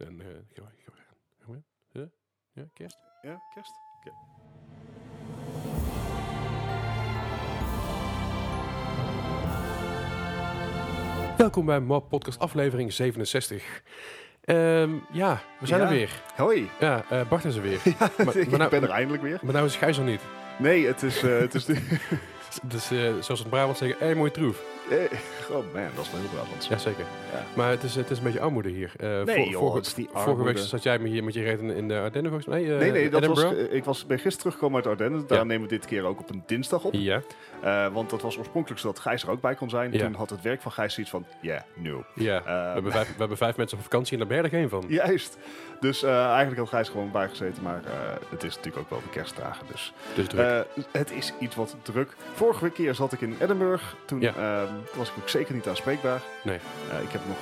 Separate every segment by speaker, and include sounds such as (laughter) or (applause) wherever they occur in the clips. Speaker 1: eh,
Speaker 2: Ja, kerst? Oké.
Speaker 1: Welkom bij Mob Podcast aflevering 67. Ehm, ja, we zijn
Speaker 2: Ja.
Speaker 1: er weer.
Speaker 2: (laughs) Hoi!
Speaker 1: Ja, eh, Bart is er
Speaker 2: (laughs)
Speaker 1: weer. maar,
Speaker 2: ik
Speaker 1: maar nou,
Speaker 2: ben er eindelijk weer.
Speaker 1: maar nou is Gijs er niet.
Speaker 2: Nee, het is... eh, het is (laughs) de-
Speaker 1: Dus eh, zoals ze in Brabant zeggen, hé, mooi troef.
Speaker 2: Eh, oh man, dat is wel heel Brabants.
Speaker 1: Jazeker.
Speaker 2: Ja.
Speaker 1: Maar het is, het is een beetje armoede hier. Eh,
Speaker 2: Nee,
Speaker 1: vor-
Speaker 2: joh,
Speaker 1: vorige,
Speaker 2: het is niet
Speaker 1: vorige week
Speaker 2: armoede.
Speaker 1: zat jij me hier met je reet in, in de Ardennen volgens mij. eh,
Speaker 2: Nee, nee, dat was,
Speaker 1: Edinburgh?
Speaker 2: eh, ik was, ben gisteren teruggekomen uit Ardennen. Daar
Speaker 1: Ja.
Speaker 2: nemen we dit keer ook op een dinsdag op.
Speaker 1: Ja,
Speaker 2: Eh, want dat was oorspronkelijk zodat Gijs er ook bij kon zijn.
Speaker 1: Ja.
Speaker 2: Toen had het werk van Gijs zoiets van, ja, yeah, no.
Speaker 1: ja. we,
Speaker 2: Eh,
Speaker 1: hebben vijf, we hebben vijf mensen op vakantie en daar ben jij er geen van.
Speaker 2: Juist. Dus eh, eigenlijk had Gijs gewoon bijgezeten, maar eh, het is natuurlijk ook wel de kerstdagen. Dus
Speaker 1: Dus druk.
Speaker 2: Eh, het is iets wat druk. Vorige keer zat ik in Edinburgh. Toen
Speaker 1: Ja.
Speaker 2: ehm, was ik ook zeker niet aanspreekbaar.
Speaker 1: Nee.
Speaker 2: Eh, ik heb nog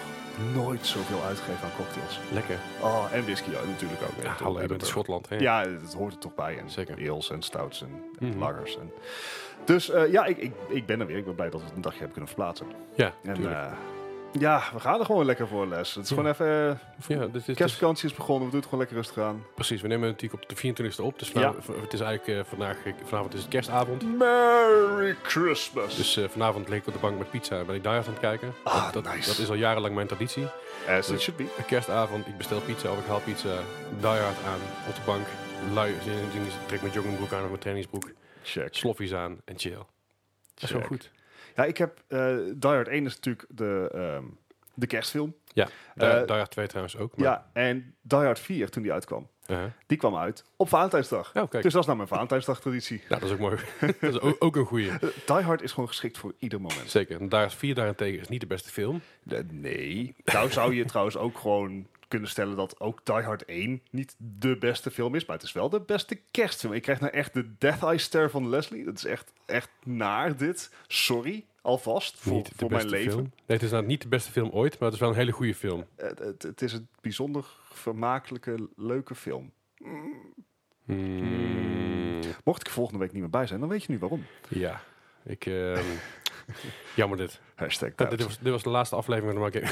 Speaker 2: nooit zoveel uitgegeven aan cocktails.
Speaker 1: Lekker.
Speaker 2: Oh, en whisky ja, natuurlijk ook.
Speaker 1: Ja,
Speaker 2: En toen
Speaker 1: hallo, je bent in
Speaker 2: Edinburgh.
Speaker 1: Schotland. Hè?
Speaker 2: Ja, dat hoort er toch bij. En
Speaker 1: Zeker.
Speaker 2: ales en stouts en, en
Speaker 1: Mhm.
Speaker 2: lagers. En... Dus eh, ja, ik, ik, ik ben er weer. Ik ben blij dat we het een dagje hebben kunnen verplaatsen.
Speaker 1: Ja,
Speaker 2: En,
Speaker 1: tuurlijk.
Speaker 2: eh, ja, we gaan er gewoon lekker voor les. Het is
Speaker 1: Ja.
Speaker 2: gewoon even... eh,
Speaker 1: ja, dit is, dus-
Speaker 2: kerstvakantie is begonnen. We doen het gewoon lekker rustig aan.
Speaker 1: Precies, we nemen het natuurlijk op de 24e op. Dus vanavond, het is eigenlijk eh, vandaag, eh, vanavond is het kerstavond.
Speaker 2: Merry Christmas!
Speaker 1: Dus eh, vanavond leek ik op de bank met pizza. Ben ik daar aan het kijken.
Speaker 2: Ah,
Speaker 1: dat,
Speaker 2: nice.
Speaker 1: dat is al jarenlang mijn traditie.
Speaker 2: As it should be.
Speaker 1: Kerstavond, ik bestel pizza of ik haal pizza. Die hard aan, op de bank. Lui, zin- zin- zin- trek mijn joggingbroek aan of mijn trainingsbroek.
Speaker 2: Check.
Speaker 1: Sloffies aan en chill. Dat is wel
Speaker 2: Check.
Speaker 1: goed.
Speaker 2: Ja, ik heb eh Die Hard 1 is natuurlijk de, ehm, de kerstfilm.
Speaker 1: Ja, Die
Speaker 2: Eh,
Speaker 1: Die Hard 2 trouwens ook. Maar,
Speaker 2: Ja, en Die Hard 4 toen die uitkwam,
Speaker 1: Eh,
Speaker 2: die kwam uit op Valentijnsdag.
Speaker 1: nou, kijk.
Speaker 2: Dus dat is nou mijn Valentijnsdag traditie.
Speaker 1: nou, dat is ook mooi. (laughs) dat is ook, ook een goeie.
Speaker 2: Die Hard is gewoon geschikt voor ieder moment.
Speaker 1: Zeker. Die Hard 4 daarentegen is niet de beste film.
Speaker 2: Eh, Nee. Nou zou je trouwens ook gewoon kunnen stellen dat ook Die Hard 1 niet de beste film is, maar het is wel de beste kerstfilm. Ik krijg nou echt de Death Eye Stare van Leslie. Dat is echt, echt naar dit. Sorry, alvast, voor,
Speaker 1: niet de
Speaker 2: voor
Speaker 1: beste
Speaker 2: mijn leven.
Speaker 1: film. Nee, het is nou niet de beste film ooit, maar het is wel een hele goede film.
Speaker 2: Eh, het, het is een bijzonder vermakelijke, leuke film.
Speaker 1: Hmm.
Speaker 2: Mocht ik er volgende week niet meer bij zijn, dan weet je nu waarom.
Speaker 1: Ja, ik... (laughs) ehm, jammer dit.
Speaker 2: Hashtag
Speaker 1: Ja,
Speaker 2: doubt.
Speaker 1: dit, was, dit was de laatste aflevering van de Mark (laughs)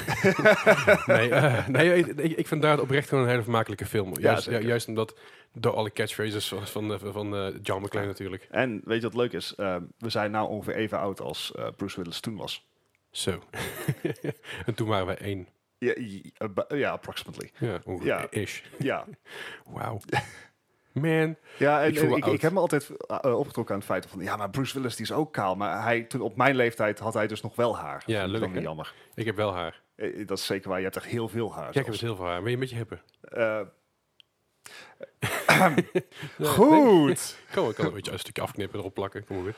Speaker 1: nee, eh, nee ik, ik- ik vind daar oprecht gewoon een hele vermakelijke film. Juist,
Speaker 2: zeker.
Speaker 1: ju- juist omdat... Door alle catchphrases zoals van, eh, van eh, John McClane natuurlijk.
Speaker 2: En weet je wat leuk is? Ehm, we zijn nou ongeveer even oud als eh, Bruce Willis toen was.
Speaker 1: Zo. (laughs) en toen waren we één.
Speaker 2: Ja, i- eh, ba- ja, approximately.
Speaker 1: Ja, ongeveer.
Speaker 2: Ja.
Speaker 1: Ish. (laughs)
Speaker 2: Ja,
Speaker 1: Wauw. Man.
Speaker 2: ja en,
Speaker 1: Ik voel
Speaker 2: en
Speaker 1: me
Speaker 2: ik,
Speaker 1: oud.
Speaker 2: ik heb me altijd eh, opgetrokken aan het feit van... Ja, maar Bruce Willis die is ook kaal. Maar hij, toen, op mijn leeftijd had hij dus nog wel haar.
Speaker 1: Ja,
Speaker 2: Dat is
Speaker 1: leuk,
Speaker 2: dan weer
Speaker 1: hè?
Speaker 2: jammer.
Speaker 1: Ik heb wel haar.
Speaker 2: Eh, dat is zeker waar. Je hebt echt heel veel haar.
Speaker 1: Ja, ik heb
Speaker 2: zelfs.
Speaker 1: het heel veel haar. Ben je een beetje hippen?
Speaker 2: Eh,
Speaker 1: Ja, nee. (laughs)
Speaker 2: goed!
Speaker 1: Ik kan, ik kan een beetje een stukje afknippen, erop plakken. Kom maar weer.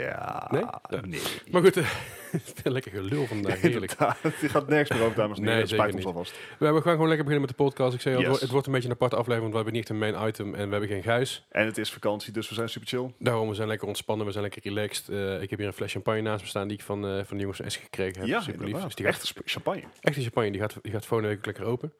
Speaker 2: Ja.
Speaker 1: Nee? Ja.
Speaker 2: (laughs)
Speaker 1: Maar goed, (laughs) eh, het is lekker gelul (laughs) vandaag. Heerlijk.
Speaker 2: Inderdaad, je gaat nergens meer over, dames en
Speaker 1: Nee,
Speaker 2: heren. Het spijt
Speaker 1: zeker
Speaker 2: ons alvast.
Speaker 1: We gaan gewoon lekker beginnen met de podcast. Ik zei al, het
Speaker 2: Yes.
Speaker 1: wordt- het wordt een beetje een aparte aflevering, want we hebben niet echt een main item en we hebben geen gijs.
Speaker 2: En het is vakantie, dus we zijn super chill.
Speaker 1: Daarom, we zijn lekker ontspannen, we zijn lekker relaxed. Eh, ik heb hier een fles champagne naast me staan die ik van, eh, van de jongens van S gekregen heb.
Speaker 2: ja,
Speaker 1: super lief.
Speaker 2: inderdaad.
Speaker 1: Dus die gaat,
Speaker 2: Echte sp- champagne.
Speaker 1: echte champagne, die gaat, die gaat volgende week ook lekker open.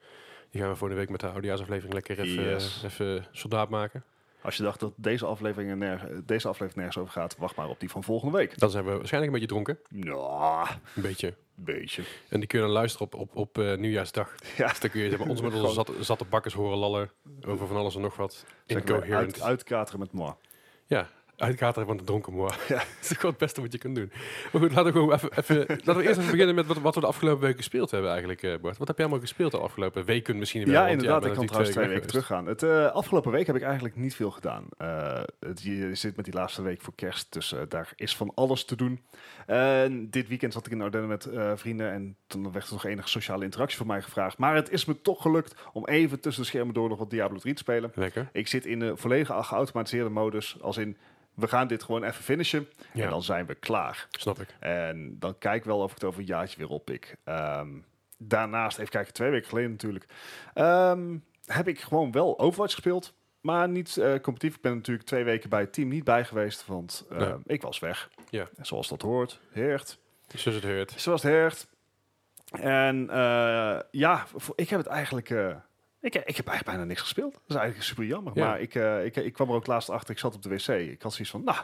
Speaker 1: Die gaan we volgende week met de oudejaarsaflevering lekker even,
Speaker 2: Yes.
Speaker 1: eh, even soldaat maken.
Speaker 2: Als je dacht dat deze aflevering, er nerg- deze aflevering nergens over gaat, wacht maar op die van volgende week.
Speaker 1: Dan zijn we waarschijnlijk een beetje dronken.
Speaker 2: Nou,
Speaker 1: Een beetje.
Speaker 2: beetje.
Speaker 1: En die kun je dan luisteren op, op, op eh, nieuwjaarsdag.
Speaker 2: Ja,
Speaker 1: Dus dan kun je zeg maar, ons met onze zatte, zatte bakkers horen lallen over van alles en nog wat.
Speaker 2: Zeg maar,
Speaker 1: Incoherent.
Speaker 2: uit, uitkateren met moi.
Speaker 1: Ja, uitkateren van de dronken moa.
Speaker 2: Ja.
Speaker 1: (laughs) dat is gewoon het beste wat je kunt doen. Maar goed, laten we, gewoon even, even, laten we eerst even beginnen met wat, wat we de afgelopen weken gespeeld hebben eigenlijk, eh, Bart. Wat heb jij allemaal gespeeld de afgelopen weken misschien wel?
Speaker 2: Ja,
Speaker 1: want
Speaker 2: inderdaad.
Speaker 1: bent
Speaker 2: ik kan trouwens
Speaker 1: natuurlijk
Speaker 2: twee weken
Speaker 1: weg
Speaker 2: teruggaan. Het, eh, afgelopen week heb ik eigenlijk niet veel gedaan. Eh, het, je zit met die laatste week voor kerst, dus eh, daar is van alles te doen. En dit weekend zat ik in Ardennen met eh, vrienden en toen werd er nog enige sociale interactie van mij gevraagd. Maar het is me toch gelukt om even tussen de schermen door nog wat Diablo 3 te spelen.
Speaker 1: geweest. Lekker.
Speaker 2: Ik zit in de volledige geautomatiseerde modus, als in we gaan dit gewoon even finishen
Speaker 1: Ja,
Speaker 2: en dan zijn we klaar.
Speaker 1: snap ik.
Speaker 2: En dan kijk ik wel of ik het over een jaartje weer oppik. Ehm, daarnaast, even kijken, twee weken geleden natuurlijk, ehm, heb ik gewoon wel Overwatch gespeeld. Maar niet eh, competitief. Ik ben natuurlijk twee weken bij het team niet bij geweest, want ehm,
Speaker 1: Nee.
Speaker 2: ik was weg.
Speaker 1: Ja.
Speaker 2: En Zoals dat hoort, heert.
Speaker 1: Zoals Dus het heurt.
Speaker 2: Zoals het heert. En eh, ja, voor- ik heb het eigenlijk... eh, ik, ik heb eigenlijk bijna niks gespeeld. Dat is eigenlijk super jammer.
Speaker 1: Ja.
Speaker 2: Maar ik, eh, ik, ik kwam er ook laatst achter. Ik zat op de wc. Ik had zoiets van, nou,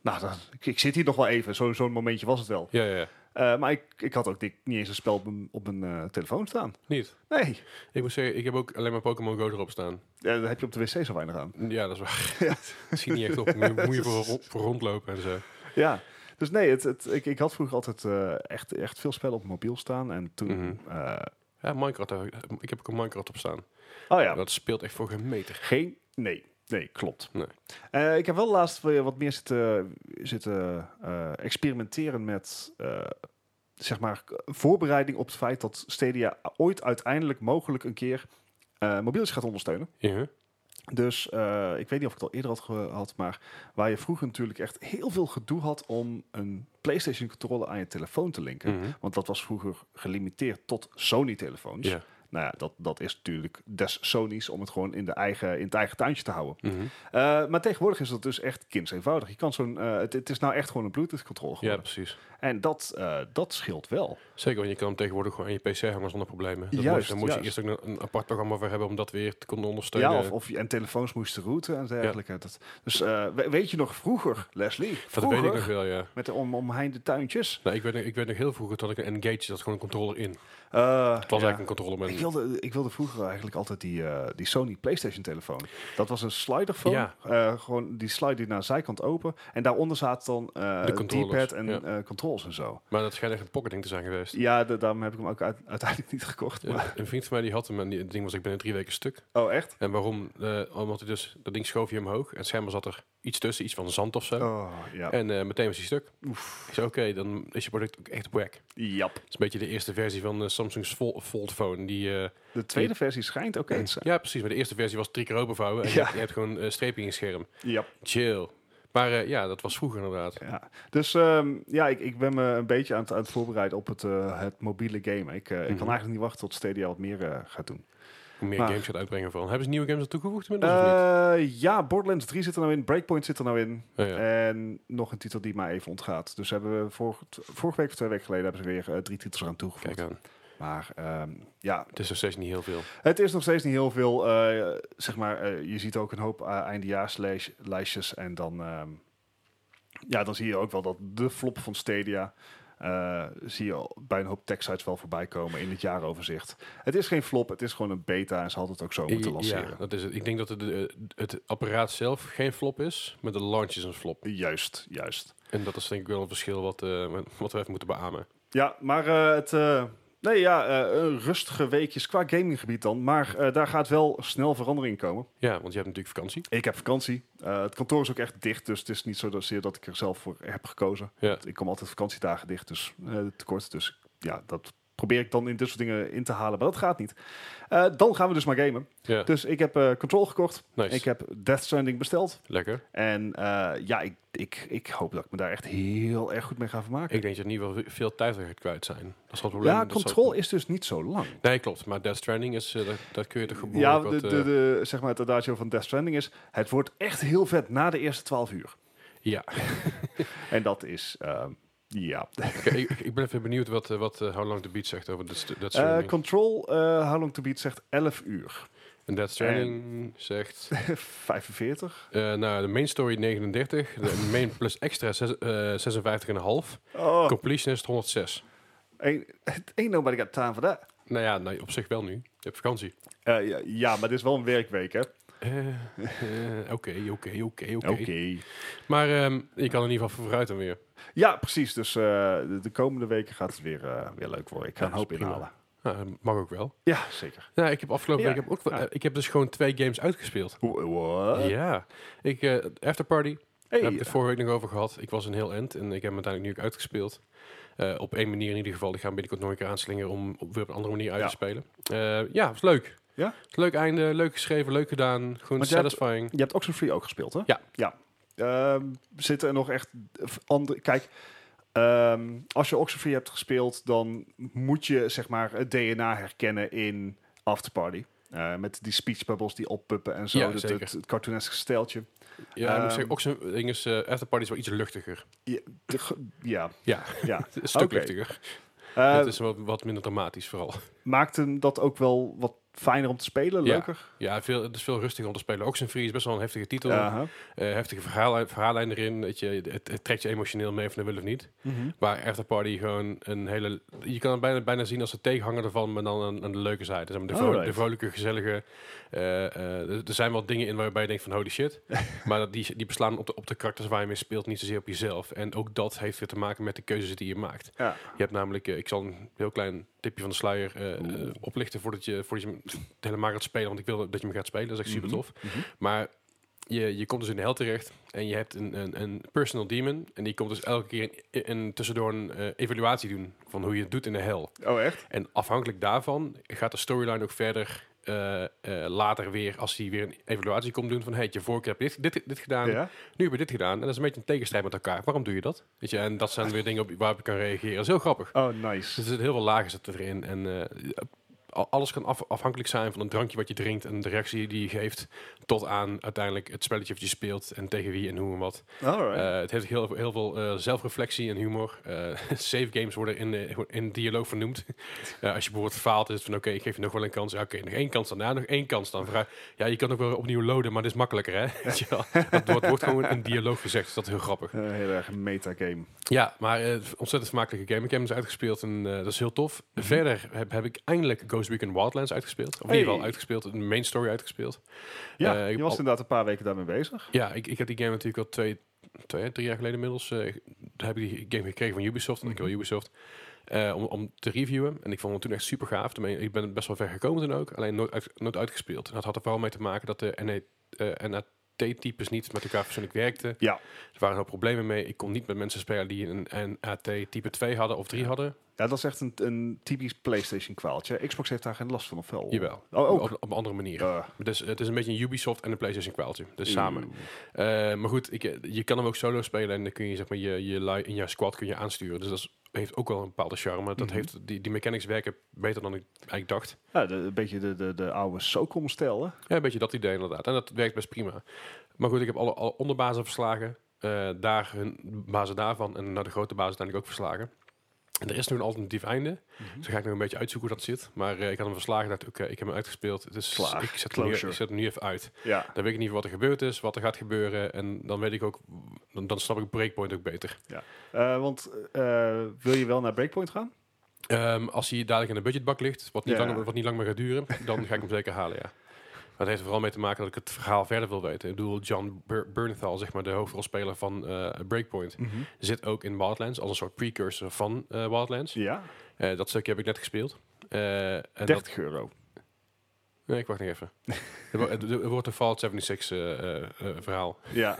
Speaker 2: nou dan- ik, ik zit hier nog wel even. Zo- Zo'n momentje was het wel.
Speaker 1: Ja, ja, ja.
Speaker 2: Eh, maar ik, ik had ook dik- niet eens een spel op mijn, op mijn eh, telefoon staan.
Speaker 1: Niet.
Speaker 2: Nee,
Speaker 1: Ik moet zeggen, ik heb ook alleen maar Pokémon Go erop staan.
Speaker 2: Ja, daar heb je op de wc zo weinig aan.
Speaker 1: Ja, dat is waar. (laughs) Dat zie je niet echt op. Moet je, moet je voor, ro- voor rondlopen en zo.
Speaker 2: Ja, dus nee, het, het, ik, ik had vroeger altijd eh, echt, echt veel spellen op mobiel staan. En toen...
Speaker 1: Mhm.
Speaker 2: eh,
Speaker 1: Ja, Minecraft. heb ik- Ik heb ook een Minecraft op staan.
Speaker 2: oh ja,
Speaker 1: Dat speelt echt voor geen meter.
Speaker 2: Geen. Nee. Nee, klopt.
Speaker 1: Nee.
Speaker 2: Eh, ik heb wel laatst weer wat meer zitten, zitten eh, experimenteren met eh, zeg maar voorbereiding op het feit dat Stadia ooit uiteindelijk mogelijk een keer eh mobieltjes gaat ondersteunen.
Speaker 1: Ja.
Speaker 2: Dus eh, ik weet niet of ik het al eerder had gehad, maar waar je vroeger natuurlijk echt heel veel gedoe had om een PlayStation controller aan je telefoon te linken.
Speaker 1: Mhm.
Speaker 2: Want dat was vroeger gelimiteerd tot Sony-telefoons.
Speaker 1: Ja.
Speaker 2: Nou ja, dat, dat is natuurlijk des Sony's om het gewoon in, de eigen, in het eigen tuintje te houden.
Speaker 1: Mhm.
Speaker 2: Eh, maar tegenwoordig is dat dus echt kindseenvoudig. Je kan zo'n, eh, het, het is nou echt gewoon een Bluetooth controle
Speaker 1: Ja,
Speaker 2: geworden.
Speaker 1: precies.
Speaker 2: En dat, eh, dat scheelt wel.
Speaker 1: Zeker, want je kan hem tegenwoordig gewoon aan je PC hangen zonder problemen. Dan
Speaker 2: Juist,
Speaker 1: moest, dan moest je
Speaker 2: juist.
Speaker 1: eerst ook nog een apart programma voor hebben om dat weer te kunnen ondersteunen.
Speaker 2: Ja, of, of, en telefoons moesten routen en dergelijke. Dat, dus eh, we- weet je nog vroeger, Leslie?
Speaker 1: dat
Speaker 2: Vroeger,
Speaker 1: weet ik nog wel, ja.
Speaker 2: Met de om, omheinde tuintjes.
Speaker 1: Nou, ik, weet, nog- ik weet nog heel vroeger dat ik een Engage, dat gewoon een controller in. Het was
Speaker 2: Eh, ja.
Speaker 1: eigenlijk een controller met
Speaker 2: ik wilde, ik wilde vroeger eigenlijk altijd die, eh, die Sony PlayStation telefoon. Dat was een sliderfoon.
Speaker 1: Ja.
Speaker 2: Eh, gewoon die slide die naar de zijkant open. En daaronder zaten dan eh
Speaker 1: De
Speaker 2: een
Speaker 1: controllers,
Speaker 2: D-pad en
Speaker 1: ja.
Speaker 2: eh, controls en zo.
Speaker 1: Maar dat schijnt echt een pocketding te zijn geweest.
Speaker 2: Ja, da- daarom heb ik hem ook uit- uiteindelijk niet gekocht. Maar,
Speaker 1: Een vriend van mij die had hem en die, het ding was, ik ben in drie weken stuk.
Speaker 2: oh, echt?
Speaker 1: En waarom? Eh, omdat hij dus, dat ding schoof je omhoog en schijnbaar zat er iets tussen, iets van zand of zo.
Speaker 2: Oh, ja.
Speaker 1: En eh, meteen was hij stuk. Ik zei, oké, dan is je product ook echt op whack. Het
Speaker 2: Jap.
Speaker 1: is een beetje de eerste versie van eh, Samsung's Fol- Fold Phone. Die, eh,
Speaker 2: De tweede versie schijnt oké te zijn.
Speaker 1: ja, precies. Maar de eerste versie was drie keer openvouwen. En je,
Speaker 2: Ja.
Speaker 1: hebt, je hebt gewoon eh strepen in je scherm.
Speaker 2: Jap.
Speaker 1: Chill. Maar eh, ja, dat was vroeger inderdaad.
Speaker 2: Ja. Dus ehm, ja, ik, ik ben me een beetje aan het, aan het voorbereiden op het, eh, het mobiele game. Ik, eh, ik kan
Speaker 1: Mhm.
Speaker 2: eigenlijk niet wachten tot Stadia wat meer eh, gaat doen.
Speaker 1: Hoe meer
Speaker 2: Maar-
Speaker 1: games gaat uitbrengen vooral. Hebben ze nieuwe games al toegevoegd inmiddels of niet?
Speaker 2: Eh, ja, Borderlands 3 zit er nou in, Breakpoint zit er nou in.
Speaker 1: Oh, ja.
Speaker 2: En nog een titel die mij even ontgaat. Dus hebben we vor- t- vorige week of twee weken geleden hebben ze weer eh, drie titels eraan toegevoegd.
Speaker 1: Kijk aan.
Speaker 2: Maar ehm, ja,
Speaker 1: Het is nog steeds niet heel veel.
Speaker 2: het is nog steeds niet heel veel. eh, zeg maar, eh, je ziet ook een hoop eh, eindejaarslijstjes. En dan, ehm, ja, dan zie je ook wel dat de flop van Stadia... eh, zie je al bij een hoop tech-sites wel voorbij komen in het jaaroverzicht. Het is geen flop, het is gewoon een beta en ze hadden het ook zo moeten
Speaker 1: I- Ja,
Speaker 2: lanceren.
Speaker 1: dat is het. Ik denk dat het, eh, het apparaat zelf geen flop is, maar de launch is een flop.
Speaker 2: Juist, juist.
Speaker 1: En dat is denk ik wel een verschil wat, eh, wat we even moeten beamen.
Speaker 2: Ja, maar eh, het. eh, nee, ja, eh, een rustige weekjes qua gaminggebied dan. Maar eh, daar gaat wel snel verandering komen.
Speaker 1: Ja, want je hebt natuurlijk vakantie.
Speaker 2: Ik heb vakantie. Eh, het kantoor is ook echt dicht, dus het is niet zo zozeer dat ik er zelf voor heb gekozen.
Speaker 1: Ja.
Speaker 2: Ik kom altijd vakantiedagen dicht, dus eh tekort. Dus ja, dat probeer ik dan in dit soort dingen in te halen, maar dat gaat niet. Eh, dan gaan we dus maar gamen.
Speaker 1: Ja,
Speaker 2: Dus ik heb eh, Control gekocht.
Speaker 1: nice.
Speaker 2: Ik heb Death Stranding besteld.
Speaker 1: Lekker.
Speaker 2: En eh, ja, ik, ik, ik hoop dat ik me daar echt heel erg goed mee ga vermaken.
Speaker 1: Ik denk dat je in ieder geval veel tijd gaat kwijt zijn. Dat is wel het probleem.
Speaker 2: ja,
Speaker 1: Dat zal-
Speaker 2: Control is dus niet zo lang.
Speaker 1: Nee, klopt. Maar Death Stranding is, eh, dat, dat kun je toch gewoon
Speaker 2: Ja,
Speaker 1: wat...
Speaker 2: de, de,
Speaker 1: eh,
Speaker 2: de, zeg maar het adagio van Death Stranding is... het wordt echt heel vet na de eerste twaalf uur.
Speaker 1: ja.
Speaker 2: En dat is... ehm, ja.
Speaker 1: Oké, ik, ik ben even benieuwd wat, eh, wat eh, How Long The Beat zegt over Death St- Death
Speaker 2: Eh,
Speaker 1: Stranding.
Speaker 2: control, eh How Long To Beat zegt 11 uur. (laughs)
Speaker 1: en Death Stranding zegt...
Speaker 2: 45.
Speaker 1: eh, nou, de main story 39. De main plus extra zes- eh, 56,5.
Speaker 2: Oh,
Speaker 1: Completionist 106.
Speaker 2: ain't, ain't nobody got time for that.
Speaker 1: Nou ja, nou, op zich wel nu. Je hebt vakantie.
Speaker 2: Eh, ja, ja, maar dit is wel een werkweek, hè?
Speaker 1: Eh, eh, Oké, oké, oké,
Speaker 2: Oké.
Speaker 1: oké. Maar ehm, je kan er in ieder geval voor vooruit dan weer.
Speaker 2: Ja, precies. Dus eh, de, de komende weken gaat het weer, eh, weer leuk worden. Ik ga
Speaker 1: Ja,
Speaker 2: een hoop
Speaker 1: dat is prima.
Speaker 2: inhalen.
Speaker 1: Nou, dat mag ook wel.
Speaker 2: Ja, zeker.
Speaker 1: Nou, ik heb afgelopen
Speaker 2: Ja.
Speaker 1: week heb ook, wel-
Speaker 2: Ja.
Speaker 1: eh, ik heb dus gewoon twee games uitgespeeld.
Speaker 2: Wha- what?
Speaker 1: Ja. Ik, eh After Party,
Speaker 2: Hey,
Speaker 1: daar heb ik het vorige week nog over gehad. Ik was een heel end en ik heb hem uiteindelijk nu ook uitgespeeld. Eh, op één manier in ieder geval. Ik ga hem binnenkort nog een keer aanslingeren om op, weer op een andere manier uit
Speaker 2: Ja.
Speaker 1: te spelen. Eh, ja, was leuk.
Speaker 2: Ja?
Speaker 1: Was Leuk einde, leuk geschreven, leuk gedaan. Gewoon
Speaker 2: Want jij hebt-
Speaker 1: satisfying.
Speaker 2: Je hebt Oxenfree ook gespeeld, hè?
Speaker 1: Ja.
Speaker 2: ja. Ehm, zitten er nog echt v- andere... Kijk, ehm, als je Oxenfree hebt gespeeld, dan moet je zeg maar het DNA herkennen in Afterparty. Eh, met die speech bubbles die oppuppen en zo.
Speaker 1: Ja,
Speaker 2: dat-
Speaker 1: zeker.
Speaker 2: Het, het cartooneske steltje.
Speaker 1: Ja, ik moet
Speaker 2: Ehm,
Speaker 1: zeggen, ook zo'n ding is, eh, After Party is wel iets luchtiger.
Speaker 2: De ge- ja,
Speaker 1: Ja, (laughs)
Speaker 2: ja.
Speaker 1: een stuk
Speaker 2: Oké.
Speaker 1: luchtiger.
Speaker 2: Eh,
Speaker 1: het is wat, wat minder dramatisch vooral.
Speaker 2: Maakt hem dat ook wel wat fijner om te spelen,
Speaker 1: Ja.
Speaker 2: leuker.
Speaker 1: Ja, veel, het is veel rustiger om te spelen. Ook Free is best wel een heftige titel.
Speaker 2: Aha.
Speaker 1: Eh, heftige verhaal, verhaallijn erin. Weet je, het, het trekt je emotioneel mee of dat wil of niet.
Speaker 2: Mhm.
Speaker 1: Waar After Party gewoon een hele... Je kan het bijna, bijna zien als de tegenhanger ervan, maar dan aan, aan de leuke zijde. Zeg maar, de, vro-
Speaker 2: Alright.
Speaker 1: de vrolijke, gezellige... eh, eh, er er zijn wel dingen in waarbij je denkt van holy shit. maar dat- die, die beslaan op de, op de karakters waar je mee speelt, niet zozeer op jezelf. En ook dat heeft weer te maken met de keuzes die je maakt.
Speaker 2: Ja.
Speaker 1: Je hebt namelijk, eh, ik zal een heel klein tipje van de sluier eh, eh, oplichten voordat je, voordat je hem helemaal gaat spelen. Want ik wil dat je hem gaat spelen, dat is echt super tof.
Speaker 2: Mhm.
Speaker 1: Maar je, je komt dus in de hel terecht en je hebt een, een, een personal demon. En die komt dus elke keer een, een, tussendoor een eh, evaluatie doen van hoe je het doet in de hel.
Speaker 2: Oh, echt?
Speaker 1: En afhankelijk daarvan gaat de storyline ook verder eh, eh, later weer, als hij weer een evaluatie komt doen van hey, je vorige keer heb je dit, dit, dit gedaan,
Speaker 2: ja.
Speaker 1: nu heb je dit gedaan. En dat is een beetje een tegenstrijd met elkaar. Waarom doe je dat? Weet je, en dat zijn weer dingen op, waarop je kan reageren. Dat is heel grappig.
Speaker 2: Oh,
Speaker 1: Dus
Speaker 2: nice.
Speaker 1: er zitten heel veel lagen zitten erin. En eh, a- alles kan af- afhankelijk zijn van een drankje wat je drinkt en de reactie die je geeft. Tot aan uiteindelijk het spelletje wat je speelt en tegen wie en hoe en wat.
Speaker 2: Alright.
Speaker 1: Eh, het heeft heel, heel veel eh, zelfreflectie en humor. Eh (laughs) save games worden in, eh, in dialoog vernoemd. (laughs) Eh, als je bijvoorbeeld faalt, is het van oké, ik geef je nog wel een kans. Ja, oké, nog één kans dan. Ja, nog één kans dan. Vraag, ja, je kan ook wel opnieuw loaden, maar dat is makkelijker, hè? (laughs) Weet je wel? dat wordt, wordt gewoon in dialoog gezegd, dus dat is heel grappig.
Speaker 2: Eh, heel erg een metagame.
Speaker 1: Ja, maar eh, ontzettend vermakelijke game. Ik heb hem dus uitgespeeld en eh, dat is heel tof.
Speaker 2: Mhm.
Speaker 1: Verder heb, heb ik eindelijk Ghost Recon Wildlands uitgespeeld. Of in ieder
Speaker 2: Hey.
Speaker 1: geval uitgespeeld, de main story uitgespeeld.
Speaker 2: Ja,
Speaker 1: Eh, ik
Speaker 2: je
Speaker 1: heb
Speaker 2: was
Speaker 1: al-
Speaker 2: inderdaad een paar weken daarmee bezig.
Speaker 1: Ja, ik, ik heb die game natuurlijk al twee, twee drie jaar geleden inmiddels. eh, daar heb ik die game gekregen van Ubisoft, want ik
Speaker 2: Mhm.
Speaker 1: wil Ubisoft. eh, om, om te reviewen. En ik vond het toen echt super gaaf. Toen ben ik- Ik ben best wel ver gekomen toen ook, alleen nooit, uit- nooit uitgespeeld. En dat had er vooral mee te maken dat de NA, eh, NAT-types niet met elkaar persoonlijk werkten.
Speaker 2: Ja.
Speaker 1: Er waren al problemen mee. Ik kon niet met mensen spelen die een NAT type 2 hadden of 3 hadden.
Speaker 2: Ja, dat is echt een, een typisch PlayStation kwaaltje. Xbox heeft daar geen last van, of wel?
Speaker 1: Jawel.
Speaker 2: Oh, ook?
Speaker 1: Op, op een andere manier.
Speaker 2: Eh,
Speaker 1: Dus het is een beetje een Ubisoft en een PlayStation kwaaltje. Dus
Speaker 2: Mm.
Speaker 1: samen. Eh, maar goed, ik, eh, je kan hem ook solo spelen en dan kun je zeg maar je, je lui in jouw squad kun je aansturen. Dus dat is- heeft ook wel een bepaalde charme. Dat
Speaker 2: Mhm.
Speaker 1: heeft, die, die mechanics werken beter dan ik eigenlijk dacht.
Speaker 2: Ja, de- een beetje de, de, de oude Socom-stijl, hè?
Speaker 1: Ja, een beetje dat idee inderdaad. En dat werkt best prima. Maar goed, ik heb alle, alle onderbazen verslagen. eh, daar hun bazen daarvan en naar de grote bazen uiteindelijk ook verslagen. En er is nu een alternatief einde.
Speaker 2: Mhm.
Speaker 1: Dus dan ga ik nog een beetje uitzoeken hoe dat zit. Maar eh, ik had hem verslagen. Dacht, oké, ik heb hem uitgespeeld. Dus
Speaker 2: Klaar.
Speaker 1: ik zet, hem nu,
Speaker 2: Closure.
Speaker 1: ik zet hem nu even uit.
Speaker 2: Ja.
Speaker 1: Dan weet ik niet wat er gebeurd is, wat er gaat gebeuren. En dan weet ik ook, dan, dan snap ik Breakpoint ook beter.
Speaker 2: Eh, want eh, wil je wel naar Breakpoint gaan?
Speaker 1: Ehm, als hij dadelijk in de budgetbak ligt, wat niet,
Speaker 2: Ja.
Speaker 1: lang, wat niet lang meer gaat duren, dan ga ik hem zeker halen, ja. Maar het heeft er vooral mee te maken dat ik het verhaal verder wil weten. Ik bedoel, John Bur- Bernthal, zeg maar, de hoofdrolspeler van eh, Breakpoint, zit ook in Wildlands als een soort precursor van eh, Wildlands.
Speaker 2: Ja,
Speaker 1: Eh, dat stukje heb ik net gespeeld. Eh, en dat-
Speaker 2: 30 euro.
Speaker 1: nee, ik wacht nog even. Er wo- (laughs) er er wordt een Fallout 76 eh, eh, eh, verhaal. (laughs)
Speaker 2: Ja,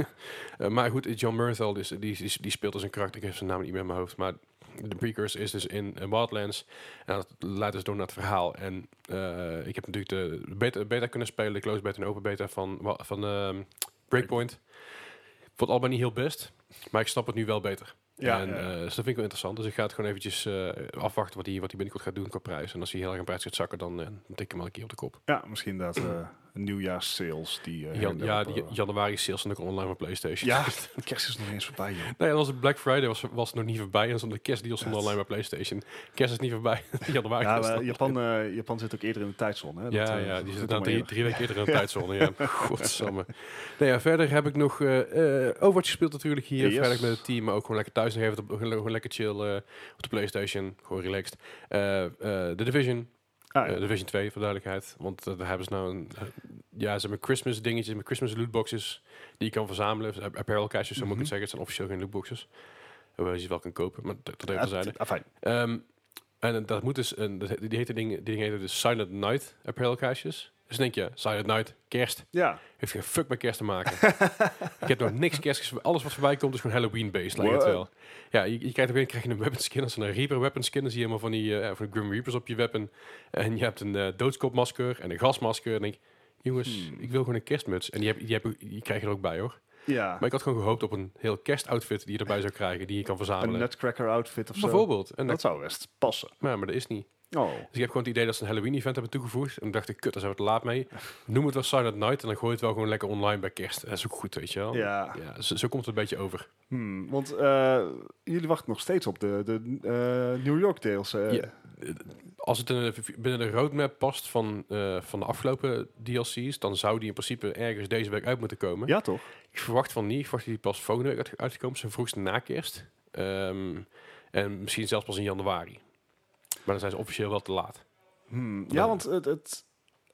Speaker 1: Eh, maar goed, John Murthal dus, die, die, die speelt als een karakter. Ik heb zijn naam niet meer in mijn hoofd. Maar de precursor is dus in eh, Wildlands. En dat leidt dus door naar het verhaal. En eh, ik heb natuurlijk de beta, beta kunnen spelen. De closed beta en open beta van, wa- van ehm, Breakpoint. Ik vond het allemaal niet heel best. Maar ik snap het nu wel beter.
Speaker 2: ja,
Speaker 1: en,
Speaker 2: ja.
Speaker 1: eh, dus dat vind ik wel interessant. Dus ik ga het gewoon eventjes eh, afwachten wat hij wat hij binnenkort gaat doen qua prijs. En als hij heel erg in prijs gaat zakken, dan, eh, dan tik ik hem wel een keer op de kop.
Speaker 2: ja misschien inderdaad eh nieuwjaars sales. Die, eh,
Speaker 1: Jan,
Speaker 2: hier
Speaker 1: ja,
Speaker 2: lopen.
Speaker 1: die- januari sales en ook online van PlayStation. (laughs)
Speaker 2: ja, kerst is nog niet eens voorbij, joh.
Speaker 1: Nee, dat was Black Friday was, was nog niet voorbij. En stond de kerstdeal stond
Speaker 2: Dat-
Speaker 1: online bij PlayStation. Kerst is niet voorbij. (laughs) Januari
Speaker 2: Ja,
Speaker 1: is
Speaker 2: maar
Speaker 1: dan-
Speaker 2: Japan, eh, Japan zit ook eerder in de tijdzone, hè?
Speaker 1: Ja,
Speaker 2: Dat, eh,
Speaker 1: ja,
Speaker 2: dat
Speaker 1: die
Speaker 2: is
Speaker 1: zit
Speaker 2: allemaal
Speaker 1: nou drie,
Speaker 2: eerder.
Speaker 1: drie weken eerder
Speaker 2: (laughs)
Speaker 1: in de tijdzone. Ja. Godsamme. Nee, ja, verder heb ik nog eh eh, Overwatch gespeeld natuurlijk hier.
Speaker 2: Yes.
Speaker 1: Vrijdag met het team, maar ook gewoon lekker thuis nog even. op- Gewoon gewoon lekker chill eh, op de PlayStation. Gewoon relaxed. Eh eh, The Division.
Speaker 2: Ah,
Speaker 1: eh,
Speaker 2: ja.
Speaker 1: Division 2, voor duidelijkheid. Want eh, daar hebben ze nou een... eh, ja, ze hebben Christmas dingetjes, met Christmas lootboxes die je kan verzamelen. App- Apparel caches, zo moet
Speaker 2: Mhm.
Speaker 1: ik het zeggen. Het zijn officieel geen lootboxes. Hoewel je ze wel kan kopen, maar dat dat
Speaker 2: Ja, ah,
Speaker 1: even terzijde.
Speaker 2: t- afijn.
Speaker 1: Ehm, en dat moet dus, een, dat he- die heten dingen, die dingen heten dus Silent Night apparel kastjes. Dus dan denk je, Silent Night, kerst,
Speaker 2: Ja,
Speaker 1: heeft geen fuck met kerst te
Speaker 2: (laughs)
Speaker 1: maken. ik heb nog niks kerst, gespe- alles wat voorbij komt is gewoon Halloween-based, lijkt het
Speaker 2: Wow.
Speaker 1: wel. Ja, je, je krijgt opeens krijg je een weapon skin, als een Reaper weapon skin, dan zie je helemaal van die, eh, van die Grim Reapers op je weapon. En je hebt een eh, doodskopmasker en een gasmasker en ik denk, jongens,
Speaker 2: Hmm.
Speaker 1: ik wil gewoon een kerstmuts. En die, heb, die, heb, die krijg je er ook bij hoor.
Speaker 2: ja.
Speaker 1: Maar ik had gewoon gehoopt op een heel kerstoutfit die je erbij zou krijgen, die je kan
Speaker 2: een
Speaker 1: verzamelen.
Speaker 2: nutcracker outfit of zo.
Speaker 1: Bijvoorbeeld. En dat,
Speaker 2: Dat zou best passen.
Speaker 1: maar, maar dat is niet.
Speaker 2: Oh.
Speaker 1: Dus ik heb gewoon het idee dat ze een Halloween-event hebben toegevoegd. En toen dacht ik, kut, daar zijn we te laat
Speaker 2: (laughs)
Speaker 1: mee. Noem het wel Silent Night en dan gooi je het wel gewoon lekker online bij kerst. Dat is ook goed, weet je wel.
Speaker 2: Ja,
Speaker 1: zo, zo komt het een beetje over.
Speaker 2: Hmm, want eh, jullie wachten nog steeds op de, de eh, New York deels. eh.
Speaker 1: Ja. Als het in de- binnen de roadmap past van, eh, van de afgelopen DLC's, dan zou die in principe ergens deze week uit moeten komen.
Speaker 2: ja, toch?
Speaker 1: Ik verwacht van niet. Ik verwacht dat die pas volgende week uit- uitkomt. Zijn vroegste na kerst. Ehm, en misschien zelfs pas in januari. Maar dan zijn ze officieel wel te laat.
Speaker 2: Hmm,
Speaker 1: Ja.
Speaker 2: Ja, want het... het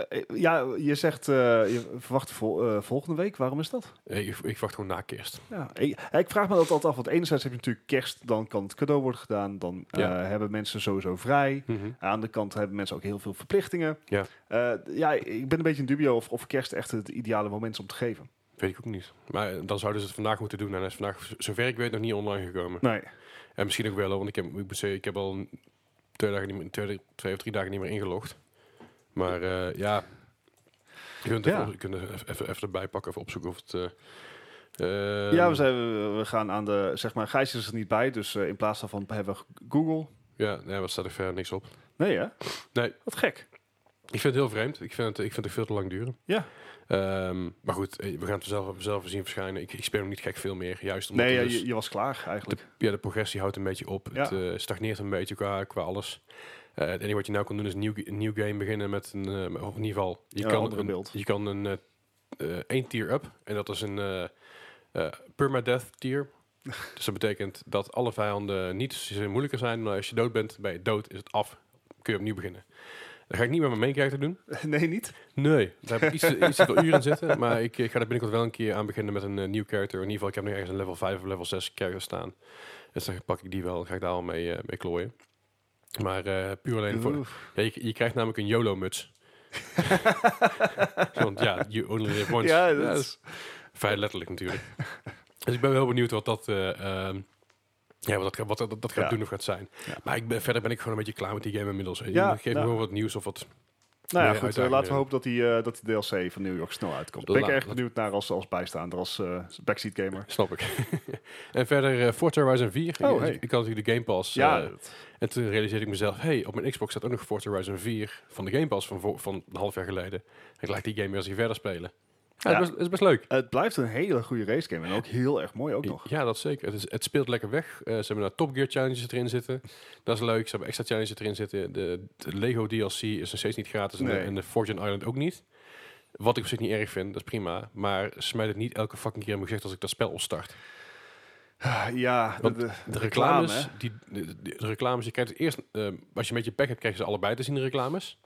Speaker 2: eh, ja, je zegt, eh, je verwacht vol- eh, volgende week. Waarom is dat?
Speaker 1: Eh, Ik, ik wacht gewoon na kerst.
Speaker 2: Ja, ik, ik vraag me dat altijd af. Want enerzijds heb je natuurlijk kerst, dan kan het cadeau worden gedaan. Dan eh,
Speaker 1: Ja.
Speaker 2: hebben mensen sowieso vrij. Aan de andere kant hebben mensen ook heel veel verplichtingen.
Speaker 1: Ja.
Speaker 2: Eh, ja ik ben een beetje in dubio of, of kerst echt het ideale moment is om te geven.
Speaker 1: Weet ik ook niet. Maar eh, dan zouden ze het vandaag moeten doen. En hij is vandaag, z- zover ik weet, nog niet online gekomen.
Speaker 2: Nee.
Speaker 1: En misschien ook wel, hoor, want ik, heb, ik moet zeggen, ik heb al een- twee, dagen niet meer, twee, twee of drie dagen niet meer ingelogd. Maar eh, ja, je kunt,
Speaker 2: Ja.
Speaker 1: Even, je kunt even, even, even erbij pakken, even opzoeken of het... eh, eh,
Speaker 2: ja, we, zijn, we- we gaan aan de... Zeg maar, Gijs is er niet bij. Dus eh, in plaats daarvan hebben we Google.
Speaker 1: Ja, nee, wat staat er verder niks op.
Speaker 2: Nee, hè?
Speaker 1: Nee.
Speaker 2: Wat gek.
Speaker 1: Ik vind het heel vreemd. Ik vind het, ik vind het veel te lang duren.
Speaker 2: Ja.
Speaker 1: Ehm, maar goed, eh, we gaan het zelf, zelf zien verschijnen. Ik, ik speel hem niet gek veel meer. Juist omdat
Speaker 2: Nee, ja,
Speaker 1: er dus-
Speaker 2: je, je was klaar eigenlijk.
Speaker 1: ja, de progressie houdt een beetje op.
Speaker 2: Ja.
Speaker 1: Het eh, stagneert een beetje qua, qua alles. Eh, het enige wat je nou kan doen is een nieuw, een nieuw game beginnen met een... eh, of in ieder geval, je
Speaker 2: Ja, een
Speaker 1: kan
Speaker 2: andere
Speaker 1: een,
Speaker 2: beeld.
Speaker 1: Je kan een eh, eh, één tier up. En dat is een eh eh, permadeath
Speaker 2: (laughs)
Speaker 1: tier. dus dat betekent dat alle vijanden niet zozeer moeilijker zijn. Maar als je dood bent, bij dood is het af. Kun je opnieuw beginnen. Dat ga ik niet met mijn maincharacter doen.
Speaker 2: (laughs) nee, niet?
Speaker 1: Nee, daar heb ik iets, te- iets te veel uren in zitten. Maar ik, ik ga er binnenkort wel een keer aan beginnen met een eh, nieuw character. In ieder geval, ik heb nu ergens een level 5 of level 6 character staan. Dus dan pak ik die wel. Ga ik daar al mee, eh, mee klooien. Maar eh, puur alleen voor...
Speaker 2: Oef.
Speaker 1: Ja, je, je krijgt namelijk een
Speaker 2: (laughs)
Speaker 1: YOLO-muts. Want ja, you only live once.
Speaker 2: Ja,
Speaker 1: dat
Speaker 2: dat
Speaker 1: is vrij letterlijk natuurlijk. dus ik ben wel benieuwd wat dat... eh, ehm, ja, wat dat, gaat- wat dat, dat gaat
Speaker 2: Ja.
Speaker 1: doen of gaat zijn.
Speaker 2: Ja.
Speaker 1: Maar ik ben, verder ben ik gewoon een beetje klaar met die game inmiddels. Geef
Speaker 2: Ja,
Speaker 1: me
Speaker 2: nou.
Speaker 1: gewoon wat nieuws of wat
Speaker 2: Nou ja,
Speaker 1: Nee,
Speaker 2: goed. eh,
Speaker 1: uitdaging,
Speaker 2: laten we
Speaker 1: ja.
Speaker 2: hopen dat die, eh, dat die DLC van New York snel uitkomt. Ben ik
Speaker 1: Laat-
Speaker 2: erg
Speaker 1: laat-
Speaker 2: benieuwd naar als, als bijstaander, als eh, backseat gamer.
Speaker 1: Snap ik. (laughs) en verder eh, Forza Horizon 4.
Speaker 2: Oh,
Speaker 1: Ik-
Speaker 2: hey.
Speaker 1: Ik had natuurlijk de Game Pass.
Speaker 2: ja,
Speaker 1: eh,
Speaker 2: dat-
Speaker 1: en toen realiseerde ik mezelf, hey, op mijn Xbox staat ook nog Forza Horizon 4 van de Game Pass van, vo- van een half jaar geleden. Ik laat die game weer eens hier verder spelen. Ja,
Speaker 2: Ja.
Speaker 1: Het, is best, het is best leuk.
Speaker 2: het blijft een hele goede race game en ook heel erg mooi ook nog.
Speaker 1: Ja, dat zeker. Het, is, het speelt lekker weg. Eh, ze hebben daar Top Gear challenges erin zitten. Dat is leuk. Ze hebben extra challenges erin zitten. De, de Lego DLC is nog steeds niet gratis en, de,
Speaker 2: Nee.
Speaker 1: en de Fortune Island ook niet. Wat ik op zich niet erg vind, dat is prima. Maar smijt het niet elke fucking keer in mijn gezicht als ik dat spel opstart.
Speaker 2: Ah, Ja,
Speaker 1: Want
Speaker 2: de- de-
Speaker 1: De reclames,
Speaker 2: Reclame,
Speaker 1: die, de, de- de reclames, je krijgt het eerst, ehm, als je met je pack hebt, krijg je ze allebei te zien, de reclames.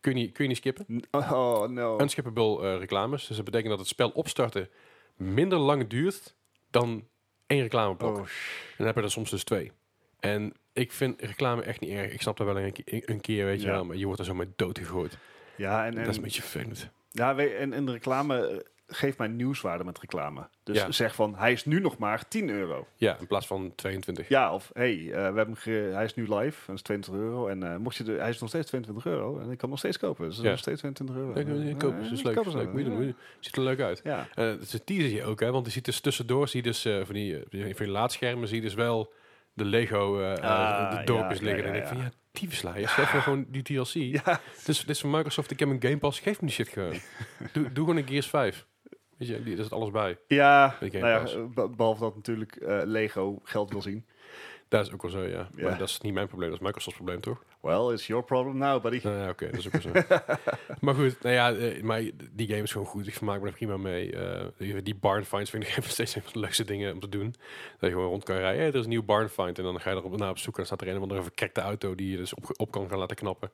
Speaker 1: Kun je, niet- kun je niet skippen.
Speaker 2: oh no.
Speaker 1: Unskippable eh, reclames. Dus dat betekent dat het spel opstarten minder lang duurt dan één reclameblok.
Speaker 2: Oh,
Speaker 1: En dan heb je er soms dus twee. En ik vind reclame echt niet erg. Ik snap dat wel een, ke- een keer, weet je
Speaker 2: Ja.
Speaker 1: wel, maar je wordt er zo mee doodgegooid.
Speaker 2: Ja, en,
Speaker 1: dat is een
Speaker 2: en,
Speaker 1: beetje vervelend.
Speaker 2: ja, we- en, en de reclame eh, geeft mij nieuwswaarde met reclame. Dus
Speaker 1: Ja.
Speaker 2: zeg van, hij is nu nog maar 10 euro.
Speaker 1: Ja, in plaats van 22.
Speaker 2: Ja, of hey, eh, we hebben hem ge- hij is nu live, dat is 20 euro. En eh, mocht je de, hij is nog steeds 22 euro en ik kan hem nog steeds kopen. Dus dat is
Speaker 1: Ja.
Speaker 2: nog steeds 22 euro.
Speaker 1: Ik wil- ik koop dus het,
Speaker 2: Eh,
Speaker 1: het is
Speaker 2: eh,
Speaker 1: leuk.
Speaker 2: koop
Speaker 1: het is
Speaker 2: eens
Speaker 1: leuk. Moet je
Speaker 2: even,
Speaker 1: doen, moet je doen. Ziet er leuk uit.
Speaker 2: Ja.
Speaker 1: Eh, ze teasen je ook, hè? Want je ziet dus tussendoor, zie je dus, eh, van die, eh, van die- van die laadschermen, zie je dus wel de Lego eh, eh,
Speaker 2: Ah,
Speaker 1: de dorpjes
Speaker 2: ja,
Speaker 1: liggen.
Speaker 2: ja,
Speaker 1: en dan denk ik
Speaker 2: ja,
Speaker 1: van, ja, tyfusla, je schrijft me gewoon die DLC.
Speaker 2: (laughs) Ja.
Speaker 1: Dit, is, dit is van Microsoft, ik heb een Game Pass, geef me die shit gewoon.
Speaker 2: (laughs)
Speaker 1: doe, doe gewoon een Gears 5. Weet je, die, daar zit alles bij.
Speaker 2: Ja,
Speaker 1: De Game
Speaker 2: nou ja
Speaker 1: Pass.
Speaker 2: eh, be- behalve dat natuurlijk eh, Lego geld wil zien.
Speaker 1: Dat is ook wel zo, ja.
Speaker 2: Ja.
Speaker 1: Maar dat is niet mijn probleem, dat is Microsoft's probleem, toch?
Speaker 2: Well, it's your problem now, buddy.
Speaker 1: Nou ja, oké, dat is ook wel zo. (laughs) maar goed, nou ja, eh, maar die game is gewoon goed. Ik vermaak me er prima mee. Eh, die- die barn finds vind ik (laughs) nog steeds een van de leukste dingen om te doen. Dat je gewoon rond kan rijden. Hey, er is een nieuw barn find. En dan ga je erop naar op zoek. En dan staat er een of andere verkrekte auto die je dus op, op kan gaan laten knappen.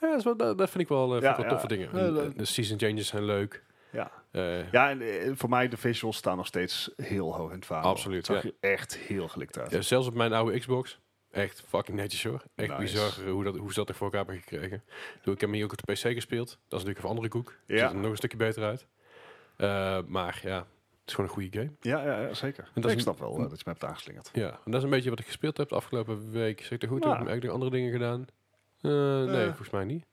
Speaker 1: Ja, dat, is wel, dat, dat vind ik wel, eh, vind
Speaker 2: Ja,
Speaker 1: ik wel
Speaker 2: ja.
Speaker 1: toffe dingen.
Speaker 2: Ja,
Speaker 1: En,
Speaker 2: dat-
Speaker 1: eh, de season changes zijn leuk.
Speaker 2: Ja.
Speaker 1: Eh,
Speaker 2: Ja, en eh, voor mij de visuals staan nog steeds heel hoog in het vaandel.
Speaker 1: Absoluut,
Speaker 2: Het zag er echt heel gelikt uit.
Speaker 1: ja, zelfs op mijn oude Xbox. Echt fucking netjes hoor. Echt
Speaker 2: Nice.
Speaker 1: bizar eh, hoe, dat, hoe ze dat er voor elkaar hebben gekregen. Ik bedoel, Ik heb hem hier ook op de PC gespeeld. Dat is natuurlijk een andere koek.
Speaker 2: Ja.
Speaker 1: Ziet er nog een stukje beter uit. Eh, maar ja, het is gewoon een goede game.
Speaker 2: Ja, ja, ja, zeker.
Speaker 1: dat is
Speaker 2: ik
Speaker 1: een-
Speaker 2: snap wel eh, dat je me hebt aangeslingerd.
Speaker 1: Ja, en dat is een beetje wat ik
Speaker 2: Nou.
Speaker 1: gespeeld heb de afgelopen week. Zeg ik er goed?
Speaker 2: Ja. Eh.
Speaker 1: Heb ik nog andere dingen gedaan? Eh, nee, volgens mij niet.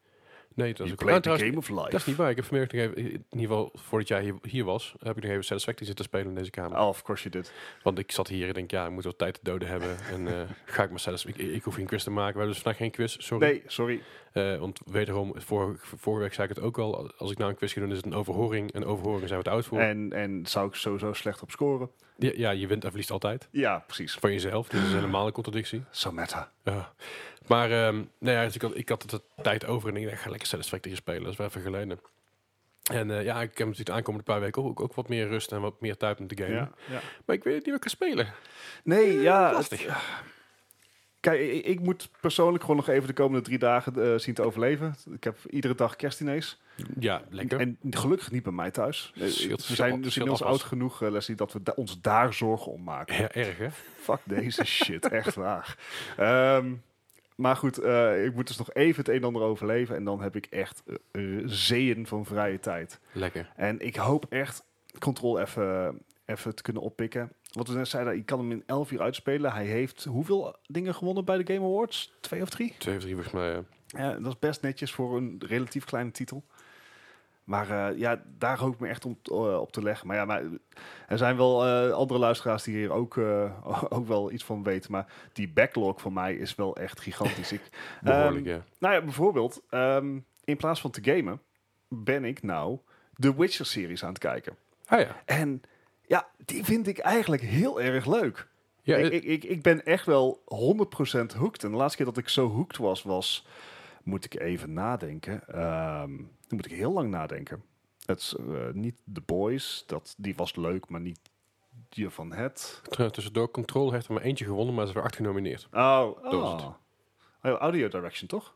Speaker 1: Nee, dat is
Speaker 2: You
Speaker 1: ook nou,
Speaker 2: played the
Speaker 1: trouwens,
Speaker 2: game of life.
Speaker 1: Dat is niet waar. Ik heb vanmiddag nog even, in ieder geval voordat jij hier, hier was, heb ik nog even Satisfactory zitten spelen in deze kamer.
Speaker 2: Oh, of course you did.
Speaker 1: Want ik zat hier en denk, ja, ik moet wel tijd te doden hebben. (laughs) En eh, ga ik maar Satisfactory. Ik, ik hoef geen quiz te maken. We hebben dus vandaag geen quiz, sorry.
Speaker 2: Nee, sorry.
Speaker 1: Eh, want wederom, vorige, vorige week zei ik het ook al. Als ik nou een quiz ga doen, is het een overhoring. En overhoring zijn we te oud voor.
Speaker 2: En, en zou ik sowieso slecht op scoren?
Speaker 1: Ja, ja, je wint en verliest altijd.
Speaker 2: Ja, precies.
Speaker 1: Van jezelf. Dus dat is helemaal een contradictie.
Speaker 2: Zo meta.
Speaker 1: Ja. Maar ehm nou ja, dus ik, had, ik had de tijd over en ik dacht, ik ga lekker Satisfactory spelen. Dat is wel even geleden. En eh, ja, ik heb natuurlijk de aankomende paar weken ook, ook wat meer rust en wat meer tijd om te gamen.
Speaker 2: Ja, ja.
Speaker 1: Maar ik weet niet wat ik kan spelen.
Speaker 2: Nee, ja. het-
Speaker 1: Eh, lastig.
Speaker 2: Kijk, i- ik moet persoonlijk gewoon nog even de komende drie dagen eh, zien te overleven. Ik heb iedere dag kerstdiners.
Speaker 1: Ja, lekker.
Speaker 2: En gelukkig niet bij mij thuis. Eh,
Speaker 1: Scheelt-
Speaker 2: we
Speaker 1: scheelt-
Speaker 2: zijn dus
Speaker 1: scheelt
Speaker 2: inmiddels
Speaker 1: afwas.
Speaker 2: oud genoeg, eh, Leslie, dat we da- ons daar zorgen om maken.
Speaker 1: ja, erg hè?
Speaker 2: Fuck deze shit, echt waar. Ehm, maar goed, eh, ik moet dus nog even het een en ander overleven. En dan heb ik echt eh, eh, zeeën van vrije tijd.
Speaker 1: Lekker.
Speaker 2: En ik hoop echt Control even, even te kunnen oppikken. Wat we net zeiden, je kan hem in 11 uur uitspelen. Hij heeft hoeveel dingen gewonnen bij de Game Awards? Twee of drie?
Speaker 1: Twee of drie volgens mij. eh, ja.
Speaker 2: Ja, Eh, dat is best netjes voor een relatief kleine titel. Maar eh, ja, daar hoop ik me echt om, t- eh, op te leggen. Maar ja, maar er zijn wel eh, andere luisteraars die hier ook, eh, (laughs) ook wel iets van weten. Maar die backlog van mij is wel echt gigantisch. ik,
Speaker 1: Behoorlijk, ja.
Speaker 2: nou ja, bijvoorbeeld, ehm, in plaats van te gamen, ben ik nou de Witcher-series aan het kijken.
Speaker 1: Ah ja.
Speaker 2: En ja, die vind ik eigenlijk heel erg leuk.
Speaker 1: Ja,
Speaker 2: ik,
Speaker 1: eh,
Speaker 2: ik, ik, ik ben echt wel 100% hooked. En de laatste keer dat ik zo hooked was, was... Moet ik even nadenken. Ehm, dan moet ik heel lang nadenken. Het is eh, niet The Boys. Dat, die was leuk, maar niet die van het.
Speaker 1: tr- tussendoor, Control heeft er maar eentje gewonnen, maar ze hebben acht genomineerd.
Speaker 2: Oh,
Speaker 1: Dat was
Speaker 2: oh. oh audio direction, toch?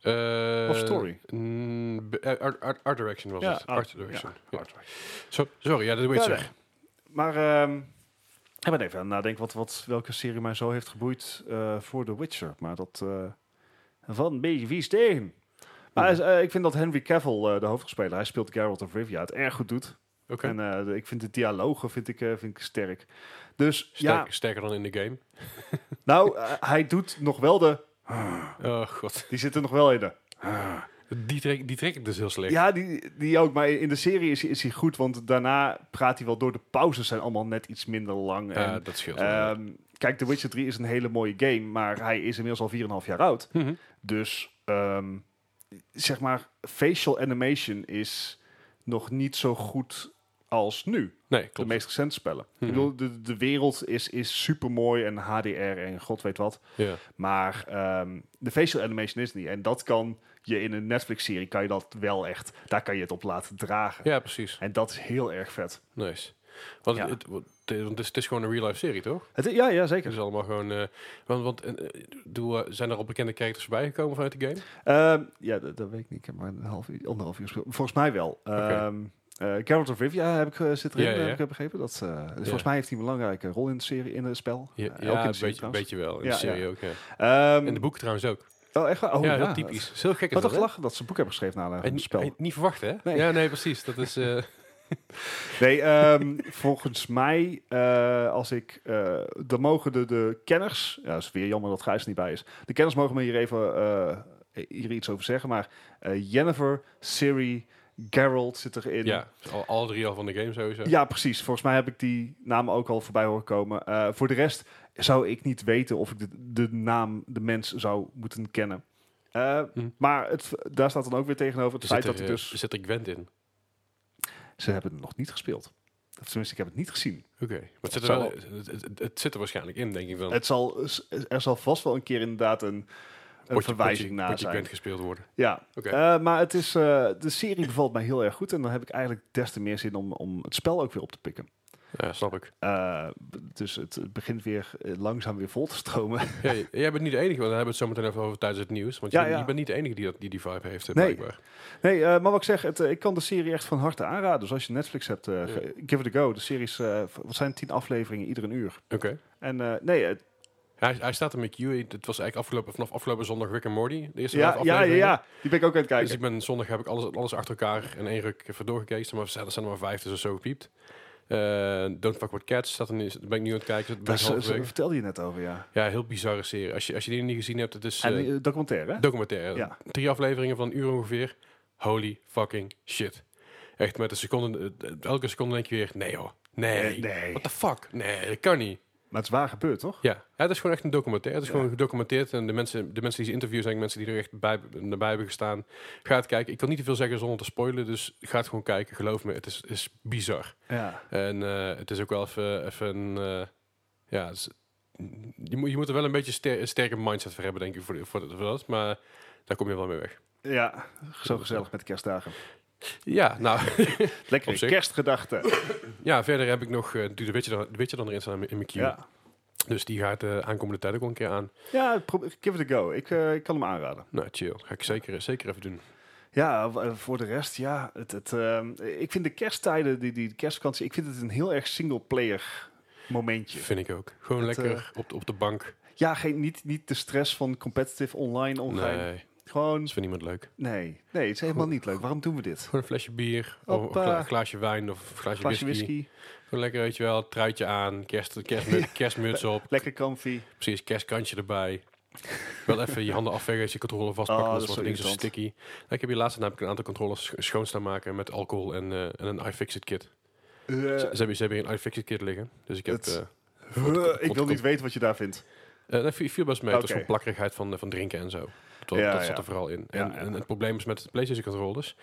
Speaker 1: Eh,
Speaker 2: Of Story.
Speaker 1: mm, be- eh, art, art- Art Direction was
Speaker 2: Ja,
Speaker 1: het.
Speaker 2: Art-
Speaker 1: Art Direction.
Speaker 2: ja,
Speaker 1: Ja. Zo- sorry, ja, dat weet je.
Speaker 2: Ja, nee. Maar ehm, ik ben even aan het nadenken wat, wat, welke serie mij zo heeft geboeid eh, voor The Witcher. Maar dat eh van een beetje vies tegen. Maar hij is, eh, ik vind dat Henry Cavill, eh, de hoofdrolspeler, hij speelt Geralt of Rivia, het erg goed doet.
Speaker 1: Oké.
Speaker 2: En eh, de- ik vind de dialogen vind ik, eh, vind ik sterk. Dus
Speaker 1: Sterk- Sterker dan in de game.
Speaker 2: ja, nou, eh, hij doet nog wel de...
Speaker 1: Oh god.
Speaker 2: Die zit er nog wel in de...
Speaker 1: Die trek, die trek ik dus heel slecht.
Speaker 2: Ja, die, die ook. Maar in de serie is, hij- is hij goed, want daarna praat hij wel door. De pauzes zijn allemaal net iets minder lang.
Speaker 1: Eh,
Speaker 2: en
Speaker 1: dat scheelt. wel.
Speaker 2: Ehm, kijk, The Witcher 3 is een hele mooie game, maar hij is inmiddels al 4,5 jaar oud.
Speaker 1: Mhm.
Speaker 2: Dus ehm, zeg maar, facial animation is nog niet zo goed als nu.
Speaker 1: Nee, klopt.
Speaker 2: De meest recente spellen.
Speaker 1: Mhm.
Speaker 2: Ik bedoel, de, de wereld is, is super mooi en HDR en god weet wat.
Speaker 1: Ja.
Speaker 2: Maar ehm, de facial animation is het niet. En dat kan je in een Netflix-serie, kan je dat wel echt, daar kan je het op laten dragen.
Speaker 1: ja, precies.
Speaker 2: En dat is heel erg vet.
Speaker 1: Nice. Want
Speaker 2: Ja.
Speaker 1: het, het- want het, is, het is gewoon een real-life serie, toch?
Speaker 2: Het, ja, ja,
Speaker 1: Het
Speaker 2: zeker.
Speaker 1: is allemaal gewoon... eh, want want en, eh, doe, eh, zijn er al bekende characters voorbij gekomen vanuit de game?
Speaker 2: Ehm, ja, dat, dat weet ik niet. Ik heb maar een half uur, anderhalf uur gespeeld. Volgens mij wel. Ehm eh, Geralt of Rivia heb ik, eh, zit erin,
Speaker 1: Ja, ja, ja.
Speaker 2: heb ik begrepen. Dat, eh, Volgens mij heeft hij een belangrijke rol in het, serie, in het spel.
Speaker 1: Ja,
Speaker 2: Eh, ook in de
Speaker 1: ja een
Speaker 2: serie
Speaker 1: beetje,
Speaker 2: trouwens.
Speaker 1: beetje wel. In
Speaker 2: Ja,
Speaker 1: de serie
Speaker 2: ja.
Speaker 1: ook, ja.
Speaker 2: Ehm,
Speaker 1: En de boeken trouwens ook.
Speaker 2: Oh, echt waar? Oh,
Speaker 1: ja,
Speaker 2: ja,
Speaker 1: heel typisch. Dat is heel gek. is
Speaker 2: Wat
Speaker 1: dat,
Speaker 2: een
Speaker 1: hè?
Speaker 2: gelach dat ze een boek hebben geschreven na een
Speaker 1: En
Speaker 2: een
Speaker 1: niet-
Speaker 2: spel.
Speaker 1: en niet verwacht, hè?
Speaker 2: Nee.
Speaker 1: Ja, nee, precies. Dat
Speaker 2: (laughs)
Speaker 1: is... eh,
Speaker 2: Nee, ehm, (laughs) volgens mij, eh, als ik, eh, dan mogen de, de kenners, ja, is weer jammer dat Gijs er niet bij is. De kenners mogen me hier even eh, hier iets over zeggen, maar eh, Jennifer, Siri, Geralt zit erin.
Speaker 1: ja, al, alle drie al van de game sowieso.
Speaker 2: Ja, precies. Volgens mij heb ik die naam ook al voorbij horen komen. Eh, voor de rest zou ik niet weten of ik de, de naam, de mens zou moeten kennen. Eh,
Speaker 1: Hm.
Speaker 2: Maar het, daar staat dan ook weer tegenover het
Speaker 1: Er
Speaker 2: feit
Speaker 1: zit, er,
Speaker 2: dat ik
Speaker 1: eh,
Speaker 2: dus...
Speaker 1: er zit er Gwent in.
Speaker 2: Ze hebben het nog niet gespeeld. Of tenminste, ik heb het niet gezien.
Speaker 1: Oké. Maar het zit, er
Speaker 2: Zou
Speaker 1: wel, het, het- het zit er waarschijnlijk in, denk ik dan.
Speaker 2: Het zal, er zal vast wel een keer inderdaad een, een
Speaker 1: Potje-
Speaker 2: verwijzing
Speaker 1: potje-
Speaker 2: naar
Speaker 1: potje
Speaker 2: zijn.
Speaker 1: Gwent gespeeld worden.
Speaker 2: Ja,
Speaker 1: Oké.
Speaker 2: Eh, maar het is, eh, de serie bevalt mij heel erg goed. En dan heb ik eigenlijk des te meer zin om, om het spel ook weer op te pikken.
Speaker 1: Ja, snap ik.
Speaker 2: Eh, b- dus het, het begint weer eh, langzaam weer vol te stromen.
Speaker 1: (laughs) Ja, j- jij bent niet de enige, want daar hebben we het zo meteen even over tijdens het nieuws. Want je,
Speaker 2: Ja,
Speaker 1: bent,
Speaker 2: ja.
Speaker 1: je bent niet de enige die dat, die, die vibe heeft, eh,
Speaker 2: Nee.
Speaker 1: blijkbaar.
Speaker 2: Nee, eh, maar wat ik zeg, het, eh, ik kan de serie echt van harte aanraden. Dus als je Netflix hebt, eh, ge- give it a go. De serie is, eh, v- wat zijn het, tien afleveringen, ieder een uur.
Speaker 1: Oké.
Speaker 2: En eh, nee, het-
Speaker 1: Hij, hij staat er met Huey. Het was eigenlijk afgelopen, vanaf afgelopen zondag Rick en Morty. De eerste
Speaker 2: ja,
Speaker 1: vijf
Speaker 2: ja, ja,
Speaker 1: afleveringen.
Speaker 2: ja, die ben ik ook aan het kijken.
Speaker 1: Dus ik ben zondag heb ik alles, alles achter elkaar in één ruk even doorgekeken. Maar er zijn er maar vijf, dus dat is zo gepiept. Eh, Don't Fuck With Cats, staat er nu, ben ik nu aan het kijken. Dat ben
Speaker 2: Daar
Speaker 1: ik
Speaker 2: zo- zo-
Speaker 1: halverwege.
Speaker 2: vertelde je net over, ja.
Speaker 1: ja, heel bizarre serie. Als je, als je die niet gezien hebt, het is
Speaker 2: En
Speaker 1: eh
Speaker 2: die, eh, documentaire, hè?
Speaker 1: documentaire.
Speaker 2: Ja.
Speaker 1: Drie afleveringen van een uur ongeveer. Holy fucking shit. Echt met een seconde, eh, elke seconde denk je weer, nee hoor, nee.
Speaker 2: Eh, nee.
Speaker 1: What the fuck? Nee, dat kan niet.
Speaker 2: Maar het is waar gebeurd, toch?
Speaker 1: Ja, ja het is gewoon echt een documentaire. Het is
Speaker 2: Ja.
Speaker 1: gewoon gedocumenteerd. En de mensen, de mensen die ze interviewen zijn mensen die er echt bij, nabij hebben gestaan. Ga het kijken. Ik kan niet te veel zeggen zonder te spoilen. Dus ga het gewoon kijken. Geloof me, het is, is bizar.
Speaker 2: Ja.
Speaker 1: En eh, het is ook wel even, even een... eh, ja, het is- je, moet, je moet er wel een beetje ster- een sterke mindset voor hebben, denk ik, voor, voor, voor dat. Maar daar kom je wel mee weg.
Speaker 2: Ja, zo gezellig met de kerstdagen.
Speaker 1: Ja, nou... (laughs) Op
Speaker 2: Lekkere
Speaker 1: zich.
Speaker 2: kerstgedachten. ja,
Speaker 1: ja, verder heb ik nog eh, de Witcher dan, de Witcher dan erin staan in mijn- in mijn queue.
Speaker 2: ja.
Speaker 1: Dus die gaat de aankomende tijd ook wel een keer aan.
Speaker 2: ja pro- give it a go. Ik, eh, ik kan hem aanraden.
Speaker 1: Nou, chill. Ga ik zeker, zeker even doen.
Speaker 2: Ja, w- eh, voor de rest, ja. Het, het, ehm, ik vind de kersttijden, die, die kerstvakantie, ik vind het een heel erg single-player momentje.
Speaker 1: Vind ik ook. Gewoon
Speaker 2: Het, eh,
Speaker 1: lekker op, de, op de bank.
Speaker 2: Ja, geen, niet, niet de stress van competitive online omgaan.
Speaker 1: Nee, dat
Speaker 2: Gewoon,
Speaker 1: is voor niemand leuk.
Speaker 2: nee. Nee, het is helemaal niet leuk. Waarom doen we dit?
Speaker 1: Gewoon een flesje bier, of
Speaker 2: Hoppa.
Speaker 1: een gla- glaasje wijn of een glaasje,
Speaker 2: Glaasje
Speaker 1: whisky.
Speaker 2: whisky,
Speaker 1: Gewoon lekker, weet je wel, truitje aan, kerst,
Speaker 2: (laughs)
Speaker 1: kerstmu- kerstmuts op,
Speaker 2: lekker comfy.
Speaker 1: precies kerstkantje erbij. wel even je handen afvegen, als je controle vastpakken,
Speaker 2: Oh,
Speaker 1: anders
Speaker 2: dat is
Speaker 1: wordt het
Speaker 2: zo
Speaker 1: ding zo sticky. Nou, ik heb hier laatst heb ik een aantal controllers sch- schoon staan maken met alcohol en, eh, en een iFixit kit.
Speaker 2: Eh,
Speaker 1: Ze, ze hebben, ze hebben hier een iFixit kit liggen, dus ik heb...
Speaker 2: Het-
Speaker 1: eh
Speaker 2: huh, ik wil niet weten wat je daar vindt.
Speaker 1: Eh, dat viel, viel best mee. Het was
Speaker 2: Oké.
Speaker 1: gewoon plakkerigheid van, eh, van drinken en zo. Dat,
Speaker 2: Ja,
Speaker 1: dat
Speaker 2: ja.
Speaker 1: zat er vooral in. En,
Speaker 2: Ja, ja.
Speaker 1: en het probleem is met de PlayStation controllers.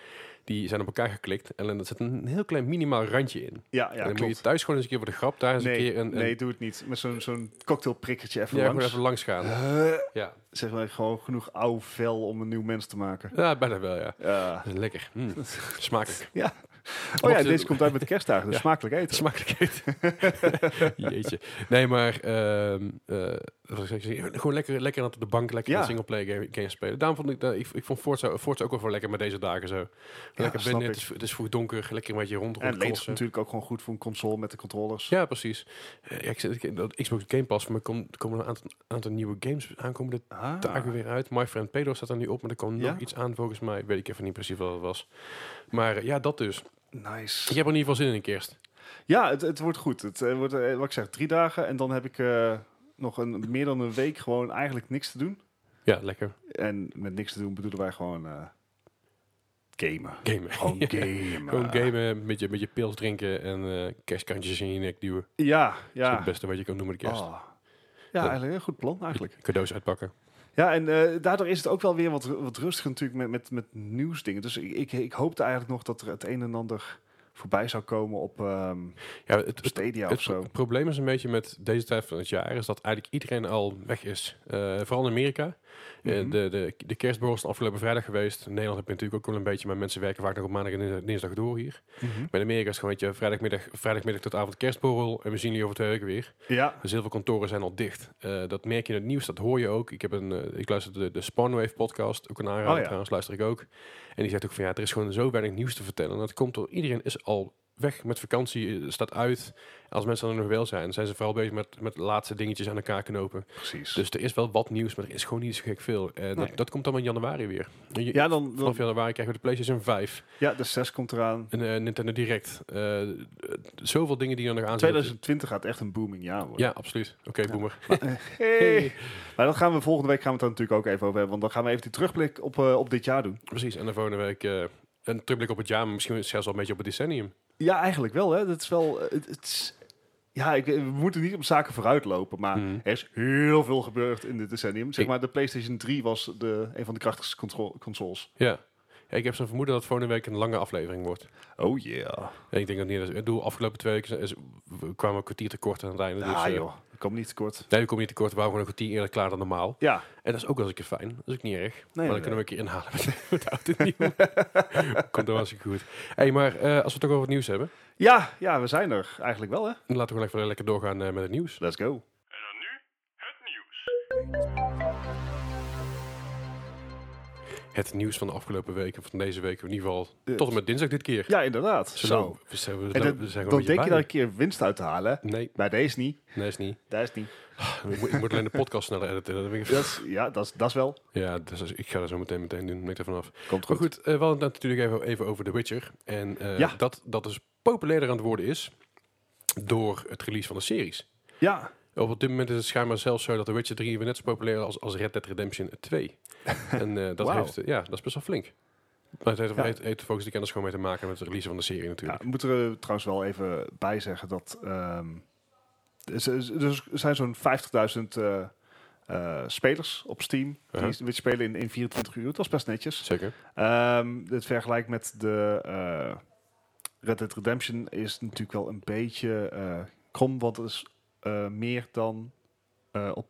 Speaker 1: Die zijn op elkaar geklikt. En er zit een heel klein minimaal randje in.
Speaker 2: Ja,
Speaker 1: en
Speaker 2: ja,
Speaker 1: dan moet je
Speaker 2: klopt.
Speaker 1: thuis gewoon eens een keer voor de grap. Daar eens
Speaker 2: Nee,
Speaker 1: een keer een, een-
Speaker 2: nee, doe het niet. Met zo'n zo'n cocktailprikkertje even
Speaker 1: ja, gewoon
Speaker 2: langs.
Speaker 1: even langs gaan.
Speaker 2: (laughs) Huh,
Speaker 1: Ja.
Speaker 2: zeg maar, gewoon genoeg ouw vel om een nieuw mens te maken.
Speaker 1: ja, bijna wel ja. (laughs)
Speaker 2: Ja.
Speaker 1: Dat is Lekker.
Speaker 2: (laughs)
Speaker 1: Mm. Smakelijk.
Speaker 2: Ja. Oh
Speaker 1: Mocht
Speaker 2: ja,
Speaker 1: je-
Speaker 2: deze komt uit met de kerstdagen, dus
Speaker 1: Ja.
Speaker 2: smakelijk
Speaker 1: (laughs)
Speaker 2: eten.
Speaker 1: Smakelijk eten. Jeetje. Nee, maar ehm, eh, wat was ik zeggen? gewoon lekker, lekker op de bank, lekker
Speaker 2: Ja.
Speaker 1: een singleplayer game, game spelen. Daarom vond ik, dat ik, ik vond Forza, Forza ook wel voor lekker met deze dagen zo. lekker
Speaker 2: snap
Speaker 1: binnen,
Speaker 2: ik.
Speaker 1: het is, het is vroeg donker, lekker een beetje rond
Speaker 2: En leed is
Speaker 1: rondkrossen.
Speaker 2: natuurlijk ook gewoon goed voor een console met de controllers.
Speaker 1: Ja, precies. Eh, ja, ik zit, ik- dat Xbox Game Pass, maar er kom- er komen een aantal, aantal nieuwe games aankomende
Speaker 2: Ah.
Speaker 1: dagen weer uit. My Friend Pedro staat er nu op, maar er komt
Speaker 2: Ja?
Speaker 1: nog iets aan volgens mij. Weet ik even niet precies wat het was. Maar eh, ja, dat dus. Ik
Speaker 2: Nice.
Speaker 1: heb er in ieder geval zin in een kerst.
Speaker 2: Ja, het, het wordt goed. Het eh, wordt, eh, wat ik zeg, drie dagen. En dan heb ik eh, nog een, meer dan een week gewoon eigenlijk niks te doen.
Speaker 1: Ja, lekker.
Speaker 2: En met niks te doen bedoelen wij gewoon eh, gamen.
Speaker 1: Gamen.
Speaker 2: Gewoon
Speaker 1: (laughs) Ja.
Speaker 2: gamen.
Speaker 1: Gewoon gamen, met je, met je pils drinken en eh kerstkantjes in je nek duwen.
Speaker 2: Ja,
Speaker 1: Dat is
Speaker 2: ja.
Speaker 1: het beste wat je kan doen met de kerst.
Speaker 2: Oh. Ja, eigenlijk een goed plan
Speaker 1: (laughs)
Speaker 2: eigenlijk.
Speaker 1: Cadeaus uitpakken.
Speaker 2: Ja, en eh, daardoor is het ook wel weer wat, ru- wat rustiger natuurlijk met, met, met nieuwsdingen. Dus ik, ik, ik hoopte eigenlijk nog dat er het een en ander voorbij zou komen op ehm
Speaker 1: Ja, het, het,
Speaker 2: Stadia
Speaker 1: het
Speaker 2: of zo.
Speaker 1: probleem is een beetje met deze tijd van het jaar... is dat eigenlijk iedereen al weg is. Eh, vooral in Amerika. Eh,
Speaker 2: Mhm.
Speaker 1: de, de, de kerstborrel is de afgelopen vrijdag geweest. In Nederland heb je natuurlijk ook wel een beetje... maar mensen werken vaak nog op maandag en dins- dinsdag door hier.
Speaker 2: Mhm.
Speaker 1: Maar in Amerika is het gewoon, weet je, vrijdagmiddag, vrijdagmiddag tot avond kerstborrel... en we zien jullie over twee weken weer.
Speaker 2: Ja,
Speaker 1: Dus heel veel kantoren zijn al dicht. Eh, dat merk je in het nieuws, dat hoor je ook. Ik, heb een, eh, ik luister de, de Spanwave podcast, ook een aanrader
Speaker 2: Oh ja.
Speaker 1: trouwens, luister ik ook. En die zegt ook van ja, er is gewoon zo weinig nieuws te vertellen. En dat komt door iedereen is al weg met vakantie, eh, staat uit. Als mensen dan nog wel zijn, zijn ze vooral bezig met, met de laatste dingetjes aan elkaar knopen.
Speaker 2: precies.
Speaker 1: Dus er is wel wat nieuws, maar er is gewoon niet zo gek veel. En
Speaker 2: Nee.
Speaker 1: dat, dat komt dan in januari weer. En je-
Speaker 2: ja, dan, dan-
Speaker 1: Vanaf januari krijgen we de PlayStation 5,
Speaker 2: ja, de 6 komt eraan.
Speaker 1: een eh, Nintendo Direct. Eh, eh, zoveel dingen die er nog aan zitten.
Speaker 2: 2020 gaat echt een booming jaar worden.
Speaker 1: Ja, absoluut. Oké, boomer.
Speaker 2: Hey. Maar dat gaan we volgende week gaan we het daar natuurlijk ook even over hebben. Want dan gaan we even die terugblik op, eh, op dit jaar doen.
Speaker 1: Precies, en de volgende week eh, een terugblik op het jaar, maar misschien zelfs al een beetje op het decennium.
Speaker 2: Ja, eigenlijk wel. Hè. Dat is wel. eh, Het, het is- ja, ik, eh, we moeten niet op zaken vooruit lopen. Maar
Speaker 1: Mhm.
Speaker 2: er is heel veel gebeurd in dit decennium. Zeg
Speaker 1: Ik-
Speaker 2: maar, de PlayStation 3 was de, een van de krachtigste contro- consoles.
Speaker 1: Ja. Ja, ik heb zo'n vermoeden dat het volgende week een lange aflevering wordt.
Speaker 2: Oh yeah.
Speaker 1: En ik denk dat niet. dat- Ik bedoel, afgelopen twee weken is, we kwamen een kwartier tekort aan het einde. dus,
Speaker 2: ah,
Speaker 1: eh,
Speaker 2: joh. Dat komt niet tekort.
Speaker 1: Nee, we komen niet tekort. We waren gewoon een kwartier eerder klaar dan normaal.
Speaker 2: Ja,
Speaker 1: En dat is ook wel eens een keer fijn. Dat is ook niet erg. maar dan
Speaker 2: nee.
Speaker 1: kunnen we een keer inhalen met, (laughs) met oud en nieuw. Komt dan hartstikke goed. hey, maar eh, als we het toch over het nieuws hebben,
Speaker 2: ja, ja, we zijn er eigenlijk wel, hè?
Speaker 1: dan laten we gewoon even lekker doorgaan eh, met het nieuws.
Speaker 2: Let's go.
Speaker 1: Het nieuws van de afgelopen weken, van deze week, in ieder geval
Speaker 2: Eh.
Speaker 1: tot en met dinsdag dit keer.
Speaker 2: Ja, inderdaad. Zo.
Speaker 1: We, zijn- Nou, we,
Speaker 2: En
Speaker 1: zijn
Speaker 2: dan,
Speaker 1: gewoon een
Speaker 2: dan
Speaker 1: beetje
Speaker 2: denk je
Speaker 1: bij.
Speaker 2: daar een keer winst uit te halen.
Speaker 1: Nee,
Speaker 2: Bij deze niet.
Speaker 1: nee is niet.
Speaker 2: Daar is niet.
Speaker 1: Ik moet, ik moet alleen de podcast sneller editen. dan ben ik-
Speaker 2: Dat is, ja, dat is, dat is wel.
Speaker 1: Ja, dus als- ik ga dat zo meteen, meteen doen. Ben ik er vanaf.
Speaker 2: Komt
Speaker 1: Maar goed, eh, we hadden het natuurlijk even, even over The Witcher. En eh,
Speaker 2: Ja.
Speaker 1: dat, dat dus populairder aan het worden is. door het release van de series.
Speaker 2: Ja,
Speaker 1: Op dit moment is het schijnbaar zelfs zo dat The Witcher 3 weer net zo populair als, als Red Dead Redemption
Speaker 2: (laughs)
Speaker 1: 2. en eh, dat,
Speaker 2: Wauw.
Speaker 1: heeft, eh, ja, dat is best wel flink. Maar het heeft,
Speaker 2: Ja.
Speaker 1: heeft, heeft volgens die kennis gewoon mee te maken met het release van de serie
Speaker 2: ja
Speaker 1: natuurlijk.
Speaker 2: moet er eh, trouwens wel even bij zeggen dat ehm, er z- er zijn zo'n 50.000 eh, eh, spelers op Steam
Speaker 1: Uh-huh.
Speaker 2: die die spelen in, in 24 uur. Dat is best netjes.
Speaker 1: Zeker.
Speaker 2: Ehm het vergelijk met de eh, Red Dead Redemption is natuurlijk wel een beetje eh, krom, want het is eh, meer dan eh, op,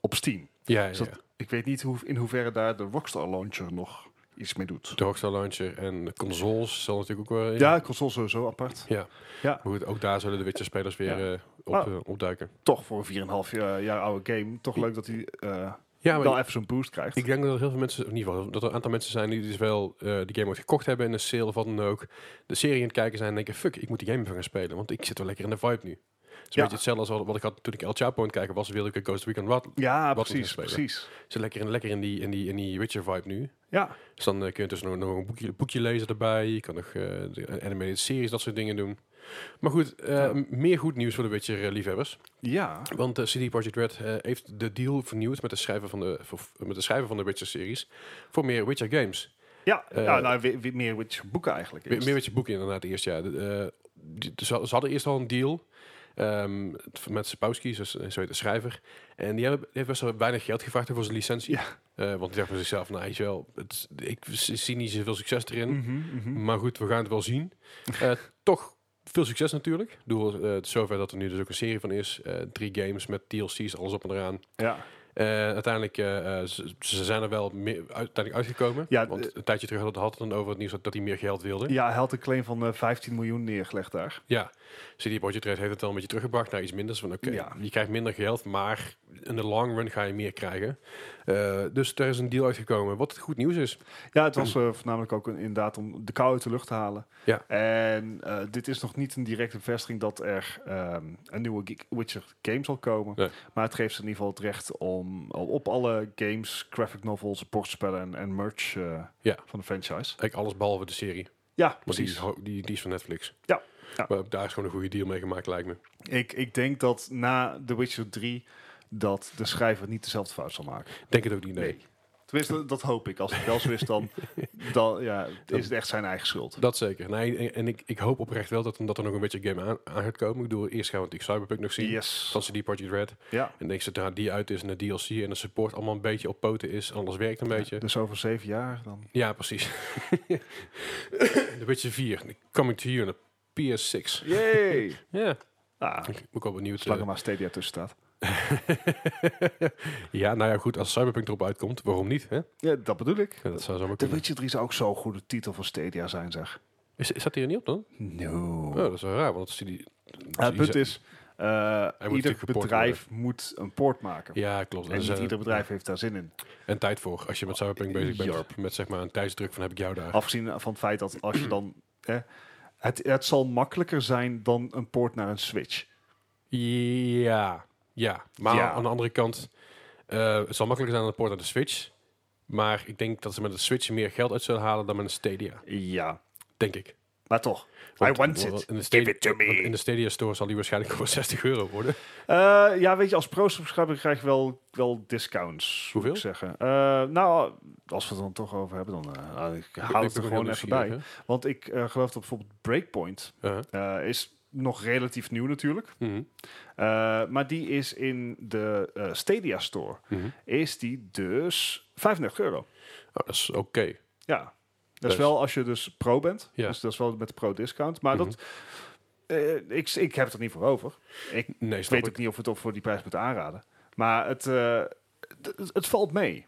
Speaker 2: op Steam.
Speaker 1: Ja, ja,
Speaker 2: Is
Speaker 1: ja.
Speaker 2: Dus dat- Ik weet niet hoe, in hoeverre daar de Rockstar Launcher nog iets mee doet.
Speaker 1: De Rockstar Launcher en de consoles zal natuurlijk ook wel...
Speaker 2: Ja, console sowieso apart.
Speaker 1: Maar goed, ook daar zullen de Witcher-spelers weer eh, op,
Speaker 2: Maar-
Speaker 1: eh, opduiken.
Speaker 2: Toch voor een 4,5 jaar, eh, jaar oude game. Toch leuk dat hij eh
Speaker 1: Ja,
Speaker 2: wel
Speaker 1: maar
Speaker 2: even zo'n boost krijgt.
Speaker 1: ik denk dat er heel veel mensen, in ieder geval, dat er een aantal mensen zijn die dus wel eh, die game ooit gekocht hebben in een sale of wat dan ook. De serie aan het kijken zijn en denken, fuck, ik moet die game even gaan spelen, want ik zit wel lekker in de vibe nu. Het is een
Speaker 2: Ja.
Speaker 1: beetje hetzelftle als wat, wat ik had toen ik El Chapo aan het kijken was, wilde ik Ghost Recon Rod. wat
Speaker 2: ja, precies.
Speaker 1: moet je
Speaker 2: precies.
Speaker 1: Zit lekker in, lekker in die, in die, in die Witcher-vibe nu.
Speaker 2: Ja,
Speaker 1: Dus dan eh, kun je dus nog, nog een boekje, boekje lezen erbij. Je kan nog eh, de animated series, dat soort dingen doen. Maar goed, eh,
Speaker 2: Ja.
Speaker 1: m- meer goed nieuws voor de eh, Witcher-liefhebbers.
Speaker 2: ja.
Speaker 1: Want eh, CD Projekt Red eh, heeft de deal vernieuwd met de schrijver van de, voor- met de schrijver van de Witcher-series voor meer Witcher games.
Speaker 2: Ja,
Speaker 1: Eh,
Speaker 2: ja nou, weer, weer meer Witcher boeken eigenlijk.
Speaker 1: Meer,
Speaker 2: eerst.
Speaker 1: meer Witcher boeken inderdaad eerst, ja. De- eh, die- ze, ze hadden eerst al een deal ehm, t- met Sapowski, zo, zo heet de schrijver. En die, hebben, die heeft best wel weinig geld gevraagd voor zijn licentie.
Speaker 2: Ja.
Speaker 1: Eh, want ik dacht bij zichzelf, nou, weet je wel, het, ik z- zie niet zoveel succes erin.
Speaker 2: Mhm, mhm.
Speaker 1: Maar goed, we gaan het wel zien. Eh, toch veel succes natuurlijk. Ik bedoel, eh, zover dat er nu dus ook een serie van is. Eh, drie games met DLC's, alles op en eraan.
Speaker 2: Ja.
Speaker 1: Eh, uiteindelijk, eh, eh, ze, ze zijn er wel meer uit- uiteindelijk uitgekomen.
Speaker 2: Ja,
Speaker 1: want
Speaker 2: eh,
Speaker 1: een tijdje terug had het, had het dan over het nieuws dat, dat hij meer geld wilde.
Speaker 2: ja, hij had een claim van eh, 15 miljoen neergelegd daar.
Speaker 1: Ja, CD Projekt Red heeft het wel een beetje teruggebracht naar iets minder. Van oké,
Speaker 2: Ja.
Speaker 1: je krijgt minder geld, maar in de long run ga je meer krijgen. Eh, dus er is een deal uitgekomen, wat goed nieuws is.
Speaker 2: Ja, het was eh, voornamelijk ook een, inderdaad om de kou uit de lucht te halen.
Speaker 1: Ja.
Speaker 2: En eh, dit is nog niet een directe bevestiging dat er ehm, een nieuwe Ge- Witcher game zal komen.
Speaker 1: Nee.
Speaker 2: Maar het geeft ze in ieder geval het recht om op alle games, graphic novels, bordspellen en, en merch eh,
Speaker 1: Ja.
Speaker 2: van de franchise.
Speaker 1: Eigenlijk alles behalve de serie.
Speaker 2: Ja,
Speaker 1: Want die, is
Speaker 2: precies.
Speaker 1: ho- die, die is van Netflix.
Speaker 2: Ja, ja.
Speaker 1: Maar ook daar is gewoon een goede deal mee gemaakt, lijkt me.
Speaker 2: Ik, ik denk dat na The Witcher 3 dat de schrijver niet dezelfde fout zal maken.
Speaker 1: Denk het ook niet, nee.
Speaker 2: Tenminste, dat hoop ik. Als het wel zo is,
Speaker 1: (laughs)
Speaker 2: dan, dan ja, is het echt zijn eigen schuld.
Speaker 1: Dat zeker. Nee, en- en ik, ik hoop oprecht wel dat, dat er nog een beetje game aan, aan gaat komen. Ik bedoel, eerst gaan we natuurlijk Cyberpunk nog zien.
Speaker 2: Yes.
Speaker 1: Van CD Projekt Red.
Speaker 2: Ja.
Speaker 1: En denk zodra die uit is en de DLC en de support allemaal een beetje op poten is, alles werkt een beetje.
Speaker 2: Dus over zeven jaar dan.
Speaker 1: Ja, precies. (laughs) The Witcher 4, coming to you on the PS6.
Speaker 2: Yay!
Speaker 1: Ja,
Speaker 2: (laughs) Ah,
Speaker 1: ik ben ook wel benieuwd.
Speaker 2: zolang
Speaker 1: eh.
Speaker 2: er maar Stadia tussen staat.
Speaker 1: (laughs) ja, nou ja, goed, als Cyberpunk erop uitkomt, waarom niet? Hè?
Speaker 2: Ja, dat bedoel ik.
Speaker 1: Ja, dat zou zomaar
Speaker 2: The
Speaker 1: kunnen.
Speaker 2: Witcher 3 zou ook zo'n goede titel voor Stadia zijn, zeg.
Speaker 1: Is, is dat hier niet op dan?
Speaker 2: No.
Speaker 1: Oh, dat is wel raar, want als die...
Speaker 2: het punt is, eh, ieder
Speaker 1: natuurlijk geport
Speaker 2: bedrijf moet een port maken.
Speaker 1: Ja, eh, klopt.
Speaker 2: En
Speaker 1: Er
Speaker 2: niet
Speaker 1: zijn-
Speaker 2: ieder bedrijf heeft daar zin in.
Speaker 1: En tijd voor, als je met Cyberpunk bezig bent.
Speaker 2: Jarp.
Speaker 1: Met zeg maar een tijdsdruk van heb ik jou daar.
Speaker 2: Afgezien van het feit dat als je dan... (clears throat) Hè, het, het zal makkelijker zijn dan een port naar een Switch.
Speaker 1: Ja, ja. Maar
Speaker 2: Ja.
Speaker 1: aan de andere kant, eh, het zal makkelijker zijn dan de port naar de Switch. Maar ik denk dat ze met de Switch meer geld uit zullen halen dan met een Stadia.
Speaker 2: Ja,
Speaker 1: Denk ik.
Speaker 2: maar toch. I want
Speaker 1: want
Speaker 2: it.
Speaker 1: In de
Speaker 2: Give
Speaker 1: Stadia,
Speaker 2: it to
Speaker 1: want in
Speaker 2: me.
Speaker 1: de Stadia Store zal die waarschijnlijk (laughs) voor 60 euro worden.
Speaker 2: Eh, ja, weet je, als pro-subscriber krijg je wel, wel discounts, moet
Speaker 1: Hoeveel?
Speaker 2: ik zeggen. Eh, nou, als we het dan toch over hebben, dan eh, nou, ik haal
Speaker 1: Ik
Speaker 2: het er
Speaker 1: ben
Speaker 2: gewoon
Speaker 1: heel
Speaker 2: even bij.
Speaker 1: nieuwsgierig,
Speaker 2: Want ik eh, geloof dat bijvoorbeeld Breakpoint
Speaker 1: hè. Uh-huh.
Speaker 2: eh, is nog relatief nieuw natuurlijk.
Speaker 1: Mhm,
Speaker 2: Eh, maar die is in de eh, Stadia Store,
Speaker 1: mhm.
Speaker 2: is die dus 35 euro.
Speaker 1: Oh, dat is oké.
Speaker 2: Ja, dat is
Speaker 1: Dus.
Speaker 2: wel als je dus pro bent.
Speaker 1: Ja. Mhm.
Speaker 2: Dus dat is wel met de pro-discount. Maar dat, eh, ik, ik heb het er niet voor over. Ik
Speaker 1: Nee,
Speaker 2: Ik
Speaker 1: snap
Speaker 2: weet
Speaker 1: ik.
Speaker 2: ook niet of we het op voor die prijs moeten aanraden. Maar het, eh, d- het, het valt mee.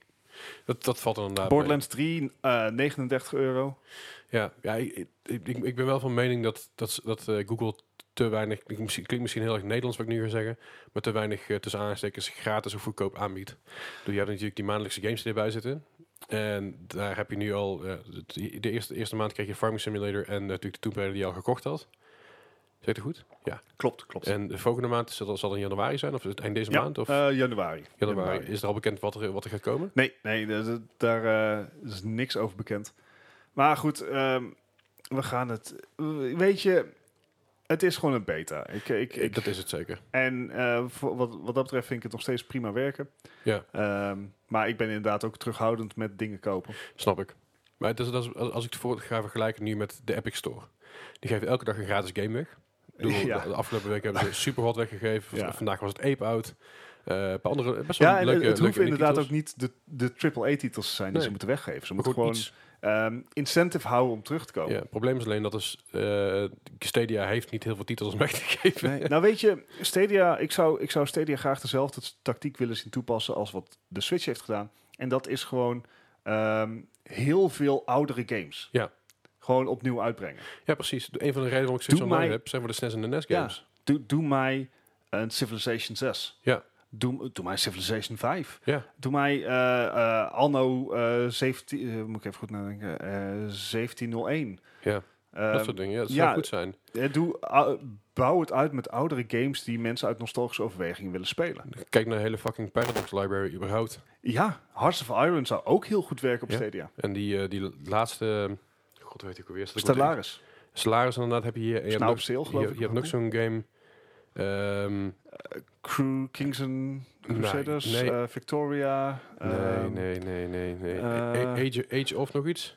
Speaker 1: Dat, dat valt er inderdaad mee.
Speaker 2: Borderlands 3, eh 39 euro.
Speaker 1: Ja, ja ik, ik, ik- ik ben wel van mening dat, dat, dat eh, Google te weinig, ik- misschien- klinkt misschien heel erg Nederlands wat ik nu ga zeggen, maar te weinig eh, tussen aanstekens gratis of goedkoop aanbiedt. Dus je hebt natuurlijk die maandelijkse games die erbij zitten. En daar heb je nu al, eh, het- de eerste, eerste maand kreeg je Farming Simulator en eh, natuurlijk de Tomb Raider die je al gekocht had. Zegt het goed? Ja.
Speaker 2: Klopt, klopt.
Speaker 1: En de volgende maand zal, zal in januari zijn, of is het eind Eh, deze
Speaker 2: ja,
Speaker 1: maand? Of
Speaker 2: eh, januari.
Speaker 1: januari. Is er al bekend wat er, wat er gaat komen?
Speaker 2: Nee, nee d- d- daar eh, is niks over bekend. Maar goed, ehm, we gaan het... Weet je, Het is gewoon een beta. Ik, ik, ik,
Speaker 1: Eh, dat is het zeker.
Speaker 2: en eh, voor- wat, wat dat betreft vind ik het nog steeds prima werken.
Speaker 1: Ja.
Speaker 2: Ehm, maar ik ben inderdaad ook terughoudend met dingen kopen.
Speaker 1: Snap ik. Maar het is, dat is- als, als ik het voor ga vergelijken nu met de Epic Store. Die geven elke dag een gratis game weg. Ik bedoel,
Speaker 2: Ja.
Speaker 1: de, de afgelopen week
Speaker 2: (laughs)
Speaker 1: hebben ze Superhot weggegeven. V-
Speaker 2: Ja.
Speaker 1: Vandaag was het Ape Out. Eh, een paar andere best wel
Speaker 2: Ja, en
Speaker 1: leuke
Speaker 2: het hoeft
Speaker 1: leuke
Speaker 2: inderdaad
Speaker 1: indie
Speaker 2: ook niet de, de AAA-titels te zijn die
Speaker 1: Nee.
Speaker 2: ze moeten weggeven. Ze
Speaker 1: titels. Maar
Speaker 2: moeten
Speaker 1: gewoon
Speaker 2: gewoon
Speaker 1: iets.
Speaker 2: ehm, incentive houden om terug te komen.
Speaker 1: Ja, het probleem is alleen dat is, eh, Stadia heeft niet heel veel titels om weg te geven. (laughs)
Speaker 2: Nee, nou weet je, Stadia, ik, zou, ik zou Stadia graag dezelfde tactiek willen zien toepassen als wat de Switch heeft gedaan. En dat is gewoon ehm, heel veel oudere games.
Speaker 1: Ja.
Speaker 2: Gewoon opnieuw uitbrengen.
Speaker 1: Ja, precies. Een van de redenen waarom ik zoiets
Speaker 2: Doe
Speaker 1: online
Speaker 2: mij-
Speaker 1: heb, zijn voor de SNES en de NES
Speaker 2: Ja.
Speaker 1: games.
Speaker 2: Doe, doe mij een Civilization 6.
Speaker 1: Ja.
Speaker 2: Doe, doe mij Civilization 5.
Speaker 1: Ja.
Speaker 2: Doe mij eh, eh, anno eh 17... eh, moet ik even goed nadenken. eh 1701.
Speaker 1: Ja, dat
Speaker 2: Ehm,
Speaker 1: soort dingen. Ja, dat
Speaker 2: ja.
Speaker 1: zou goed zijn.
Speaker 2: eh, doe, ou- bouw het uit met oudere games die mensen uit nostalgische overwegingen willen spelen.
Speaker 1: Kijk naar de hele fucking Paradox Library überhaupt.
Speaker 2: Ja, Hearts of Iron zou ook heel goed werken op
Speaker 1: Ja.
Speaker 2: Stadia.
Speaker 1: En die, eh, die laatste... God weet ik alweer. zat ik wat in-
Speaker 2: Stellaris.
Speaker 1: Salaris inderdaad heb je hier. en Je hebt,
Speaker 2: Snow
Speaker 1: nog,
Speaker 2: op sale,
Speaker 1: je,
Speaker 2: geloof
Speaker 1: je
Speaker 2: ik.
Speaker 1: hebt nog zo'n game. ehm,
Speaker 2: Crew, Kings and Crusaders,
Speaker 1: Nee, nee.
Speaker 2: eh, Victoria, ehm,
Speaker 1: nee, nee, nee, nee. nee.
Speaker 2: eh,
Speaker 1: A- Age, Age of nog iets?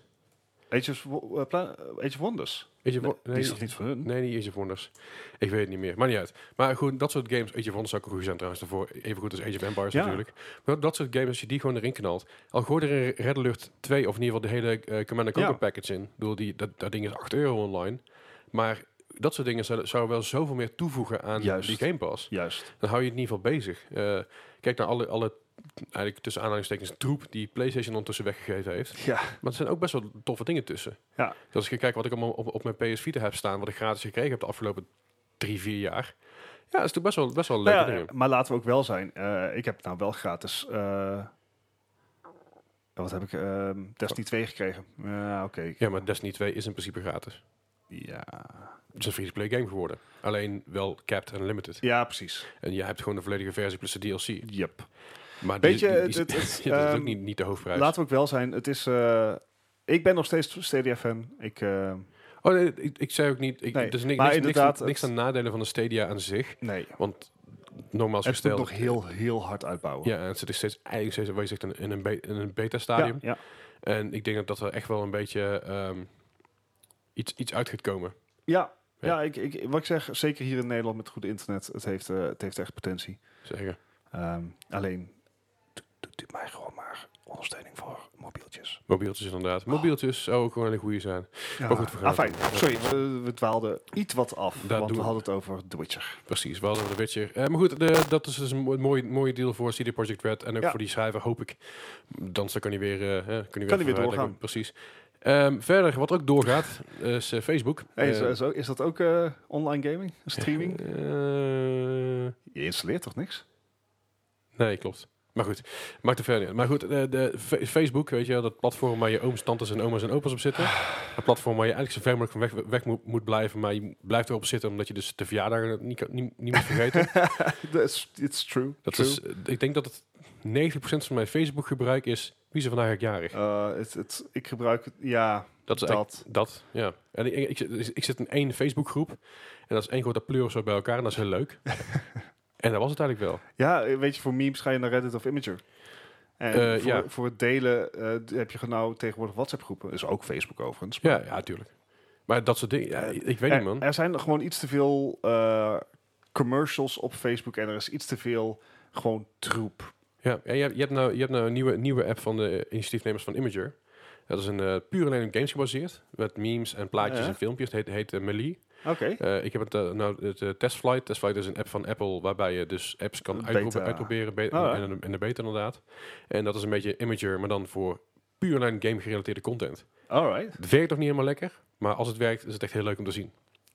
Speaker 2: Age, of, Wo- eh, Pla- eh, Age of Wonders.
Speaker 1: Age of,
Speaker 2: Nee,
Speaker 1: Wo- nee,
Speaker 2: die is toch niet van hun?
Speaker 1: nee, niet Age of Wonders. Ik weet het niet meer. Maar niet uit. Maar goed, dat soort games. Age of Wonders zou ook goed zijn trouwens daarvoor. Even goed als Age of Empires
Speaker 2: Ja.
Speaker 1: natuurlijk. Maar dat soort games, als je die gewoon erin knalt. Al gooi er in Red Alert 2 of in ieder geval de hele eh, Command Conquer
Speaker 2: Ja.
Speaker 1: package in. Ik bedoel, die, dat, dat ding is 8 euro online. Maar dat soort dingen zou, zou wel zoveel meer toevoegen aan
Speaker 2: Juist.
Speaker 1: die Game Pass.
Speaker 2: Juist.
Speaker 1: dan hou je het in ieder geval bezig. Eh, kijk naar alle, alle eigenlijk tussen aanhalingstekens troep die PlayStation ondertussen weggegeven heeft.
Speaker 2: Ja,
Speaker 1: Maar er zijn ook best wel toffe dingen tussen.
Speaker 2: Ja.
Speaker 1: Dus als ik kijk wat ik allemaal op, op mijn PS Vita heb staan, wat ik gratis gekregen heb de afgelopen drie, vier jaar. Ja, dat is natuurlijk best wel, best wel leuke
Speaker 2: Nou ja,
Speaker 1: dingen.
Speaker 2: maar laten we ook wel zijn. eh, ik heb nou wel gratis... eh, wat heb ik? ehm
Speaker 1: Oh.
Speaker 2: Destiny 2 gekregen. Ja, oké.
Speaker 1: Ja, maar Destiny 2 is in principe gratis.
Speaker 2: Ja.
Speaker 1: Het is een free-to-play game geworden. Alleen wel capped en limited.
Speaker 2: ja, precies.
Speaker 1: En je hebt gewoon de volledige versie plus de DLC.
Speaker 2: Yep.
Speaker 1: Maar
Speaker 2: Weet je,
Speaker 1: die, die,
Speaker 2: het- het- het,
Speaker 1: (laughs) ja, dat is ook
Speaker 2: ehm,
Speaker 1: niet, niet de hoofdprijs.
Speaker 2: Laten we ook wel zijn. Het is... eh, ik ben nog steeds Stadia-fan. Ik... eh,
Speaker 1: Oh, nee, ik, ik zei ook niet... Ik,
Speaker 2: Nee,
Speaker 1: er is niks,
Speaker 2: maar
Speaker 1: niks, niks, aan-
Speaker 2: inderdaad,
Speaker 1: niks
Speaker 2: het-
Speaker 1: aan nadelen van de Stadia aan zich.
Speaker 2: nee.
Speaker 1: Want normaal
Speaker 2: Het moet
Speaker 1: gesteld...
Speaker 2: nog heel, heel hard uitbouwen.
Speaker 1: Ja, en het is steeds, eigenlijk steeds, wat je zegt, in, in een, be- in een
Speaker 2: ja,
Speaker 1: beta-stadium.
Speaker 2: ja.
Speaker 1: En ik denk dat dat er echt wel een beetje ehm, iets, iets uit gaat komen.
Speaker 2: Ja,
Speaker 1: Ja.
Speaker 2: ja. ik, ik, wat ik zeg, zeker hier in Nederland met goed internet, het heeft, eh, het heeft echt potentie.
Speaker 1: Zeggen.
Speaker 2: Ehm, alleen, do- doet u mij gewoon maar ondersteuning voor mobieltjes.
Speaker 1: Mobieltjes inderdaad. Mobieltjes zou ook gewoon een goede zijn.
Speaker 2: Ja,
Speaker 1: Maar goed, we gaan
Speaker 2: ah, fijn.
Speaker 1: het doen.
Speaker 2: Sorry, we, we dwaalden iets wat af,
Speaker 1: Dat
Speaker 2: want
Speaker 1: doen
Speaker 2: we
Speaker 1: we.
Speaker 2: hadden het over The Witcher.
Speaker 1: Precies, we hadden de Witcher. Eh, maar goed, de- dat is dus een mo- mooi, mooi deal voor CD Projekt Red. En ook
Speaker 2: Ja.
Speaker 1: voor die schrijver, hoop ik. Dan kan hij weer, eh, eh, kan hij weer,
Speaker 2: weer
Speaker 1: vooruit,
Speaker 2: doorgaan.
Speaker 1: lijkt me. Precies. Ehm, verder, wat ook doorgaat, is eh, Facebook.
Speaker 2: Hey,
Speaker 1: Eh,
Speaker 2: is, is, ook- is dat ook eh, online gaming,
Speaker 1: (laughs)
Speaker 2: streaming?
Speaker 1: eh,
Speaker 2: Je installeert toch niks?
Speaker 1: Nee, klopt. Maar goed, maakt er verder niet uit. Maar goed, eh, de Fe- Facebook, weet je wel, dat platform waar je ooms, tantes en oma's en opa's op (sighs) zitten. Dat platform waar je eigenlijk zo ver mogelijk van weg, weg moet, moet blijven, maar je blijft erop zitten omdat je dus de verjaardagen niet, kan- niet, niet moet (laughs) vergeten.
Speaker 2: (laughs) That's, it's true.
Speaker 1: Dat
Speaker 2: true.
Speaker 1: is, eh, ik denk dat het 90% van mijn Facebook gebruik is, wie is er vandaag eigenlijk jarig?
Speaker 2: Eh, het, het, ik gebruik het, ja,
Speaker 1: Dat is eigenlijk-
Speaker 2: dat.
Speaker 1: dat, ja. En ik, ik, ik, ik zit in één Facebookgroep en dat is één grote pleur of zo bij elkaar en dat is heel leuk. (laughs) en dat was het eigenlijk wel.
Speaker 2: Ja, eh, weet je, voor memes ga je naar Reddit of Imager. En
Speaker 1: Eh,
Speaker 2: voor,
Speaker 1: ja.
Speaker 2: voor het delen eh, d- heb je gewoon nou tegenwoordig WhatsApp-groepen. Dus ook Facebook overigens.
Speaker 1: Ja, ja, tuurlijk. Maar dat soort dingen, ja, ik ik weet
Speaker 2: er,
Speaker 1: niet man.
Speaker 2: er zijn gewoon iets te veel eh, commercials op Facebook en er is iets te veel gewoon troep.
Speaker 1: Ja, ja, je, hebt, je, hebt nou, je hebt nou een nieuwe, nieuwe app van de initiatiefnemers van Imager. Dat is een eh, puur alleen op games gebaseerd. Met memes en plaatjes
Speaker 2: Oh Ja.
Speaker 1: en filmpjes. Het heet, heet eh, Melee.
Speaker 2: Oké.
Speaker 1: Eh, ik heb het, eh, nou, het eh, Testflight. Testflight is een app van Apple waarbij je dus apps kan
Speaker 2: Beta.
Speaker 1: uitprobe- uitproberen. be-
Speaker 2: Oh, ja.
Speaker 1: en, en de beta inderdaad. En dat is een beetje Imager, maar dan voor puur alleen game gerelateerde content.
Speaker 2: Alright.
Speaker 1: Het werkt nog niet helemaal lekker, maar als het werkt is het echt heel leuk om te zien.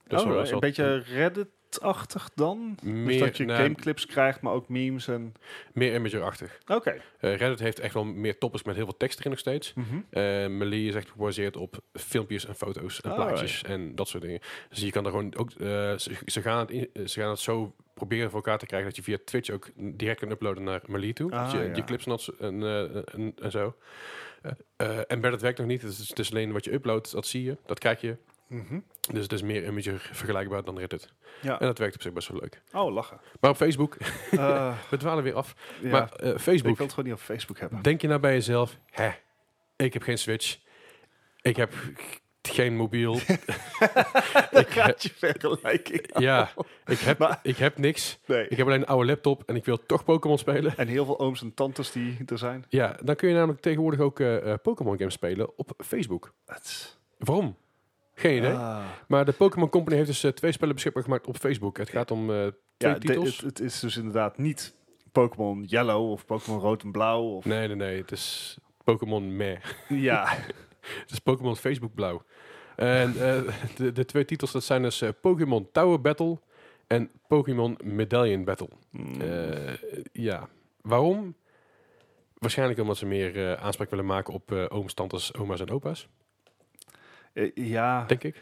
Speaker 1: Dat is wel-
Speaker 2: Alright.
Speaker 1: dat is
Speaker 2: Oh, Een
Speaker 1: wel-
Speaker 2: beetje Reddit-achtig dan?
Speaker 1: meer,
Speaker 2: dus dat je
Speaker 1: nou,
Speaker 2: gameclips krijgt, maar ook memes en...
Speaker 1: meer Imager-achtig.
Speaker 2: Oké.
Speaker 1: Eh, Reddit heeft echt wel meer topics met heel veel tekst erin nog steeds.
Speaker 2: Mhm.
Speaker 1: Eh Melee is echt gebaseerd op filmpjes en foto's en
Speaker 2: Oh,
Speaker 1: plaatjes en dat soort dingen. Dus je kan er gewoon ook... eh, ze, ze gaan het in- eh, ze gaan het zo proberen voor elkaar te krijgen... dat je via Twitch ook direct kan uploaden naar Melee toe.
Speaker 2: Ah,
Speaker 1: dus je,
Speaker 2: ja.
Speaker 1: je clips en, dat zo- en, eh, en, dus en zo. Eh, eh, embedded werkt nog niet. Het is, het is alleen wat je uploadt, dat zie je, dat kijk je.
Speaker 2: Mhm.
Speaker 1: Dus het is meer imager vergelijkbaar dan Reddit.
Speaker 2: Ja.
Speaker 1: En dat werkt op zich best wel leuk. (laughs)
Speaker 2: Oh, lachen.
Speaker 1: Maar op Facebook,
Speaker 2: Eh, ja.
Speaker 1: we dwalen weer af.
Speaker 2: ik
Speaker 1: Maar eh,
Speaker 2: wil
Speaker 1: Facebook,
Speaker 2: het gewoon niet op
Speaker 1: (laughs)
Speaker 2: Facebook hebben. (laughs)
Speaker 1: denk je nou bij jezelf, hè, ik heb geen Switch. Ik heb g- geen
Speaker 2: (laughs)
Speaker 1: mobiel.
Speaker 2: Dat gaat je vergelijking.
Speaker 1: ja, ik heb,
Speaker 2: Maar-
Speaker 1: ik heb niks.
Speaker 2: Nee.
Speaker 1: Ik heb alleen een oude laptop en ik wil toch Pokémon spelen.
Speaker 2: En heel veel ooms en tantes die er zijn.
Speaker 1: Ja, dan kun je namelijk tegenwoordig ook eh, eh, Pokémon games spelen op Facebook.
Speaker 2: Het is-
Speaker 1: Waarom? Geen idee.
Speaker 2: Ah.
Speaker 1: Maar de Pokémon Company heeft dus eh, twee spellen beschikbaar gemaakt op Facebook. Het gaat om eh, twee
Speaker 2: Ja, de-
Speaker 1: titels.
Speaker 2: het, het is dus inderdaad niet Pokémon Yellow of Pokémon Rood en Blauw.
Speaker 1: (laughs)
Speaker 2: Of,
Speaker 1: Nee, nee, nee. Het is Pokémon meh.
Speaker 2: Ja,
Speaker 1: Het is Pokémon Facebook blauw. En eh, de, de twee titels dat zijn dus eh, Pokémon Tower Battle en Pokémon Medallion Battle.
Speaker 2: Mm,
Speaker 1: Eh, ja. Waarom? Waarschijnlijk omdat ze meer eh, aanspraak willen maken op eh ooms, tantes, oma's en opa's,
Speaker 2: eh, ja
Speaker 1: denk ik.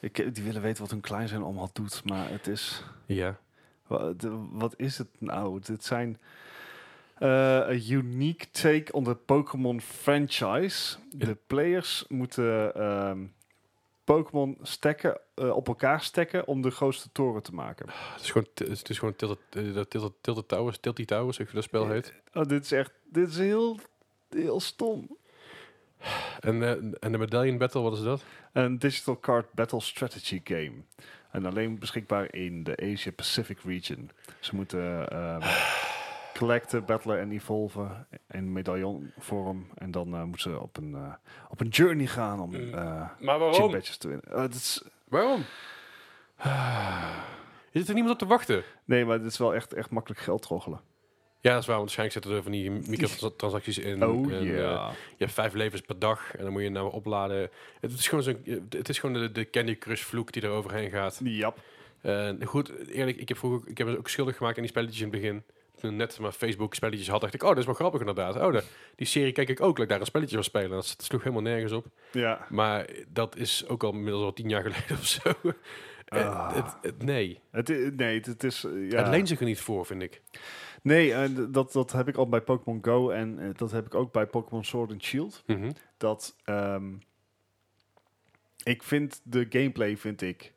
Speaker 2: ik, die willen weten wat hun klein zijn allemaal doet. Maar het is...
Speaker 1: Ja.
Speaker 2: wa- de- Wat is het nou? Dit zijn... eh, A unique take on the Pokémon franchise.
Speaker 1: Ja.
Speaker 2: De players moeten ehm, Pokémon stekken, eh, op elkaar stekken om de grootste toren te maken.
Speaker 1: Het is gewoon, het is gewoon Tilted, eh, dat Tilted, Tilted Towers, Tilty Towers, ik dat spel heet.
Speaker 2: Oh, dit is echt... Dit is heel, heel stom.
Speaker 1: En, eh, en de Medallion Battle, wat is dat?
Speaker 2: Een digital card battle strategy game. En alleen beschikbaar in de Asia Pacific region. Ze moeten ehm collecten, battlen en evolven in medaillonvorm. En dan eh, moeten ze op een, eh, op een journey gaan om
Speaker 1: Mm.
Speaker 2: eh
Speaker 1: Maar
Speaker 2: chip badges te winnen. Eh, dat is,
Speaker 1: Waarom? Ah. Is er niemand op te wachten?
Speaker 2: nee, maar dit is wel echt, echt makkelijk geld troggelen.
Speaker 1: Ja, dat is waar. Want waarschijnlijk zitten er van die microtransacties in.
Speaker 2: Oh ja.
Speaker 1: En, eh, je hebt vijf levens per dag en dan moet je nou opladen. Het is gewoon, zo'n, eh, het is gewoon de, de Candy Crush vloek die er overheen gaat.
Speaker 2: Jap.
Speaker 1: En goed, eerlijk, ik heb vroeger ook- ik heb het ook schuldig gemaakt aan die spelletjes in het begin. Toen ik net maar Facebook spelletjes had, dacht ik, oh, dat is wel grappig inderdaad. Oh, de- die serie keek ik ook, dat ik daar een spelletje van spelen. Dat sloeg helemaal nergens op.
Speaker 2: Ja.
Speaker 1: Maar dat is ook al inmiddels al tien jaar (laughs) geleden of zo. En
Speaker 2: Ah.
Speaker 1: het, het- nee,
Speaker 2: Het, i- nee, het, het is... eh, ja.
Speaker 1: het leent zich er niet voor, vind ik.
Speaker 2: Nee, eh, d- dat, dat heb ik al bij Pokémon Go en eh, dat heb ik ook bij Pokémon Sword and Shield.
Speaker 1: Mhm.
Speaker 2: dat ehm, ik vind de gameplay vind ik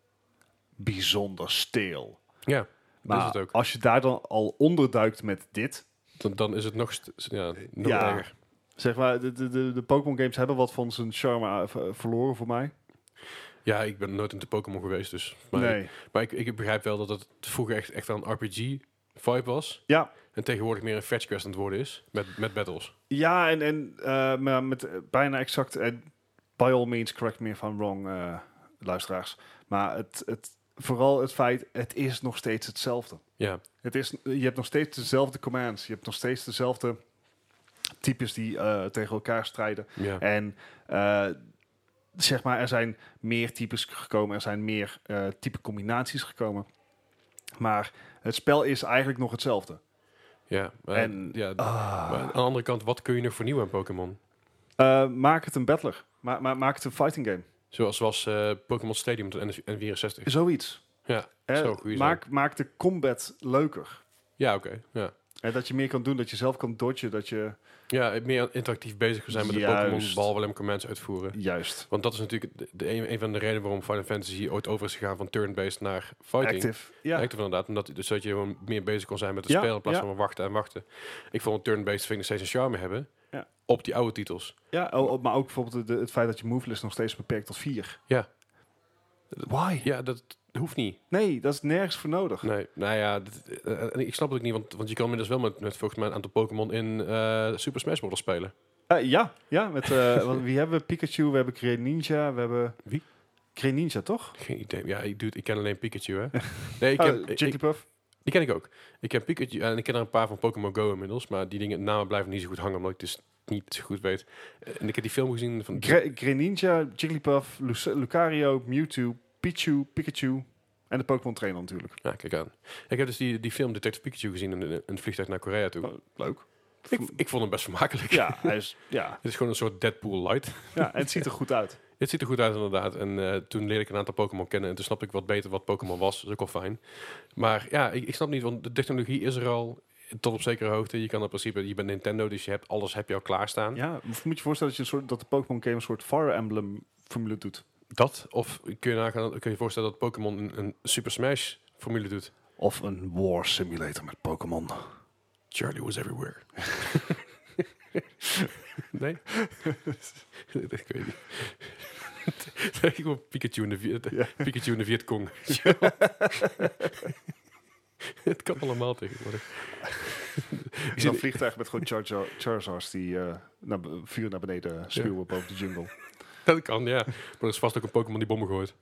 Speaker 2: bijzonder steel.
Speaker 1: Ja,
Speaker 2: Maar
Speaker 1: dat is het ook.
Speaker 2: als je daar dan al onderduikt met dit,
Speaker 1: Dan, dan is het nog, st- ja, nog
Speaker 2: Ja.
Speaker 1: erger.
Speaker 2: zeg maar, de, de, de, de Pokémon games hebben wat van zijn charme eh, ver- verloren voor mij.
Speaker 1: Ja, ik ben nooit in de Pokémon geweest, dus. Maar,
Speaker 2: nee,
Speaker 1: maar ik, ik begrijp wel dat het vroeger echt, echt wel een RPG-vibe was.
Speaker 2: ja.
Speaker 1: En tegenwoordig meer een fetch quest aan het worden is. Met, met battles.
Speaker 2: Ja, en, en eh, maar met eh, bijna exact, en by all means, correct me if I'm wrong, eh, luisteraars. Maar het, het, vooral het feit, het is nog steeds hetzelfde.
Speaker 1: Ja,
Speaker 2: Het is, je hebt nog steeds dezelfde commands. Je hebt nog steeds dezelfde types die eh, tegen elkaar strijden.
Speaker 1: ja.
Speaker 2: En eh, zeg maar, er zijn meer types gekomen. Er zijn meer eh, type combinaties gekomen. Maar het spel is eigenlijk nog hetzelfde.
Speaker 1: ja. eh,
Speaker 2: en-
Speaker 1: ja maar aan de andere kant, wat kun je nog vernieuwen aan Pokémon?
Speaker 2: Eh, maak het een battler. Ma ma- maak het een fighting game.
Speaker 1: Zoals was eh, Pokémon Stadium tot N- N64.
Speaker 2: Zoiets.
Speaker 1: Ja,
Speaker 2: Eh,
Speaker 1: zo goed.
Speaker 2: maak, maak de combat leuker.
Speaker 1: Ja, oké. Ja.
Speaker 2: En dat je meer kan doen, dat je zelf kan dodgen, dat je...
Speaker 1: ja, meer interactief bezig zijn met de
Speaker 2: Juist.
Speaker 1: Pokémon, behalve alleen maar commands uitvoeren.
Speaker 2: Juist.
Speaker 1: Want dat is natuurlijk de, de een, een van de redenen waarom Final Fantasy ooit over is gegaan van turn-based naar fighting.
Speaker 2: Active.
Speaker 1: Ja.
Speaker 2: Ja.
Speaker 1: Active inderdaad, omdat, dus dat je gewoon meer bezig kon zijn met het
Speaker 2: Ja,
Speaker 1: spel in plaats
Speaker 2: ja.
Speaker 1: van wachten en wachten. Ik vond turn-based vind ik nog steeds een charme hebben
Speaker 2: Ja.
Speaker 1: op die oude titels.
Speaker 2: Ja, oh, oh, maar ook bijvoorbeeld de, het feit dat je move list nog steeds beperkt tot vier.
Speaker 1: Ja.
Speaker 2: Why?
Speaker 1: Ja, dat hoeft niet.
Speaker 2: Nee, dat is nergens voor nodig.
Speaker 1: Nee, nou ja, dit- eh, en ik snap het ook niet, want, want je kan inmiddels wel met, met volgens mij een aantal Pokémon in eh, Super Smash Bros. spelen.
Speaker 2: Eh, ja, ja
Speaker 1: (laughs)
Speaker 2: met, eh, want wie hebben we? Pikachu, we hebben Greninja, we hebben...
Speaker 1: Wie?
Speaker 2: Greninja, toch?
Speaker 1: Geen idee. Ja, ik, dude, ik ken alleen Pikachu,
Speaker 2: (laughs)
Speaker 1: hè. Nee, ik ken,
Speaker 2: Oh,
Speaker 1: ik- ik-
Speaker 2: Jigglypuff.
Speaker 1: die ken ik ook. Ik ken Pikachu en ik ken er een paar van Pokémon Go inmiddels, maar die dingen, namen blijven niet zo goed hangen, omdat ik dus niet zo goed weet. Eh, En ik heb die film gezien van...
Speaker 2: Gre- Greninja, Jigglypuff, Lu- Lucario, Mewtwo, Pichu, Pikachu en de Pokémon Trainer natuurlijk.
Speaker 1: Ja, kijk aan. Ik heb dus die, die film Detective Pikachu gezien in, in het vliegtuig naar Korea toe.
Speaker 2: Oh, leuk.
Speaker 1: Ik, ik vond hem best vermakelijk.
Speaker 2: Ja, hij is, ja.
Speaker 1: (laughs) Het is gewoon een soort Deadpool light.
Speaker 2: ja, en het ziet er goed
Speaker 1: (laughs)
Speaker 2: uit.
Speaker 1: Het ziet er goed uit inderdaad. En eh, toen leerde ik een aantal Pokémon kennen. En toen snapte ik wat beter wat Pokémon was. Dat is ook wel fijn. Maar ja, ik, ik snap niet, want de technologie is er al tot op zekere hoogte. Je kan in principe, je bent Nintendo, dus je hebt alles heb je al klaarstaan.
Speaker 2: Ja, moet je je voorstellen dat, je een soort, dat de Pokémon game een soort Fire Emblem formule doet.
Speaker 1: Dat? Of kun je, nagaan, kun je je voorstellen dat Pokémon een, een Super Smash formule doet?
Speaker 2: Of een war simulator met Pokémon.
Speaker 1: Charlie was everywhere. (laughs) nee? ik weet (laughs) niet. ik wil Pikachu in de, Viet,
Speaker 2: (laughs) Ja.
Speaker 1: Pikachu in de Vietcong. (laughs) Het kan allemaal tegenwoordig. Ik
Speaker 2: Zo'n
Speaker 1: zit-
Speaker 2: vliegtuig met gewoon Char Char- Charizards die eh, naar b- vuur naar beneden spuwen boven de jungle.
Speaker 1: dat kan, ja. Maar er is vast ook een Pokémon die bommen gooit.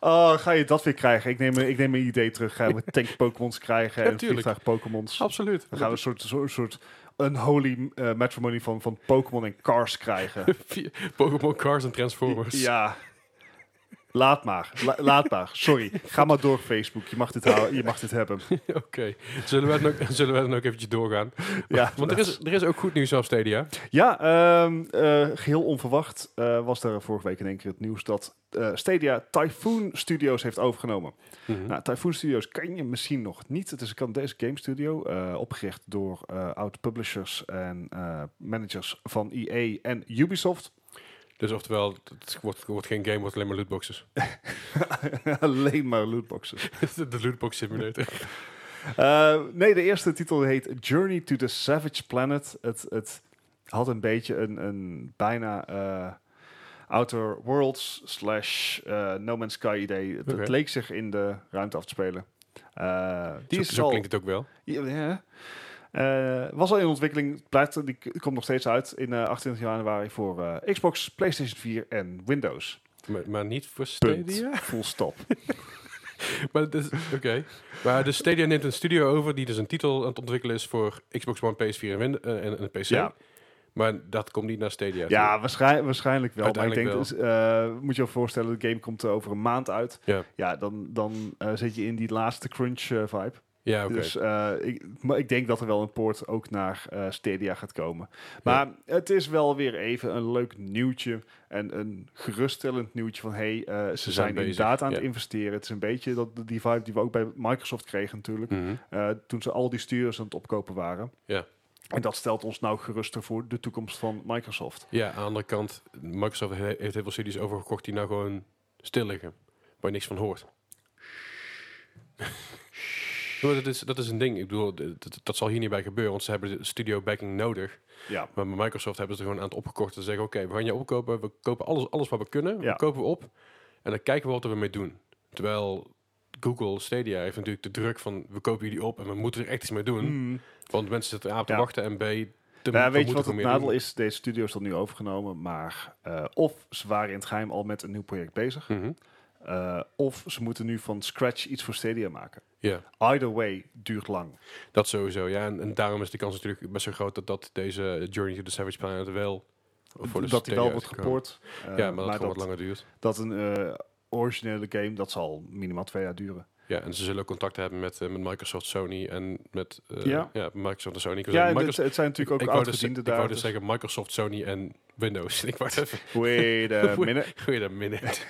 Speaker 2: Oh, ga je dat weer krijgen? Ik neem, ik neem mijn idee terug. (laughs) Gaan we tank-Pokémons krijgen
Speaker 1: Ja,
Speaker 2: en
Speaker 1: tuurlijk.
Speaker 2: vliegtuig-Pokémons?
Speaker 1: Absoluut.
Speaker 2: Dan gaan we een soort, soort, soort unholy eh, matrimony van, van Pokémon en Cars (laughs) krijgen.
Speaker 1: Vier- Pokémon Cars en Transformers.
Speaker 2: ja. Laat maar. La- laat maar. Sorry. Ga maar door, Facebook. Je mag dit, houden. Je mag dit hebben.
Speaker 1: (laughs) Oké. Zullen, wij dan ook- zullen wij dan ook eventjes doorgaan?
Speaker 2: (laughs) Ja,
Speaker 1: Want er is, er is ook goed nieuws op Stadia.
Speaker 2: Ja, ehm, eh, geheel onverwacht eh, was er vorige week in één keer het nieuws dat eh, Stadia Typhoon Studios heeft overgenomen. Nou, Typhoon Studios ken je misschien nog niet. Het is een Canadese game studio, eh, opgericht door eh, oud-publishers en eh, managers van EA en Ubisoft. (laughs)
Speaker 1: Dus oftewel, het wordt, wordt geen game, wordt alleen maar lootboxes. (laughs)
Speaker 2: Alleen maar lootboxes.
Speaker 1: de lootbox simulator.
Speaker 2: Eh, nee, de eerste titel heet Journey to the Savage Planet. Het, het had een beetje een, een bijna eh, Outer Worlds slash eh, No Man's Sky idee. Het, het
Speaker 1: Oké.
Speaker 2: leek zich in de ruimte af te spelen. Eh,
Speaker 1: Zo,
Speaker 2: die is
Speaker 1: zo
Speaker 2: al,
Speaker 1: klinkt het ook wel.
Speaker 2: Ja, ja. Eh, was al in ontwikkeling, blijft, er- die k- komt nog steeds uit in eh, 28 januari voor eh, Xbox, PlayStation 4 en Windows.
Speaker 1: Maar, maar niet voor
Speaker 2: Punt.
Speaker 1: Stadia?
Speaker 2: Full stop.
Speaker 1: Maar dat is- Oké. Maar de Stadia neemt een studio over die dus een titel aan het ontwikkelen is voor Xbox One, PS4 en, Win- eh, en, en PC.
Speaker 2: Ja.
Speaker 1: Maar dat komt niet naar Stadia.
Speaker 2: Ja, waarschijnlijk, waarschijnlijk wel. Maar ik denk,
Speaker 1: Uiteindelijk
Speaker 2: dus, eh, moet je je voorstellen, de game komt eh, over een maand uit.
Speaker 1: Ja.
Speaker 2: Ja, dan, dan eh, zit je in die laatste crunch eh, vibe.
Speaker 1: Ja, oké.
Speaker 2: Dus eh, ik, maar ik denk dat er wel een poort ook naar eh Stadia gaat komen. Maar het is wel weer even een leuk nieuwtje. En een geruststellend nieuwtje van... hey, eh, ze, zijn,
Speaker 1: zijn bezig,
Speaker 2: inderdaad aan het
Speaker 1: ja.
Speaker 2: investeren. Het is een beetje dat, die vibe die we ook bij Microsoft kregen natuurlijk.
Speaker 1: Mhm.
Speaker 2: eh, toen ze al die stuurs aan het opkopen waren.
Speaker 1: Ja.
Speaker 2: En dat stelt ons nou geruster voor de toekomst van Microsoft.
Speaker 1: Ja, aan de andere kant, Microsoft he- heeft heel veel studios overgekocht die nou gewoon stil liggen. Waar je niks van hoort. (laughs) Maar dat, is, dat is een ding. Ik bedoel, dat, dat- dat zal hier niet bij gebeuren, want ze hebben de studio backing nodig.
Speaker 2: Ja.
Speaker 1: Maar bij Microsoft hebben ze er gewoon aan het opgekocht en zeggen, oké, we gaan je opkopen, we kopen alles, alles wat we kunnen,
Speaker 2: Ja.
Speaker 1: we kopen we op en dan kijken we wat we mee doen. Terwijl Google Stadia heeft natuurlijk de druk van, we kopen jullie op en we moeten er echt iets mee doen.
Speaker 2: Mm.
Speaker 1: Want mensen zitten A, te
Speaker 2: Ja.
Speaker 1: wachten en B, te
Speaker 2: Nou,
Speaker 1: we
Speaker 2: weet je
Speaker 1: moeten
Speaker 2: wat het
Speaker 1: gewoon meer
Speaker 2: nadeel
Speaker 1: doen.
Speaker 2: is? Deze studio is dan nu overgenomen, maar eh, of ze waren in het geheim al met een nieuw project bezig,
Speaker 1: Mhm.
Speaker 2: eh, of ze moeten nu van scratch iets voor Stadia maken.
Speaker 1: Ja.
Speaker 2: Either way duurt lang.
Speaker 1: Dat sowieso, ja. En, en daarom is de kans natuurlijk best wel groot dat, dat deze Journey to the Savage Planet wel voor de
Speaker 2: dat die
Speaker 1: Stadia
Speaker 2: wel wordt
Speaker 1: uitkomen.
Speaker 2: gepoord. eh,
Speaker 1: ja, maar dat het gewoon wat
Speaker 2: dat,
Speaker 1: langer duurt.
Speaker 2: dat een eh, originele game, dat zal minimaal twee jaar duren.
Speaker 1: Ja, en ze zullen ook contacten hebben met, eh, met Microsoft, Sony en met eh,
Speaker 2: Ja.
Speaker 1: ja. Microsoft en Sony. Ik wil zeggen,
Speaker 2: Ja, en het,
Speaker 1: Microsoft,
Speaker 2: het zijn natuurlijk
Speaker 1: ik
Speaker 2: ook
Speaker 1: wou dus,
Speaker 2: oud-gedienden
Speaker 1: ik wou
Speaker 2: daar.
Speaker 1: dus
Speaker 2: dus-
Speaker 1: zeggen Microsoft, Sony en Windows. (laughs) ik wou
Speaker 2: (laughs)
Speaker 1: even,
Speaker 2: Wait a minute.
Speaker 1: (laughs) wait a minute.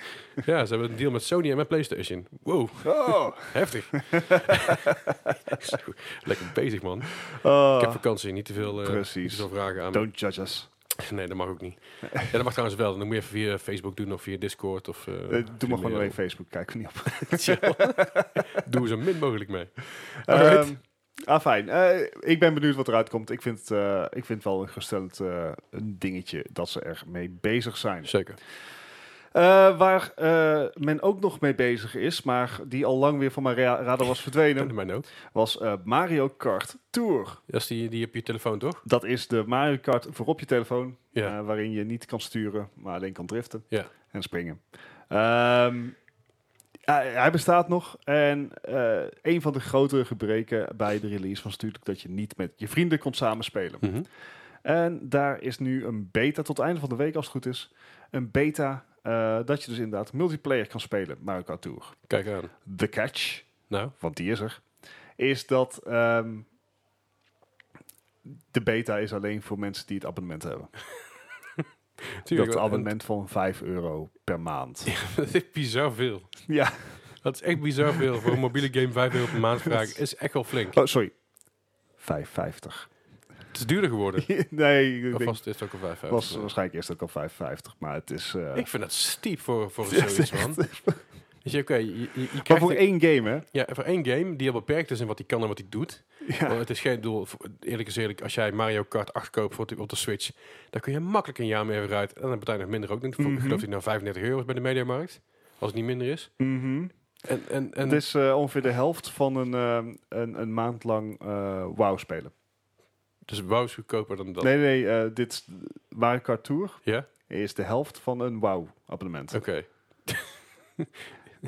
Speaker 1: ja, ze hebben een deal met Sony en met PlayStation. Wow,
Speaker 2: Oh, (laughs)
Speaker 1: heftig. Zo, Lekker bezig, man.
Speaker 2: Ah,
Speaker 1: ik heb vakantie, niet te veel, eh,
Speaker 2: Precies.
Speaker 1: niet te veel vragen aan
Speaker 2: don't judge us.
Speaker 1: Nee, dat mag ook
Speaker 2: (laughs)
Speaker 1: niet. Ja, dat mag trouwens wel. Dan moet je even via Facebook doen of via Discord. Of, eh,
Speaker 2: Eh,
Speaker 1: via
Speaker 2: doe maar gewoon
Speaker 1: mail.
Speaker 2: alleen
Speaker 1: (laughs)
Speaker 2: Facebook, kijk er niet op. (laughs)
Speaker 1: Doe er zo min mogelijk mee.
Speaker 2: Ehm ah, fijn. Eh, ik ben benieuwd wat eruit komt. Ik vind, het, eh, ik vind het wel een gesteld eh, een dingetje dat ze er mee bezig zijn.
Speaker 1: Zeker.
Speaker 2: Eh, waar eh, men ook nog mee bezig is, maar die al lang weer van mijn ra- radar was
Speaker 1: En
Speaker 2: verdwenen,
Speaker 1: mijn ook.
Speaker 2: was eh, Mario Kart Tour.
Speaker 1: Dat is die, die op je telefoon, toch?
Speaker 2: Dat is de Mario Kart voor op je telefoon,
Speaker 1: Ja.
Speaker 2: eh, waarin je niet kan sturen, maar alleen kan driften
Speaker 1: Ja.
Speaker 2: en springen. Ehm, hij, hij bestaat nog en eh, een van de grotere gebreken bij de release was natuurlijk dat je niet met je vrienden kon samenspelen.
Speaker 1: Mhm.
Speaker 2: En daar is nu een beta, tot het einde van de week als het goed is, een beta eh, dat je dus inderdaad multiplayer kan spelen, Mario Kart Tour.
Speaker 1: Kijk aan.
Speaker 2: The catch,
Speaker 1: Nou,
Speaker 2: want die is er, is dat ehm, de beta is alleen voor mensen die het abonnement hebben.
Speaker 1: tuurlijk.
Speaker 2: dat abonnement van 5 euro per maand.
Speaker 1: (laughs) dat is bizar veel. (laughs)
Speaker 2: ja.
Speaker 1: Dat is echt bizar veel. Voor een Oh, mobiele game 5 euro per maand vragen is echt wel flink.
Speaker 2: Oh, sorry. 5,50.
Speaker 1: Het is duurder geworden.
Speaker 2: (laughs) nee, ik
Speaker 1: Of
Speaker 2: denk,
Speaker 1: was het eerst ook al 5
Speaker 2: het was waarschijnlijk eerst ook al 5,50. Maar het is... eh,
Speaker 1: Ik vind dat steep voor, voor
Speaker 2: Ja,
Speaker 1: zoiets, man. Weet je, oké, je, je- je
Speaker 2: maar
Speaker 1: krijgt
Speaker 2: voor
Speaker 1: een-
Speaker 2: één
Speaker 1: (laughs)
Speaker 2: game, hè?
Speaker 1: ja, voor één game die al beperkt is in wat hij kan en wat hij doet. Want
Speaker 2: Ja,
Speaker 1: het is geen doel, voor- eerlijk is eerlijk, als jij Mario Kart 8 koopt voor de- op de Switch, dan kun je makkelijk een jaar mee vooruit. En dan betaal je nog minder ook. Ik denk,
Speaker 2: Mhm.
Speaker 1: Ik geloof dat hij nou 35 euro is bij de Mediamarkt, als het niet minder is.
Speaker 2: mhm.
Speaker 1: En, en, en
Speaker 2: Het is eh, ongeveer de helft van een, ehm, een, een maand lang eh, WoW spelen.
Speaker 1: dus WoW is goedkoper dan dat.
Speaker 2: Nee, nee, eh, dit is- Mario Kart Tour
Speaker 1: Ja?
Speaker 2: is de helft van een WoW abonnement.
Speaker 1: Oké. (laughs)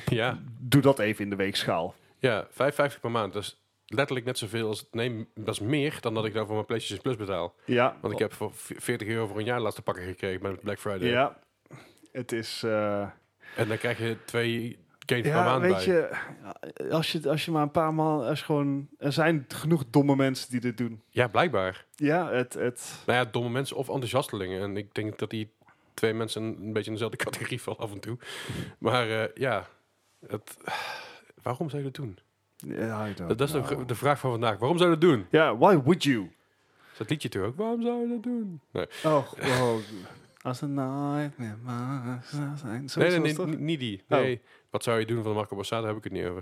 Speaker 1: ja,
Speaker 2: Doe dat even in de weegschaal.
Speaker 1: ja, 5,50 per maand. Dat is letterlijk net zoveel als, nee, dat is meer dan dat ik nou voor mijn PlayStation Plus betaal.
Speaker 2: Ja,
Speaker 1: Want ik heb voor v- 40 euro voor een jaar laatste pakken gekregen bij Black Friday.
Speaker 2: Ja, het is... eh,
Speaker 1: En dan krijg je twee games per
Speaker 2: Ja,
Speaker 1: maand bij.
Speaker 2: weet je, als je, als je maar een paar maal... Als je gewoon, er zijn genoeg domme mensen die dit doen.
Speaker 1: Ja, blijkbaar.
Speaker 2: Ja, het... het
Speaker 1: Nou ja, domme mensen of enthousiastelingen. En ik denk dat die twee mensen een beetje in dezelfde (laughs) categorie vallen af en toe. Maar eh, ja, het, waarom zou je dat doen?
Speaker 2: ja, I don't
Speaker 1: dat, dat is de,
Speaker 2: know.
Speaker 1: vr- de vraag van vandaag. Waarom zou je dat doen?
Speaker 2: Ja, why would you?
Speaker 1: Is Dat liedje toch ook. Waarom zou je dat doen? Nee, (laughs)
Speaker 2: Oh, wow. Als een nightmare zijn.
Speaker 1: nee, nee,
Speaker 2: was
Speaker 1: nee,
Speaker 2: toch?
Speaker 1: niet- niet die.
Speaker 2: Oh.
Speaker 1: Nee, wat zou je doen van Marco Borsato? Daar heb ik het niet over.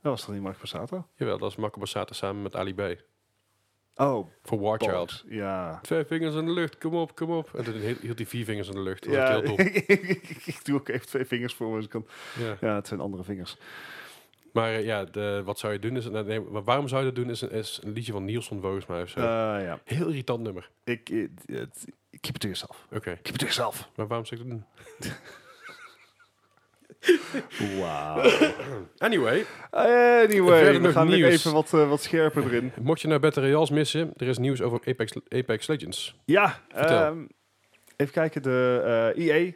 Speaker 2: Dat was toch niet Mark Oh, Passato?
Speaker 1: Jawel, dat is Marco Borsato samen met Ali B.
Speaker 2: Oh,
Speaker 1: Voor War Child.
Speaker 2: bollocks. Ja.
Speaker 1: Twee vingers in de lucht, kom op, kom op. En toen hield hield hij vier vingers in de lucht. Dat was
Speaker 2: Ja,
Speaker 1: heel dom.
Speaker 2: (laughs) ik doe ook even twee vingers voor me. als ik kan.
Speaker 1: Ja.
Speaker 2: Ja, het zijn andere vingers.
Speaker 1: Maar eh, ja, de, wat zou je doen? Is, nee, maar waarom zou je dat doen? Is, is een liedje van Nielsen volgens mij of zo.
Speaker 2: Eh, ja,
Speaker 1: Heel irritant nummer.
Speaker 2: ik... ik- het- Keep it to yourself.
Speaker 1: Oké,
Speaker 2: Keep it to
Speaker 1: (laughs)
Speaker 2: yourself.
Speaker 1: maar waarom zou ik dat doen?
Speaker 2: Wauw.
Speaker 1: Anyway,
Speaker 2: Ah, Anyway,
Speaker 1: Verder
Speaker 2: we
Speaker 1: nog
Speaker 2: gaan weer
Speaker 1: nieuws.
Speaker 2: even wat, eh, wat scherper erin.
Speaker 1: mocht je nou Battle Royals missen, er is nieuws over Apex, Apex Legends.
Speaker 2: Ja,
Speaker 1: Vertel.
Speaker 2: ehm, even kijken. De eh EA,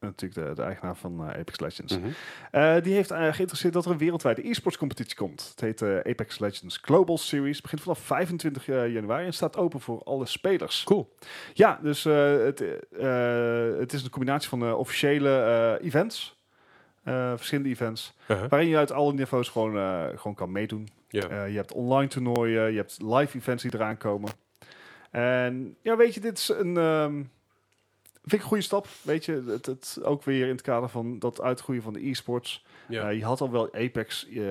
Speaker 2: natuurlijk de, de eigenaar van eh, Apex Legends,
Speaker 1: Mm.
Speaker 2: eh, die heeft eh, geïnteresseerd dat er een wereldwijde e-sports competitie komt. Het heet eh, Apex Legends Global Series. begint vanaf 25 eh, januari en staat open voor alle spelers.
Speaker 1: Cool.
Speaker 2: Ja, dus eh, het, eh, eh, het is een combinatie van eh, officiële eh, events, eh, verschillende events,
Speaker 1: Uh-huh.
Speaker 2: waarin je uit alle niveaus gewoon, eh, gewoon kan meedoen.
Speaker 1: Ja.
Speaker 2: Eh, je hebt online toernooien, je hebt live events die eraan komen. En ja, weet je, dit is een. ehm, vind ik een goede stap. Weet je, het, het ook weer in het kader van dat uitgroeien van de e-sports.
Speaker 1: ja.
Speaker 2: Eh, je had al wel Apex, eh,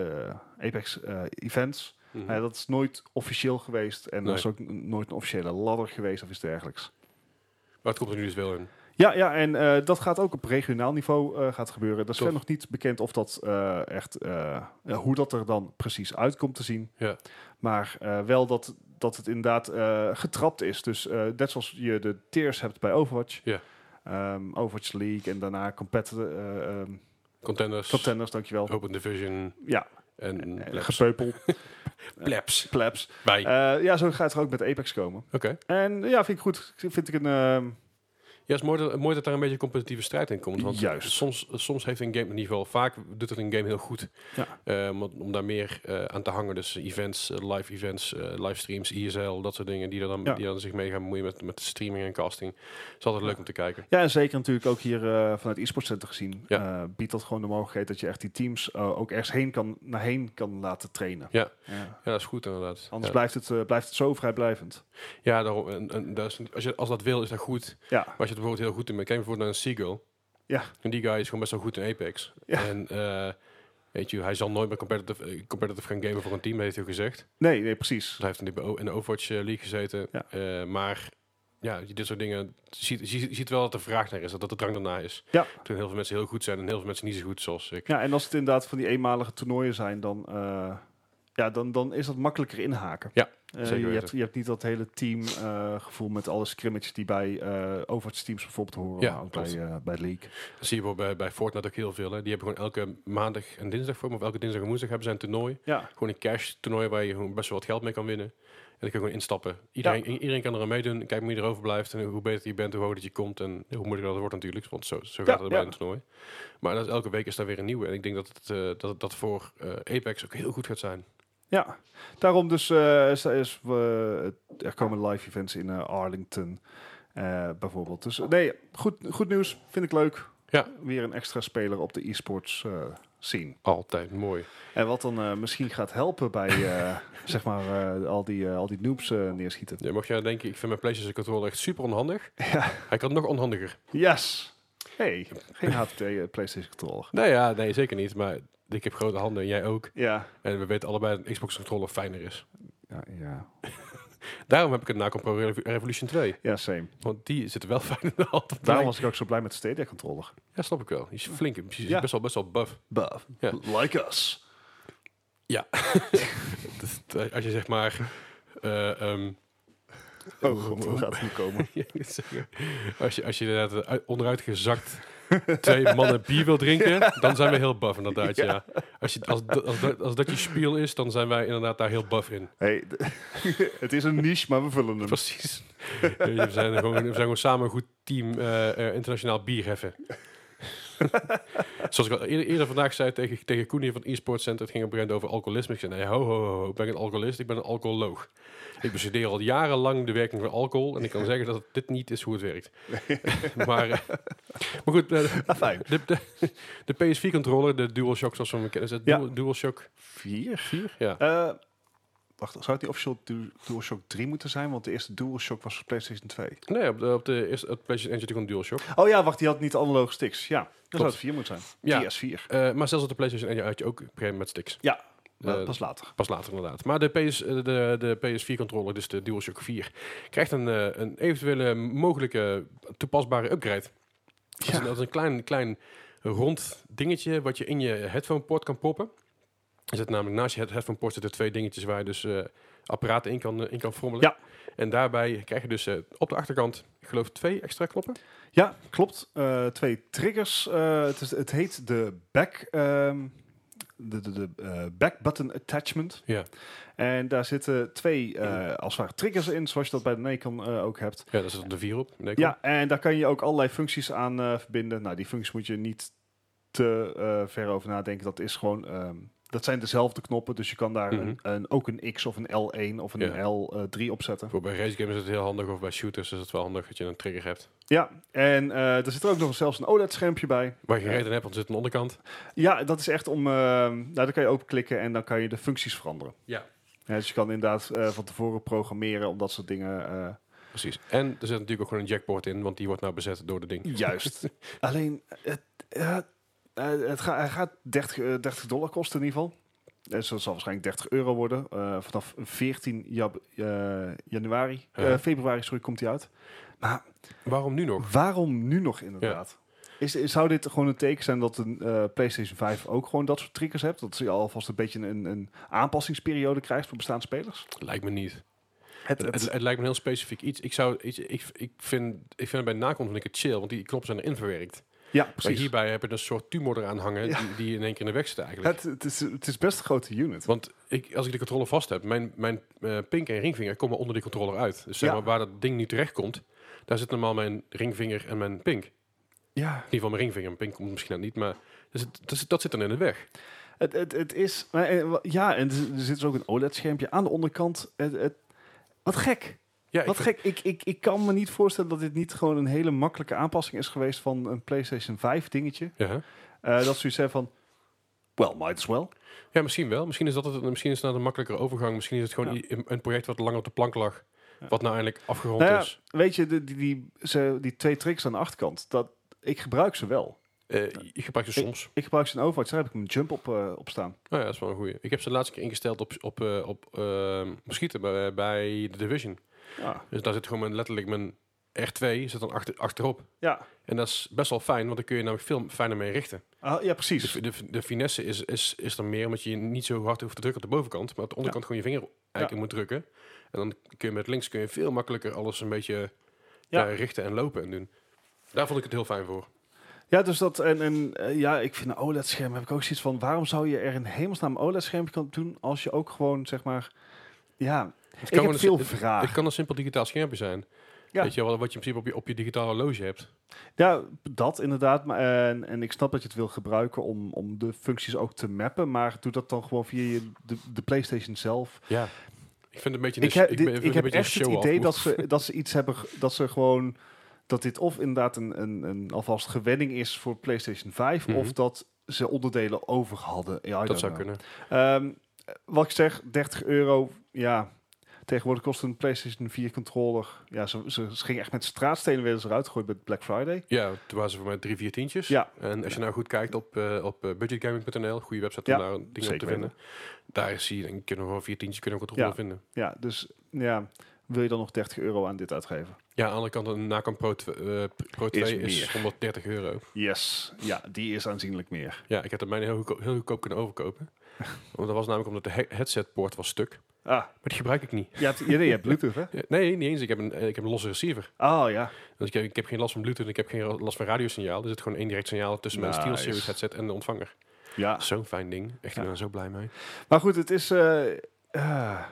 Speaker 2: Apex eh, events.
Speaker 1: Mhm.
Speaker 2: Eh, dat is nooit officieel geweest. En
Speaker 1: Nee.
Speaker 2: dat is ook n- nooit een officiële ladder geweest of iets dergelijks.
Speaker 1: Maar het komt er nu dus wel in.
Speaker 2: Ja, ja en eh, dat gaat ook op regionaal niveau eh, gaat gebeuren. Dat is
Speaker 1: Tof.
Speaker 2: verder nog niet bekend of dat eh, echt, eh, ja, hoe dat er dan precies uitkomt te zien.
Speaker 1: Ja.
Speaker 2: Maar eh, wel dat, dat het inderdaad eh, getrapt is. Dus eh, net zoals je de tiers hebt bij Overwatch.
Speaker 1: Ja.
Speaker 2: Ehm, Overwatch League en daarna competitor, eh ehm
Speaker 1: Contenders,
Speaker 2: contenders, dankjewel.
Speaker 1: Open Division
Speaker 2: Ja,
Speaker 1: en
Speaker 2: eh,
Speaker 1: Oh, plebs.
Speaker 2: gepeupel,
Speaker 1: Plebs.
Speaker 2: plebs.
Speaker 1: Bij.
Speaker 2: Eh, ja, zo gaat het er ook met Apex komen.
Speaker 1: Oké.
Speaker 2: En ja, vind ik goed. Vind ik een... ehm,
Speaker 1: Ja, het is mooi dat, mooi dat daar een beetje competitieve strijd in komt. Want
Speaker 2: Juist.
Speaker 1: Soms, soms heeft een game in ieder geval, vaak doet het een game heel goed.
Speaker 2: Ja.
Speaker 1: Eh, om, om daar meer eh, aan te hangen. Dus events, eh, live events, eh, livestreams, ISL, dat soort dingen. Die er dan,
Speaker 2: Ja.
Speaker 1: die dan zich mee gaan bemoeien met, met streaming en casting. Het is altijd leuk om te kijken.
Speaker 2: Ja, en zeker natuurlijk ook hier eh, vanuit e-sport center gezien.
Speaker 1: Ja.
Speaker 2: eh, biedt dat gewoon de mogelijkheid dat je echt die teams eh, ook ergens heen kan, naar heen kan laten trainen.
Speaker 1: Ja.
Speaker 2: Ja.
Speaker 1: Ja, dat is goed inderdaad. ja.
Speaker 2: Anders blijft, het, eh, blijft het zo vrijblijvend.
Speaker 1: Ja, daarom, en, en dat is- als, je, als dat wil, is dat goed.
Speaker 2: Ja,
Speaker 1: Maar als je het bijvoorbeeld heel goed in bent, kijk bijvoorbeeld naar een Seagull.
Speaker 2: Ja.
Speaker 1: En die guy is gewoon best wel goed in Apex.
Speaker 2: Ja.
Speaker 1: En eh, weet je, hij zal nooit meer competitive, eh, competitive gaan gamen voor een team, heeft hij gezegd.
Speaker 2: nee, nee precies.
Speaker 1: Hij heeft natuurlijk bij O- in de Overwatch eh, League gezeten.
Speaker 2: Ja.
Speaker 1: Eh, maar ja, je dit soort dingen, je ziet, je ziet wel dat er vraag naar is, dat dat de drang daarna is.
Speaker 2: Ja.
Speaker 1: Toen heel veel mensen heel goed zijn en heel veel mensen niet zo goed zoals ik.
Speaker 2: Ja, en als het inderdaad van die eenmalige toernooien zijn, dan, eh, ja, dan, dan is dat makkelijker inhaken.
Speaker 1: Ja,
Speaker 2: Eh,
Speaker 1: zeker
Speaker 2: je,
Speaker 1: weten.
Speaker 2: hebt, je hebt niet dat hele teamgevoel gevoel met alle scrimmages die bij eh Overwatch teams bijvoorbeeld horen.
Speaker 1: Ja,
Speaker 2: maar ook bij,
Speaker 1: klopt.
Speaker 2: eh, bij League.
Speaker 1: Dat zie je bijvoorbeeld bij, bij Fortnite ook heel veel. Hè. Die hebben gewoon elke maandag en dinsdag voor me, of elke dinsdag en woensdag hebben ze een toernooi.
Speaker 2: Ja,
Speaker 1: Gewoon een cash toernooi waar je gewoon best wel wat geld mee kan winnen. En dan kun je gewoon instappen. Iedereen,
Speaker 2: Ja.
Speaker 1: i- iedereen kan er aan meedoen. Kijk wie er overblijft. En hoe beter je bent, hoe hoger dat je komt. En hoe moeilijker dat wordt natuurlijk. Want zo, zo
Speaker 2: Ja,
Speaker 1: gaat het bij
Speaker 2: ja.
Speaker 1: een toernooi. Maar dat is- elke week is daar weer een nieuwe. En ik denk dat het, eh, dat, dat voor eh, Apex ook heel goed gaat zijn.
Speaker 2: Ja, daarom dus eh, is, is, eh, er komen live events in eh, Arlington eh, bijvoorbeeld. Dus eh, nee, goed, goed nieuws, vind ik leuk.
Speaker 1: Ja.
Speaker 2: Weer een extra speler op de e-sports eh, zien.
Speaker 1: Altijd mooi.
Speaker 2: En wat dan eh, misschien gaat helpen bij (laughs) eh, zeg maar, eh, al, die, eh, al die noobs eh, neerschieten.
Speaker 1: Ja, mocht jij denken, ik vind mijn PlayStation controller echt super (laughs) onhandig.
Speaker 2: Ja.
Speaker 1: Hij kan nog onhandiger.
Speaker 2: Yes! Hey, geen HTT eh, PlayStation controller.
Speaker 1: Nou ja, nee, zeker niet. Maar ik heb grote handen en jij ook.
Speaker 2: Ja.
Speaker 1: En we weten allebei dat een Xbox controller fijner is.
Speaker 2: Ja, ja.
Speaker 1: Daarom heb ik een Nacon Pro Revo- Revolution 2.
Speaker 2: ja, same.
Speaker 1: Want die zitten wel (laughs) fijn in de hand. op de
Speaker 2: Daarom
Speaker 1: lijn.
Speaker 2: was ik ook zo blij met de Stadia controller.
Speaker 1: Ja, snap ik wel. Die is flink. Die is
Speaker 2: Ja.
Speaker 1: best, wel, best wel buff.
Speaker 2: Buff.
Speaker 1: Ja.
Speaker 2: Like us.
Speaker 1: Dat- Dus Als je zeg maar... eh, ehm, (laughs)
Speaker 2: Oh god, hoe gaat het nu komen?
Speaker 1: Ja, ik wil zeggen, als je, als je inderdaad eh, uit- onderuit (laughs) gezakt twee mannen bier wil drinken, dan zijn we heel buff inderdaad, ja. Als, je, als, dat- als, dat- als dat je spiel is, dan zijn wij inderdaad daar heel buff in.
Speaker 2: Hey, d- (laughs) het is een niche, maar we vullen hem.
Speaker 1: Precies. Weet je, we, zijn gewoon, we zijn gewoon samen een goed team eh, eh, internationaal bier
Speaker 2: (laughs)
Speaker 1: heffen. Zoals ik al eerder, eerder vandaag zei tegen, tegen Koen hier van het e-sport center, het ging op een gegeven moment over alcoholisme. Ik zei, nee, ho, ho, ho, ho, ik ben een alcoholist, ik ben een alcoholoog. Ik bestudeer al jarenlang de werking van alcohol en ik kan zeggen dat het- dit niet is hoe het
Speaker 2: (laughs)
Speaker 1: werkt. maar, eh, maar goed, eh,
Speaker 2: Ah, fijn.
Speaker 1: de, de, de PS4-controller, de DualShock zoals we hem kennen, is het
Speaker 2: Ja.
Speaker 1: Dual- DualShock
Speaker 2: Vier?
Speaker 1: 4? Ja.
Speaker 2: Eh, wacht, zou het die officieel Du- DualShock 3 moeten zijn? Want de eerste DualShock was voor PlayStation 2.
Speaker 1: Nee, op de, op de eerste op de PlayStation Engine gewoon DualShock.
Speaker 2: Oh ja, wacht, die had niet analoge sticks. Ja, dan zou het
Speaker 1: Klopt.
Speaker 2: 4 moeten zijn.
Speaker 1: Ja.
Speaker 2: PS4.
Speaker 1: Eh, maar zelfs op de PlayStation 1 had je ook op een gegeven moment sticks.
Speaker 2: Ja, maar
Speaker 1: Eh,
Speaker 2: pas later.
Speaker 1: Pas later inderdaad. Maar de, PS, eh, de, de PS4-controller, dus de DualShock 4, krijgt een, eh, een eventuele mogelijke toepasbare upgrade. Dat, is
Speaker 2: Ja.
Speaker 1: een, dat is een klein, klein rond dingetje wat je in je headphone-port kan proppen. Er zit namelijk naast je head- headphone-port zitten twee dingetjes waar je dus eh, apparaten in kan, eh, in kan frommelen.
Speaker 2: Ja.
Speaker 1: En daarbij krijg je dus eh, op de achterkant, ik geloof, twee extra knoppen.
Speaker 2: Ja, klopt. Eh, twee triggers. Eh, het, is, het heet de back... ehm, de, de, de eh, back button attachment.
Speaker 1: Ja.
Speaker 2: En daar zitten twee, eh, als het ware, triggers in, zoals je dat bij de Nikon eh, ook hebt.
Speaker 1: Ja, daar zit de vier op. Nee,
Speaker 2: Ja, en daar kan je ook allerlei functies aan eh, verbinden. Nou, die functies moet je niet te eh, ver over nadenken. Dat is gewoon. ehm, dat zijn dezelfde knoppen, dus je kan daar
Speaker 1: Mhm.
Speaker 2: een, een- ook een X of een L1 of een
Speaker 1: Ja.
Speaker 2: L3 op zetten.
Speaker 1: Voor bij race games is het heel handig, of bij shooters is het wel handig dat je een trigger hebt.
Speaker 2: Ja, en eh, er zit er ook nog zelfs een OLED-schermpje bij.
Speaker 1: Waar je geen reden aan hebt, want er zit een onderkant.
Speaker 2: Ja, dat is echt om. ehm nou, daar kan je op klikken en dan kan je de functies veranderen.
Speaker 1: Ja.
Speaker 2: Ja, dus je kan inderdaad eh, van tevoren programmeren om dat soort dingen. eh,
Speaker 1: Precies. En er zit natuurlijk ook gewoon een jackpot in, want die wordt nou bezet door de ding.
Speaker 2: Juist. (laughs) Alleen, het, eh, eh, het, ga- hij gaat 30, eh, 30 dollar kosten in ieder geval. Dus dat zal waarschijnlijk 30 euro worden. Eh, vanaf 14 jab- eh, januari, eh,
Speaker 1: Ja.
Speaker 2: februari sorry, komt hij uit. Maar
Speaker 1: (laughs) Waarom nu nog?
Speaker 2: waarom nu nog inderdaad? Is, is- zou dit gewoon een teken zijn dat een eh, PlayStation 5 ook gewoon dat soort triggers hebt? Dat ze alvast een beetje een, een aanpassingsperiode krijgt voor bestaande spelers?
Speaker 1: Lijkt me niet.
Speaker 2: Het,
Speaker 1: Het, het, lijkt me een heel specifiek iets. Ik, zou, iets ik, ik, vind, ik vind het bij Nacon vind ik het chill, want die knoppen zijn erin verwerkt.
Speaker 2: ja,
Speaker 1: Maar
Speaker 2: precies.
Speaker 1: hierbij heb je een soort tumor eraan hangen
Speaker 2: Ja.
Speaker 1: die, die in één keer in de weg zit eigenlijk.
Speaker 2: Het, het, is, het is best een grote unit.
Speaker 1: want ik, als ik de controller vast heb, mijn, mijn eh, pink en ringvinger komen onder die controller uit. Dus zeg
Speaker 2: Ja.
Speaker 1: maar, waar dat ding nu terecht komt, daar zit normaal mijn ringvinger en mijn pink.
Speaker 2: Ja,
Speaker 1: In ieder geval mijn ringvinger. Mijn pink komt misschien net niet, maar dus het, dat zit- dat zit dan in de weg.
Speaker 2: Het, het, het is... maar, eh, wa- Ja, en er zit- er zit dus ook een OLED-schermpje aan de onderkant. Het, het- wat gek.
Speaker 1: Ja, ik
Speaker 2: Wat
Speaker 1: vind-
Speaker 2: gek. Ik, ik, ik kan me niet voorstellen dat dit niet gewoon een hele makkelijke aanpassing is geweest van een PlayStation 5 dingetje.
Speaker 1: Ja, hè?
Speaker 2: Eh, dat ze zoiets hebben van... Well, might as well.
Speaker 1: ja, misschien wel. Misschien is dat het, misschien is dat een makkelijkere overgang. Misschien is het gewoon
Speaker 2: Ja.
Speaker 1: i- een project wat lang op de plank lag.
Speaker 2: Ja.
Speaker 1: Wat nou eindelijk afgerond
Speaker 2: Nou ja,
Speaker 1: is.
Speaker 2: Weet je, de- die, die, ze, die twee tricks aan de achterkant, dat, ik gebruik ze wel.
Speaker 1: Eh, je gebruikt ze
Speaker 2: Ik-
Speaker 1: soms.
Speaker 2: Ik gebruik ze in Overwatch, daar heb ik mijn jump op, eh, op staan.
Speaker 1: Nou ja, dat is wel een goeie. Ik heb ze de laatste keer ingesteld op, op, eh, op, eh, op schieten bij, bij de Division.
Speaker 2: Ja.
Speaker 1: Dus daar zit gewoon mijn, letterlijk mijn R2 zit dan achter, achterop.
Speaker 2: Ja,
Speaker 1: En dat is best wel fijn, want dan kun je namelijk veel fijner mee richten.
Speaker 2: Ah, ja
Speaker 1: De,
Speaker 2: precies.
Speaker 1: fi- de, fi- de finesse is, is, is er meer, omdat je niet zo hard hoeft te drukken op de bovenkant. Maar op de onderkant gewoon je vinger eigenlijk in moet drukken. En dan kun je met links kun je veel makkelijker alles een beetje
Speaker 2: Ja.
Speaker 1: eh, richten en lopen en doen. Daar vond ik het heel fijn voor.
Speaker 2: Ja, dus dat en, en eh, ja, ik vind een OLED-scherm heb ik ook zoiets van waarom zou je er in hemelsnaam een OLED-scherm kan doen als je ook gewoon zeg maar ja,
Speaker 1: Het
Speaker 2: ik heb
Speaker 1: gewoon
Speaker 2: veel
Speaker 1: een, si-
Speaker 2: vragen.
Speaker 1: het kan een simpel digitaal schermpje zijn.
Speaker 2: Ja.
Speaker 1: Weet je wel, wat je in principe op je, op je digitale horloge hebt.
Speaker 2: ja, dat inderdaad. Maar, en, en ik snap dat je het wil gebruiken om, om de functies ook te mappen, maar doe dat dan gewoon via je, de, de PlayStation zelf.
Speaker 1: Ja. Ik vind het een beetje een,
Speaker 2: ik heb,
Speaker 1: ik
Speaker 2: dit-
Speaker 1: ben- vind
Speaker 2: ik
Speaker 1: een
Speaker 2: heb
Speaker 1: beetje een
Speaker 2: echt het
Speaker 1: show-off.
Speaker 2: idee dat ze, dat ze iets hebben, ge- dat ze gewoon dat dit of inderdaad een, een, een alvast gewenning is voor PlayStation 5,
Speaker 1: Mhm.
Speaker 2: of dat ze onderdelen over hadden. Ja, I
Speaker 1: dat
Speaker 2: don't
Speaker 1: zou
Speaker 2: know.
Speaker 1: kunnen.
Speaker 2: Ehm, wat ik zeg, 30 euro, ja. Tegenwoordig kost een PlayStation 4 controller. Ja, ze, ze, ze gingen echt met straatstenen werden ze eruit gegooid bij Black Friday.
Speaker 1: Ja, toen waren ze voor mij drie, vier tientjes.
Speaker 2: Ja.
Speaker 1: En als je nou goed kijkt op, eh, op eh, budgetgaming.nl, goede website
Speaker 2: Ja,
Speaker 1: om daar dingen op te
Speaker 2: zeker
Speaker 1: vinden. Daar zie je, dan kunnen we voor vier tientjes kunnen we controle
Speaker 2: Ja.
Speaker 1: vinden.
Speaker 2: Ja, dus ja, wil je dan nog 30 euro aan dit uitgeven?
Speaker 1: Ja, aan de andere kant, een Nacon Pro, tw- eh, Pro 2 is,
Speaker 2: meer.
Speaker 1: 130 euro.
Speaker 2: Yes, ja, die is aanzienlijk meer.
Speaker 1: Ja, ik heb dat mijne heel goedkoop, heel goedkoop kunnen
Speaker 2: (laughs)
Speaker 1: overkopen. Want dat was namelijk omdat de he- headsetpoort was stuk.
Speaker 2: Ah,
Speaker 1: Maar die gebruik ik niet.
Speaker 2: je hebt, je, je hebt Bluetooth, hè?
Speaker 1: Ja, Nee, niet eens. Ik heb een, eh, ik heb een losse receiver.
Speaker 2: Oh ja,
Speaker 1: Dus ik heb, ik heb geen last van bluetooth en ik heb geen ra- last van radiosignaal. Er zit gewoon één direct signaal tussen mijn
Speaker 2: Nice.
Speaker 1: SteelSeries headset en de ontvanger.
Speaker 2: ja.
Speaker 1: Zo'n fijn ding. Echt, ik
Speaker 2: Ja.
Speaker 1: ben er zo blij mee.
Speaker 2: Maar goed, het is. eh, eh,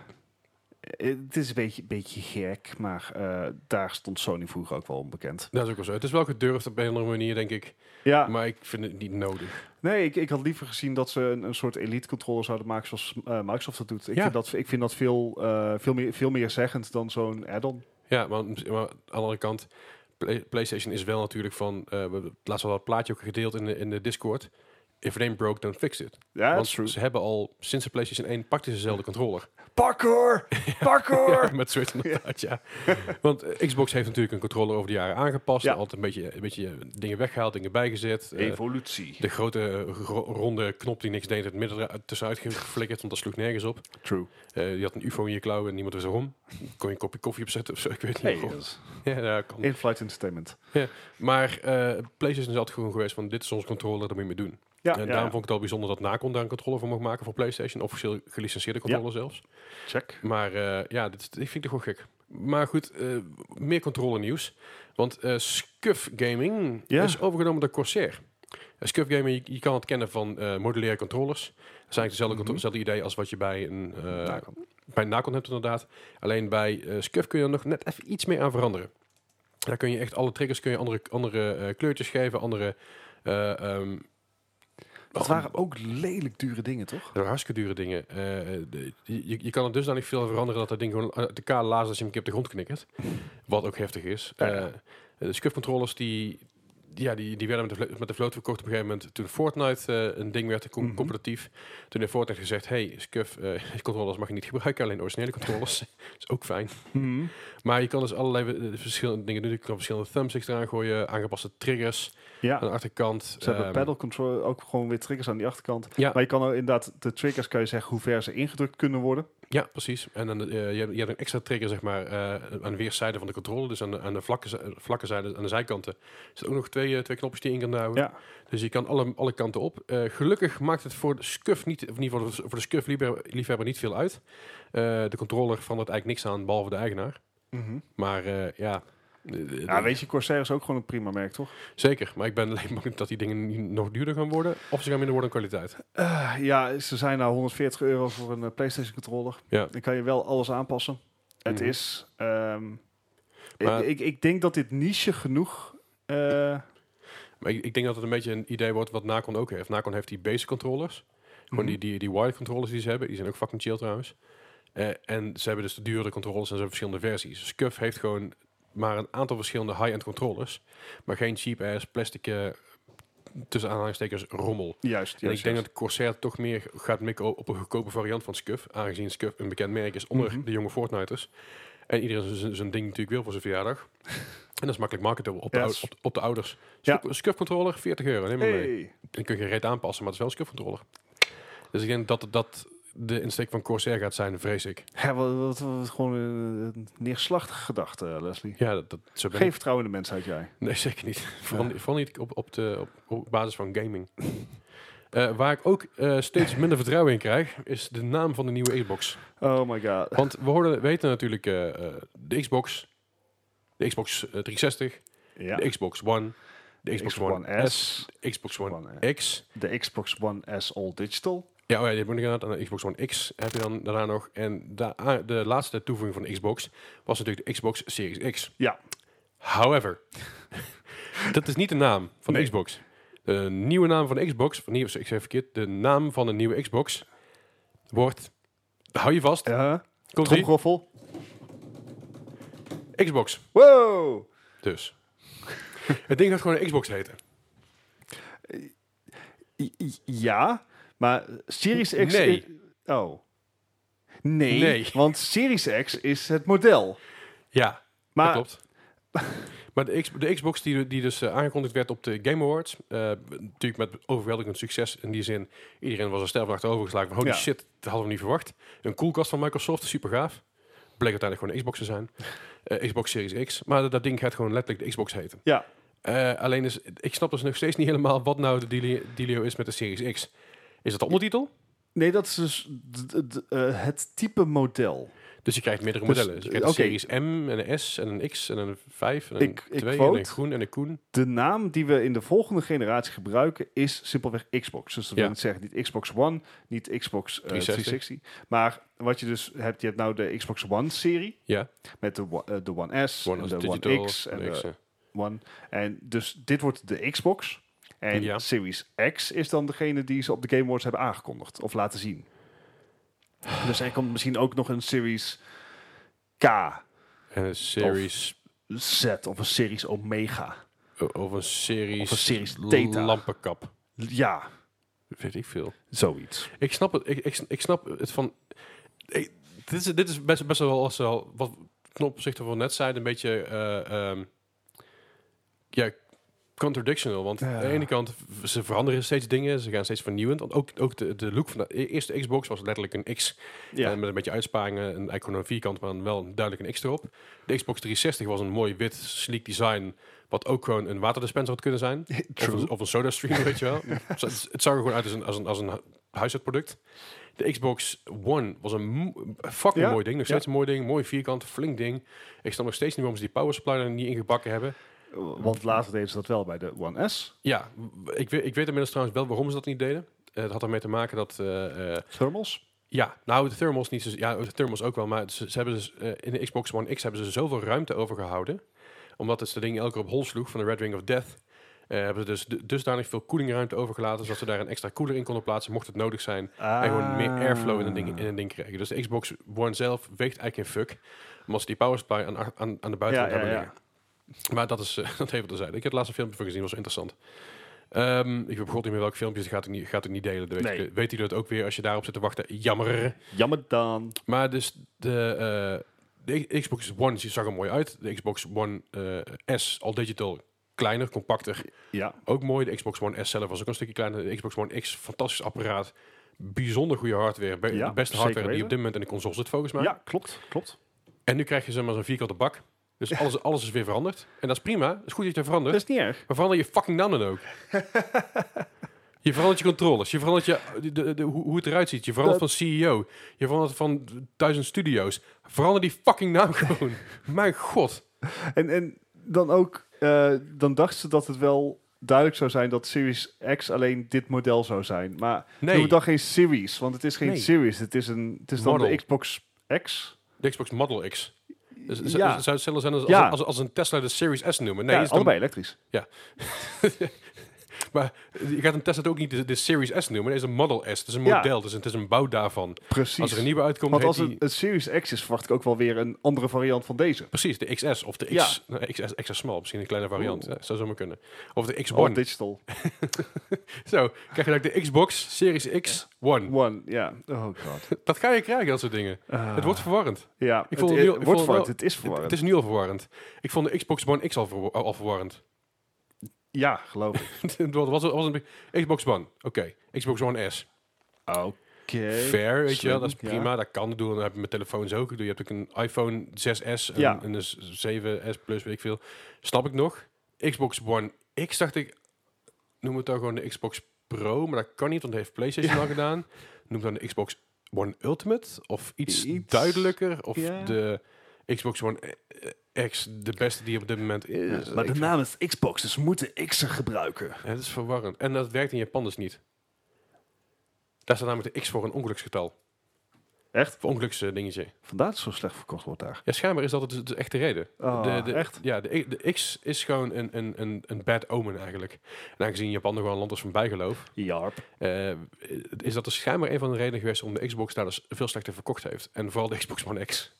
Speaker 2: het is een beetje, beetje gek, maar eh, daar stond Sony vroeger ook wel onbekend.
Speaker 1: Dat is ook wel zo. Het is wel gedurfd op een andere manier, denk ik.
Speaker 2: Ja,
Speaker 1: Maar ik vind het niet nodig.
Speaker 2: nee, ik, ik had liever gezien dat ze een, een soort elite controller zouden maken zoals eh, Microsoft dat doet. Ik
Speaker 1: Ja.
Speaker 2: vind dat, ik vind dat veel, eh, veel, meer, veel meer zeggend dan zo'n add-on.
Speaker 1: Ja, maar, maar aan de andere kant... Play- PlayStation is wel natuurlijk van... eh, we hebben laatst al dat plaatje ook gedeeld in de, in de Discord. If it ain't broke, don't fix it.
Speaker 2: Ja,
Speaker 1: Want
Speaker 2: that's true.
Speaker 1: ze hebben al sinds de PlayStation 1 praktisch dezelfde controller.
Speaker 2: Parkour! Parkour!
Speaker 1: Ja, (laughs) met Switch inderdaad, ja. Want eh, Xbox heeft natuurlijk een controller over de jaren aangepast.
Speaker 2: Ja.
Speaker 1: Altijd een beetje, een beetje eh, dingen weggehaald, dingen bijgezet. Eh,
Speaker 2: Evolutie.
Speaker 1: de grote eh, ro- ronde knop die niks deed, het midden eruit- tussenuit geflikkerd, want dat sloeg nergens op.
Speaker 2: True.
Speaker 1: Eh, je had een ufo in je klauw en niemand wist waarom. Kon je een kopje koffie opzetten of zo, ik weet niet. waarom. Ja, dat kan.
Speaker 2: In-flight entertainment.
Speaker 1: Maar eh, PlayStation is altijd gewoon geweest van, dit is onze controller, daar moet je mee doen.
Speaker 2: Ja,
Speaker 1: en
Speaker 2: ja,
Speaker 1: daarom vond ik het al bijzonder dat Nacon daar een controller voor mocht maken voor PlayStation. Officieel gelicentieerde controller zelfs.
Speaker 2: check.
Speaker 1: Maar eh, ja, dit, ik vind het gewoon gek. Maar goed, eh, meer controle nieuws. Want eh Scuf Gaming
Speaker 2: Ja.
Speaker 1: is overgenomen door Corsair. Eh, Scuf Gaming, je, je kan het kennen van eh modulaire controllers. Dat is eigenlijk dezelfde, contro-
Speaker 2: Mhm.
Speaker 1: hetzelfde idee als wat je bij een eh,
Speaker 2: Daar kan-
Speaker 1: bij Nacon hebt inderdaad. Alleen bij eh, Scuf kun je er nog net even iets meer aan veranderen. Daar kun je echt alle triggers, kun je andere, andere eh, kleurtjes geven, andere... eh, ehm,
Speaker 2: Dat waren ook lelijk dure dingen, toch?
Speaker 1: dat waren hartstikke dure dingen. Eh, de- je, je kan het dusdanig veel veranderen dat dat ding gewoon uit elkaar laast als je hem een keer op de grond knikkert. Wat ook heftig is.
Speaker 2: Ja,
Speaker 1: Eh
Speaker 2: ja.
Speaker 1: de scuff controllers die, die- ja, die, die werden met de, vlo- met de vloot verkocht op een gegeven moment. Toen Fortnite eh, een ding werd, com-
Speaker 2: Mhm.
Speaker 1: competitief. Toen heeft Fortnite gezegd, hey, scuff eh, (laughs) controllers mag je niet gebruiken, alleen originele
Speaker 2: (laughs)
Speaker 1: controllers. is ook fijn. Maar je kan dus allerlei eh, verschillende dingen doen. Je kan verschillende thumbsticks eraan gooien, aangepaste triggers
Speaker 2: Ja.
Speaker 1: aan de achterkant.
Speaker 2: Ze hebben
Speaker 1: Ehm,
Speaker 2: pedal control ook gewoon weer triggers aan die achterkant.
Speaker 1: Ja.
Speaker 2: Maar je kan er inderdaad, de triggers kan je zeggen hoe ver ze ingedrukt kunnen worden.
Speaker 1: Ja, precies. En dan, eh, je, hebt, je hebt een extra trigger zeg maar, eh, aan de weerszijden van de controle. Dus aan de, aan de vlakke, zi- vlakke zijde, aan de zijkanten, zitten ook nog twee, eh, twee knopjes die je in kan houden.
Speaker 2: Ja.
Speaker 1: Dus je kan alle, alle kanten op. Eh, gelukkig maakt het voor de scuff niet, of niet voor de, voor de scuff liefhebber, liefhebber niet veel uit. Eh, de controller verandert eigenlijk niks aan, behalve de eigenaar. Maar eh, ja, eh, de- de-
Speaker 2: Ja, weet je, Corsair is ook gewoon een prima merk, toch?
Speaker 1: zeker. Maar ik ben alleen (laughs) bang dat die dingen niet- nog duurder gaan worden. Of ze gaan minder worden aan kwaliteit.
Speaker 2: Eh, ja, ze zijn nou 140 euro voor een eh, PlayStation controller.
Speaker 1: Ja.
Speaker 2: Dan kan je wel alles aanpassen. Het
Speaker 1: Mhm.
Speaker 2: is... ehm,
Speaker 1: Maar-
Speaker 2: ik, ik, ik denk dat dit niche genoeg... eh,
Speaker 1: Maar ik, ik denk dat het een beetje een idee wordt wat Nacon ook heeft. Nacon heeft die basic controllers.
Speaker 2: Mhm.
Speaker 1: Gewoon die, die, die wired controllers die ze hebben. Die zijn ook fucking chill trouwens. Eh, en ze hebben dus de duurdere controllers en ze hebben verschillende versies. Scuf heeft gewoon maar een aantal verschillende high-end controllers. Maar geen cheap-ass plastic, eh, tussen aanhalingstekens, rommel.
Speaker 2: hm, juist,
Speaker 1: En
Speaker 2: juist,
Speaker 1: ik denk
Speaker 2: juist.
Speaker 1: dat Corsair toch meer gaat mikken op een goedkope variant van Scuf. Aangezien Scuf een bekend merk is onder
Speaker 2: Mhm.
Speaker 1: de jonge Fortniters. En iedereen zijn- zijn- zijn ding natuurlijk wil voor zijn verjaardag. En dat is makkelijk marketable op, de,
Speaker 2: Ja,
Speaker 1: ou-
Speaker 2: s-
Speaker 1: op, op de ouders.
Speaker 2: Ja.
Speaker 1: Scuf, Scuf controller, 40 euro. Neem maar mee.
Speaker 2: Hey.
Speaker 1: Dan kun je geen reet aanpassen, maar het is wel een Scuf controller. Dus ik denk dat dat de insteek van Corsair gaat zijn, vrees ik.
Speaker 2: Ja, wat, wat, wat- gewoon een een neerslachtige gedachte, eh, Leslie.
Speaker 1: Ja, dat, dat zo ben
Speaker 2: Geen
Speaker 1: ik.
Speaker 2: vertrouwen in de mensheid, jij.
Speaker 1: Nee, zeker niet. Vooral, niet- vooral niet op, op, de, op, op basis van gaming. Eh, waar ik ook eh, steeds minder vertrouwen in krijg, is de naam van de nieuwe Xbox.
Speaker 2: Oh my god.
Speaker 1: Want we hoorden, weten natuurlijk eh, eh, de Xbox, de Xbox eh, 360,
Speaker 2: Ja.
Speaker 1: de Xbox One, de Xbox, One S, de Xbox One,
Speaker 2: One
Speaker 1: X.
Speaker 2: eh, de Xbox One S All Digital.
Speaker 1: Ja, oh ja, die moet ik inderdaad. En de Xbox One X heb je dan daarna nog. En da- ah, de laatste toevoeging van de Xbox was natuurlijk de Xbox Series X.
Speaker 2: Ja.
Speaker 1: However, (laughs) dat is niet de naam van
Speaker 2: Nee.
Speaker 1: de Xbox. De nieuwe naam van de Xbox, van nieuw, ik zeg verkeerd, de naam van de nieuwe Xbox wordt, hou je vast,
Speaker 2: Uh,
Speaker 1: komt
Speaker 2: Tromgroffel.
Speaker 1: Xbox.
Speaker 2: Wow! (laughs)
Speaker 1: Dus. het ding gaat gewoon een Xbox heten.
Speaker 2: I- i- ja, maar Series X...
Speaker 1: Nee.
Speaker 2: i- oh. Nee,
Speaker 1: Nee.
Speaker 2: want Series X is het model.
Speaker 1: Ja,
Speaker 2: Maar
Speaker 1: dat
Speaker 2: (laughs)
Speaker 1: klopt. Maar de, X- de Xbox die, die dus eh, aangekondigd werd op de Game Awards, eh, natuurlijk met overweldigend succes in die zin. Iedereen was er sterk achterover geslagen van holy
Speaker 2: Ja.
Speaker 1: shit, dat hadden we niet verwacht. Een koelkast van Microsoft, super gaaf. Bleek uiteindelijk gewoon een Xbox te
Speaker 2: (laughs)
Speaker 1: zijn. Eh, Xbox Series X. Maar dat, dat ding gaat gewoon letterlijk de Xbox heten.
Speaker 2: Ja.
Speaker 1: Eh, alleen is, ik snap dus nog steeds niet helemaal wat nou de dealio- dealio is met de Series X. Is dat de ondertitel?
Speaker 2: nee, dat is dus d- d- d- eh, het type model.
Speaker 1: Dus je krijgt meerdere
Speaker 2: Dus,
Speaker 1: modellen. Dus je krijgt
Speaker 2: oké.
Speaker 1: een Series M en een S en een X en een 5 en een
Speaker 2: Ik- ik
Speaker 1: 2 en een
Speaker 2: quote.
Speaker 1: groen en een koen.
Speaker 2: De naam die we in de volgende generatie gebruiken is simpelweg Xbox. Dus dat
Speaker 1: Ja.
Speaker 2: wil niet zeggen niet Xbox One, niet Xbox eh,
Speaker 1: 360.
Speaker 2: 360. Maar wat je dus hebt, je hebt nou de Xbox One-serie
Speaker 1: Ja,
Speaker 2: met de, One- eh, de One S,
Speaker 1: One
Speaker 2: en
Speaker 1: is
Speaker 2: de
Speaker 1: digital.
Speaker 2: One X en
Speaker 1: een X,
Speaker 2: de
Speaker 1: ja.
Speaker 2: One. En dus dit wordt de Xbox. En
Speaker 1: Ja.
Speaker 2: Series X is dan degene die ze op de Game Awards hebben aangekondigd of laten zien. Dus er komt misschien ook nog een Series K
Speaker 1: En een Series
Speaker 2: Z of een Series Omega.
Speaker 1: o- of een Series,
Speaker 2: Of een Series Theta.
Speaker 1: lampenkap.
Speaker 2: Ja,
Speaker 1: Weet ik veel.
Speaker 2: zoiets.
Speaker 1: Ik snap het. Ik, ik, ik snap het van. ik- dit, is, dit is best, best wel als wel wat ten opzichte van wat we net zeiden een beetje eh, ehm, ja contradictional. Want
Speaker 2: Ja.
Speaker 1: aan de ene kant v- ze veranderen steeds dingen, ze gaan steeds vernieuwend. Want ook, ook de, de look van de e- eerste Xbox was letterlijk een X
Speaker 2: Ja.
Speaker 1: eh, met een beetje uitsparingen, en eigenlijk gewoon een vierkant, maar dan wel duidelijk een X erop. De Xbox 360 was een mooi wit sleek design. Wat ook gewoon een waterdispenser had kunnen zijn. Of
Speaker 2: True.
Speaker 1: een, of een soda
Speaker 2: (laughs)
Speaker 1: stream, weet je wel. Zo- Het, het zag er gewoon uit als een, als een, als een hu- huishoudproduct. De Xbox One was een mo- fucking
Speaker 2: Ja,
Speaker 1: mooi ding. Nog steeds
Speaker 2: ja.
Speaker 1: een mooi ding. Mooi vierkant, flink ding. Ik snap nog steeds niet waarom ze die power supply er niet ingebakken hebben.
Speaker 2: Want later deden ze dat wel bij de One S.
Speaker 1: Ja, w- ik, weet- ik weet inmiddels trouwens wel waarom ze dat niet deden. Eh, het had ermee te maken dat eh, eh,
Speaker 2: Thermals.
Speaker 1: Ja, nou de thermals niet. zo- Ja, de thermals ook wel, maar ze, ze hebben dus, eh, in de Xbox One X hebben ze zoveel ruimte overgehouden, omdat het ding elke keer op hol sloeg van de Red Ring of Death. eh, hebben ze dus du- dusdanig veel koelingruimte overgelaten, zodat ze daar een extra koeler in konden plaatsen, mocht het nodig zijn.
Speaker 2: Ah.
Speaker 1: En gewoon meer airflow in een, ding, in een ding krijgen. Dus de Xbox One zelf weegt eigenlijk geen fuck. Omdat ze die power supply aan, aan, aan de buitenkant
Speaker 2: Ja, ja,
Speaker 1: hebben
Speaker 2: ja.
Speaker 1: liggen. Maar dat is, eh, (laughs) dat heeft te zijn. Ik heb het laatste filmpje van gezien, was interessant. Ehm, ik heb god niet meer welk filmpje, dat gaat ik niet, gaat ik niet delen. Dat weet,
Speaker 2: Nee.
Speaker 1: ik, weet jullie dat ook weer als je daarop zit te wachten? Jammer.
Speaker 2: Jammer dan.
Speaker 1: Maar dus de, eh, de Xbox One die zag er mooi uit. De Xbox One eh, S, al digital, kleiner, compacter,
Speaker 2: Ja.
Speaker 1: ook mooi. De Xbox One S zelf was ook een stukje kleiner. De Xbox One X, fantastisch apparaat. Bijzonder goede hardware. Be-
Speaker 2: Ja,
Speaker 1: de beste
Speaker 2: zeker
Speaker 1: hardware die
Speaker 2: weten.
Speaker 1: op dit moment in de console zit, volgens mij.
Speaker 2: ja, klopt. Klopt.
Speaker 1: En nu krijg je zeg maar zo'n vierkante bak. Dus alles, alles is weer veranderd. En dat is prima. Het is goed dat je het
Speaker 2: Dat
Speaker 1: verandert.
Speaker 2: is niet erg.
Speaker 1: Maar verander je fucking naam
Speaker 2: (laughs)
Speaker 1: dan ook. je verandert je controllers. Je verandert je, de, de, de- hoe hoe het eruit ziet. Je verandert van CEO. Je verandert van duizend studio's. Verander die fucking naam (laughs) gewoon. Mijn god.
Speaker 2: En, en dan ook, eh, dan dachten ze dat het wel duidelijk zou zijn dat Series X alleen dit model zou zijn. Maar
Speaker 1: Nee.
Speaker 2: noem het dan geen Series, want het is geen
Speaker 1: Nee.
Speaker 2: Series. Het is, een, het is dan
Speaker 1: Model.
Speaker 2: de Xbox X.
Speaker 1: De Xbox Model X. Dus, z-
Speaker 2: Ja.
Speaker 1: z- Zou het zelfs zijn als,
Speaker 2: Ja.
Speaker 1: als, als, als een Tesla de Series S noemen? Nee,
Speaker 2: ja,
Speaker 1: is dan-
Speaker 2: allebei elektrisch.
Speaker 1: maar je gaat een Tesla ook niet de, de Series S noemen. Nee, het is een Model S. Het is een
Speaker 2: Ja.
Speaker 1: model. Dus het is een bouw daarvan.
Speaker 2: Precies.
Speaker 1: Als er een nieuwe uitkomt,
Speaker 2: want
Speaker 1: heet
Speaker 2: als
Speaker 1: die...
Speaker 2: het een Series X is, verwacht ik ook wel weer een andere variant van deze.
Speaker 1: Precies, de XS of de X... nou, XS extra small, misschien een kleine variant.
Speaker 2: Oeh. Oh,
Speaker 1: Ja, zou zomaar kunnen. Of de X1.
Speaker 2: All digital.
Speaker 1: Zo, krijg je dan de Xbox Series X One.
Speaker 2: One, ja. Oh
Speaker 1: (laughs)
Speaker 2: god.
Speaker 1: Dat ga je krijgen, dat soort dingen.
Speaker 2: Ah.
Speaker 1: Het wordt verwarrend.
Speaker 2: ja,
Speaker 1: Ik
Speaker 2: ik
Speaker 1: vond
Speaker 2: het,
Speaker 1: het heel-
Speaker 2: het
Speaker 1: ik vond
Speaker 2: wordt
Speaker 1: het
Speaker 2: verwarrend.
Speaker 1: wel-
Speaker 2: Het is
Speaker 1: Het,
Speaker 2: verwarrend.
Speaker 1: het is nu al verwarrend. Ik vond de Xbox One X al, verwa- al verwarrend. (laughs)
Speaker 2: ja, geloof ik.
Speaker 1: Het was, was, was een be- Xbox One, oké. Xbox One S.
Speaker 2: Oké.
Speaker 1: Fair, weet je wel. Dat is
Speaker 2: Slim,
Speaker 1: prima, dat kan. Dat doe ik. dan heb je met telefoons ook. Ik bedoel, Je hebt ook een iPhone 6S en,
Speaker 2: Ja.
Speaker 1: en een 7S Plus, weet ik veel. Snap ik nog. Xbox One X dacht ik, noem het dan gewoon de Xbox Pro, maar dat kan niet, want dat heeft PlayStation al gedaan. Noem dan de Xbox One Ultimate of iets,
Speaker 2: Iets,
Speaker 1: duidelijker. Of
Speaker 2: ja.
Speaker 1: de Xbox One eh, eh, X, de beste die op dit moment is.
Speaker 2: maar de
Speaker 1: Ik-
Speaker 2: naam is Xbox, dus we moeten X'en gebruiken.
Speaker 1: het is verwarrend. En dat werkt in Japan dus niet. Daar staat namelijk de X voor een ongeluksgetal.
Speaker 2: Echt?
Speaker 1: Voor ongeluksdingetje.
Speaker 2: Vandaar dat het zo slecht verkocht wordt daar.
Speaker 1: Ja, schijnbaar is dat dus de echte reden.
Speaker 2: Oh,
Speaker 1: de, de,
Speaker 2: echt?
Speaker 1: Ja, de, de X is gewoon een, een, een, een bad omen eigenlijk. En aangezien Japan nog wel een land is van bijgeloof,
Speaker 2: Jarp.
Speaker 1: eh, is dat dus schijnbaar een van de redenen geweest om de Xbox daar dus veel slechter verkocht heeft. En vooral de Xbox One X.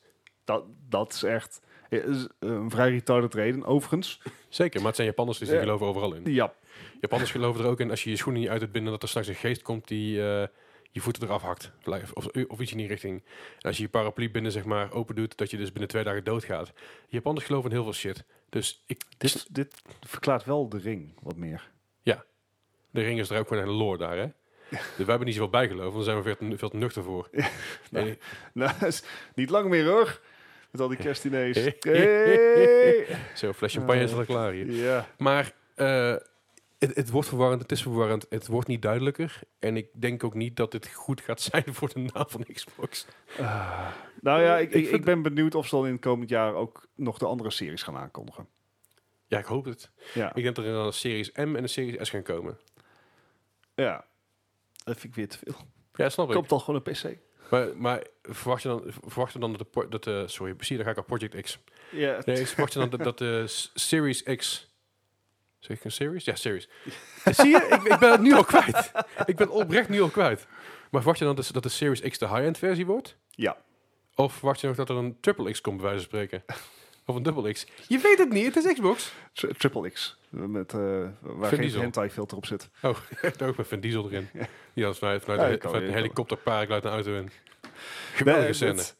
Speaker 2: dat, dat is echt eh, is een vrij retarded reden, overigens.
Speaker 1: Zeker, maar het zijn Japanners dus die
Speaker 2: Ja.
Speaker 1: geloven overal in.
Speaker 2: (laughs) Ja,
Speaker 1: Japanners geloven er ook in als je je schoenen niet uit het binden, dat er straks een geest komt die eh, je voeten eraf hakt. Of, of, of iets in die richting. En als je je paraplu binnen zeg maar open doet, dat je dus binnen twee dagen doodgaat. Japanners geloven in heel veel shit. Dus ik,
Speaker 2: dit, dit verklaart wel de ring wat meer. (laughs)
Speaker 1: de ring is er ook gewoon een lore daar, hè? Dus wij hebben niet zoveel bijgeloven, want daar zijn we veel te, veel te nuchter voor. (laughs) Nee,
Speaker 2: Nou, is niet lang meer hoor. Met al die (laughs) kerstdiners.
Speaker 1: Hey.
Speaker 2: Hey.
Speaker 1: Zo'n fles champagne is al klaar hier.
Speaker 2: Ja.
Speaker 1: Maar eh, het, het wordt verwarrend, het is verwarrend, het wordt niet duidelijker. En ik denk ook niet dat dit goed gaat (laughs) zijn voor de naam van Xbox.
Speaker 2: Nou ja, ik,
Speaker 1: Ik
Speaker 2: ik,
Speaker 1: vind-
Speaker 2: ik ben benieuwd of ze dan in het komend jaar ook nog de andere series gaan aankondigen.
Speaker 1: Ja, ik hoop het.
Speaker 2: Ja,
Speaker 1: Ik denk dat er dan een Series M en een Series S gaan komen.
Speaker 2: ja. dat vind ik weer te veel.
Speaker 1: Ja, snap ik.
Speaker 2: Komt al gewoon een PC?
Speaker 1: Maar, maar verwacht je dan, verwacht je dan dat de, por- dat de... Sorry, zie je, daar ga ik al Project X.
Speaker 2: Ja.
Speaker 1: Nee, verwacht je dan dat, dat de S- Series X... Zeg ik een Series? Ja,
Speaker 2: (laughs)
Speaker 1: Series. Zie je, ik, ik ben het nu al kwijt. Ik ben oprecht nu al kwijt. Maar verwacht je dan dat, dat de Series X de high-end versie wordt?
Speaker 2: Ja.
Speaker 1: Of verwacht je nog dat er een triple X komt, bij wijze van spreken? Of een dubbel X? Je weet het niet, het is Xbox.
Speaker 2: Tri- Triple X. Met, eh, waar
Speaker 1: Vin
Speaker 2: geen
Speaker 1: Diesel.
Speaker 2: hentai filter op zit.
Speaker 1: Oh, (laughs) daar ook met Vin Diesel erin. Die dan vanuit, vanuit,
Speaker 2: Ja,
Speaker 1: de-
Speaker 2: dat kan
Speaker 1: vanuit een
Speaker 2: weer.
Speaker 1: helikopter paraglide naar auto in. Geweldige
Speaker 2: Nee,
Speaker 1: scène.
Speaker 2: het-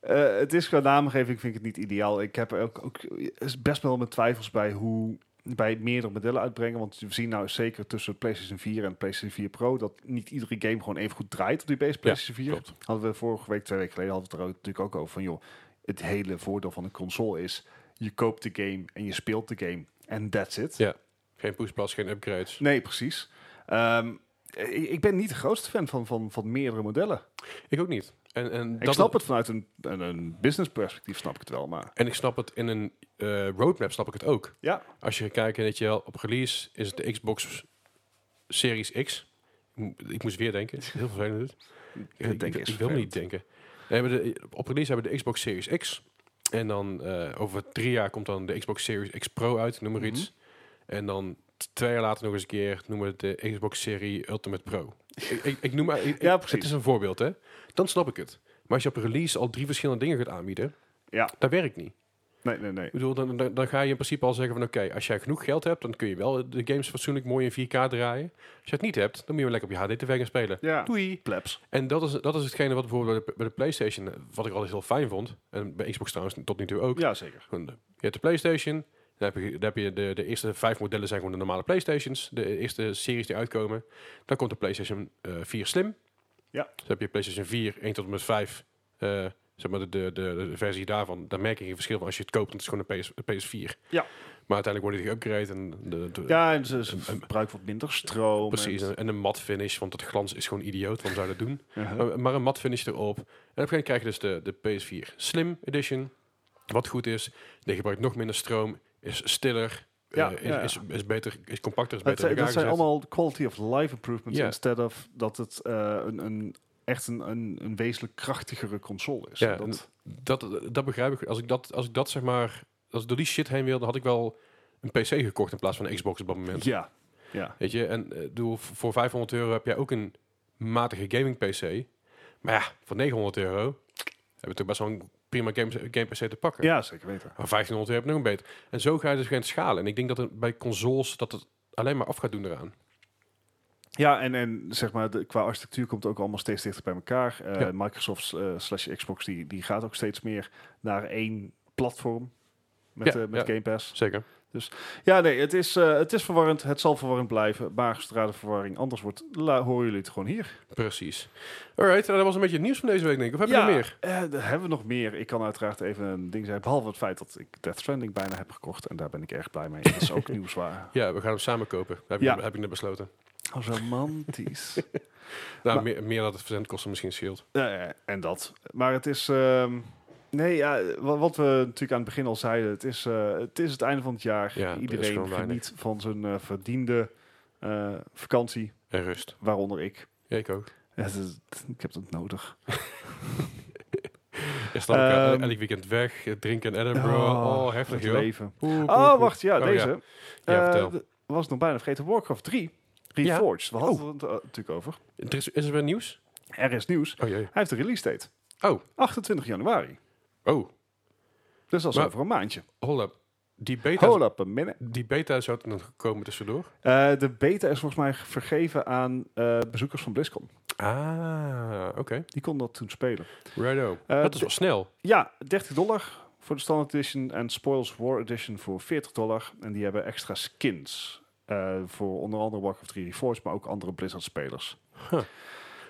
Speaker 2: eh, het is qua naamgeving vind ik het niet ideaal. Ik heb er ook, ook is best wel mijn twijfels bij hoe bij meerdere modellen uitbrengen. Want we zien nou zeker tussen de PlayStation 4 en de PlayStation 4 Pro dat niet iedere game gewoon even goed draait op die base PlayStation 4.
Speaker 1: klopt.
Speaker 2: Hadden we vorige week, twee weken geleden, hadden we het er ook- natuurlijk ook over van joh, het hele voordeel van een console is je koopt de game en je speelt de game en that's it.
Speaker 1: Ja. Geen pushpas, geen upgrades.
Speaker 2: Nee, precies. Ehm, ik, ik ben niet de grootste fan van, van, van meerdere modellen.
Speaker 1: Ik ook niet. En, en
Speaker 2: Ik snap het vanuit een, een, een business perspectief, snap ik het wel, maar
Speaker 1: En ik snap het in een eh, roadmap, snap ik het ook.
Speaker 2: ja.
Speaker 1: Als je kijkt, weet je wel, op release is het de Xbox Series X. Ik mo- Ik moest weer denken. Heel vervelend
Speaker 2: (laughs)
Speaker 1: dit.
Speaker 2: denk
Speaker 1: Ik, ik, ik
Speaker 2: is
Speaker 1: wil
Speaker 2: vervelend.
Speaker 1: niet denken. We hebben de, op release hebben we de Xbox Series X. En dan eh, over drie jaar komt dan de Xbox Series X Pro uit, noem maar
Speaker 2: Mhm.
Speaker 1: iets. En dan t- twee jaar later nog eens een keer noemen we het de Xbox Series Ultimate Pro. ik, ik, ik noem maar, ik-
Speaker 2: (laughs) Ja,
Speaker 1: ik-
Speaker 2: precies.
Speaker 1: het is een voorbeeld, hè. Dan snap ik het. Maar als je op release al drie verschillende dingen gaat aanbieden,
Speaker 2: Ja.
Speaker 1: dat werkt niet.
Speaker 2: Nee, nee, nee.
Speaker 1: Ik bedoel, dan, dan, dan ga je in principe al zeggen van oké, als jij genoeg geld hebt, dan kun je wel de games fatsoenlijk mooi in 4K draaien. Als je het niet hebt, dan moet je wel lekker op je HD-tv gaan spelen.
Speaker 2: Ja.
Speaker 1: Doei!
Speaker 2: Plebs.
Speaker 1: En dat is, dat is hetgene wat bijvoorbeeld bij de, bij de PlayStation, eh, wat ik altijd heel fijn vond, en bij Xbox trouwens tot nu toe ook.
Speaker 2: Ja, zeker.
Speaker 1: Gewoon de- Je hebt de PlayStation, dan heb je, dan heb je de, de eerste vijf modellen zijn gewoon de normale PlayStations, de eerste series die uitkomen. Dan komt de PlayStation eh, 4 Slim.
Speaker 2: Ja.
Speaker 1: Dus heb je PlayStation 4, 1 tot en met 5, eh, zeg maar de, de, de, de versie daarvan. Daar merk je geen verschil van als je het koopt, want het is gewoon een PS, PS4.
Speaker 2: Ja.
Speaker 1: Maar uiteindelijk worden die geüpgrade en de, de-
Speaker 2: Ja, en ze, ze gebruiken wat minder stroom.
Speaker 1: eh, Precies, eh,
Speaker 2: en-
Speaker 1: en, en een mat finish, want dat glans is gewoon idioot, waarom zou je dat doen?
Speaker 2: Uh-huh.
Speaker 1: Maar, maar een mat finish erop. En op een gegeven moment krijg je dus de, de PS4 Slim Edition. Wat goed is, die gebruikt nog minder stroom, is stiller,
Speaker 2: Ja,
Speaker 1: eh, is,
Speaker 2: ja, ja.
Speaker 1: Is, is beter, is compacter, is
Speaker 2: Het,
Speaker 1: beter in
Speaker 2: zijn- dat
Speaker 1: elkaar
Speaker 2: zijn
Speaker 1: gezet.
Speaker 2: allemaal quality of life improvements
Speaker 1: Ja.
Speaker 2: instead of dat het eh, een, een, echt een, een, een wezenlijk krachtigere console is.
Speaker 1: Ja,
Speaker 2: dat,
Speaker 1: Dat, dat begrijp ik. Als ik dat, als ik dat zeg maar, als ik door die shit heen wilde, had ik wel een PC gekocht in plaats van een Xbox op dat moment.
Speaker 2: ja, ja.
Speaker 1: Weet je, en eh, doe, voor 500 euro heb jij ook een matige gaming PC. Maar ja, voor 900 euro heb je toch best wel een prima game, game PC te pakken.
Speaker 2: ja, zeker weten.
Speaker 1: Maar 1500 heb je nog een beter. En zo ga je dus gaan schalen. En ik denk dat het bij consoles dat het alleen maar af gaat doen eraan.
Speaker 2: Ja, en, en zeg maar, de, qua architectuur komt het ook allemaal steeds dichter bij elkaar. Eh,
Speaker 1: Ja.
Speaker 2: Microsoft eh, slash Xbox die, die gaat ook steeds meer naar één platform met,
Speaker 1: Ja,
Speaker 2: eh, met
Speaker 1: ja.
Speaker 2: Game Pass.
Speaker 1: Zeker.
Speaker 2: Ja, nee, het is, eh, het is verwarrend. Het zal verwarrend blijven. Maar zodra de verwarring anders wordt, la- horen jullie het gewoon hier.
Speaker 1: Precies. Alright, nou, dat was een beetje het nieuws van deze week, denk ik. Of heb
Speaker 2: ja,
Speaker 1: je nog meer?
Speaker 2: eh, daar hebben we nog meer. Ik kan uiteraard even een ding zeggen. Behalve het feit dat ik Death Stranding bijna heb gekocht. En daar ben ik erg blij mee. Dat is
Speaker 1: (laughs)
Speaker 2: ook nieuws waar.
Speaker 1: Ja, we gaan hem samen kopen. Dat Heb,
Speaker 2: Ja.
Speaker 1: ik, heb ik net besloten.
Speaker 2: Oh, romantisch.
Speaker 1: Nou,
Speaker 2: Maar-
Speaker 1: meer, meer dat het verzendkosten misschien scheelt.
Speaker 2: Eh, en dat. Maar het is... ehm, nee, ja, wa- wat, we natuurlijk aan het begin al zeiden. Het is, eh, het, is het einde van het jaar.
Speaker 1: Ja, er is
Speaker 2: Iedereen
Speaker 1: gewoon
Speaker 2: geniet
Speaker 1: weinig.
Speaker 2: van zijn eh, verdiende eh, vakantie.
Speaker 1: En rust.
Speaker 2: Waaronder ik.
Speaker 1: Ja, ik ook.
Speaker 2: Het is- ik heb dat nodig.
Speaker 1: Eerst dan elkaar
Speaker 2: Ehm.
Speaker 1: elk weekend weg, eh, drinken in Edinburgh. Oh, heftig,
Speaker 2: het
Speaker 1: joh.
Speaker 2: leven.
Speaker 1: Oeh, oeh,
Speaker 2: Oh,
Speaker 1: oeh.
Speaker 2: wacht, ja,
Speaker 1: Oh,
Speaker 2: deze.
Speaker 1: ja. Ja,
Speaker 2: Eh,
Speaker 1: vertel.
Speaker 2: d- was nog bijna vergeten. Warcraft 3, Reforged. We
Speaker 1: Oh.
Speaker 2: hadden het er natuurlijk over.
Speaker 1: Er is, is er weer nieuws?
Speaker 2: Er is nieuws.
Speaker 1: Oh jee.
Speaker 2: Hij heeft een release date.
Speaker 1: Oh.
Speaker 2: 28 januari.
Speaker 1: Oké, Oh,
Speaker 2: Dus dat is
Speaker 1: Maar-
Speaker 2: over een maandje.
Speaker 1: hold up. Die beta,
Speaker 2: Hold up a minute.
Speaker 1: Die beta zou er nog komen tussendoor.
Speaker 2: Eh, de beta is volgens mij vergeven aan eh, bezoekers van BlizzCon.
Speaker 1: Ah, oké.
Speaker 2: Die konden dat toen spelen.
Speaker 1: Righto.
Speaker 2: Eh,
Speaker 1: dat is wel snel.
Speaker 2: Ja, 30 dollar voor de Standard Edition en Spoils War Edition voor 40 dollar. En die hebben extra skins. eh, voor onder andere Warcraft 3 Reforged, maar ook andere Blizzard-spelers.
Speaker 1: Huh. Dus um,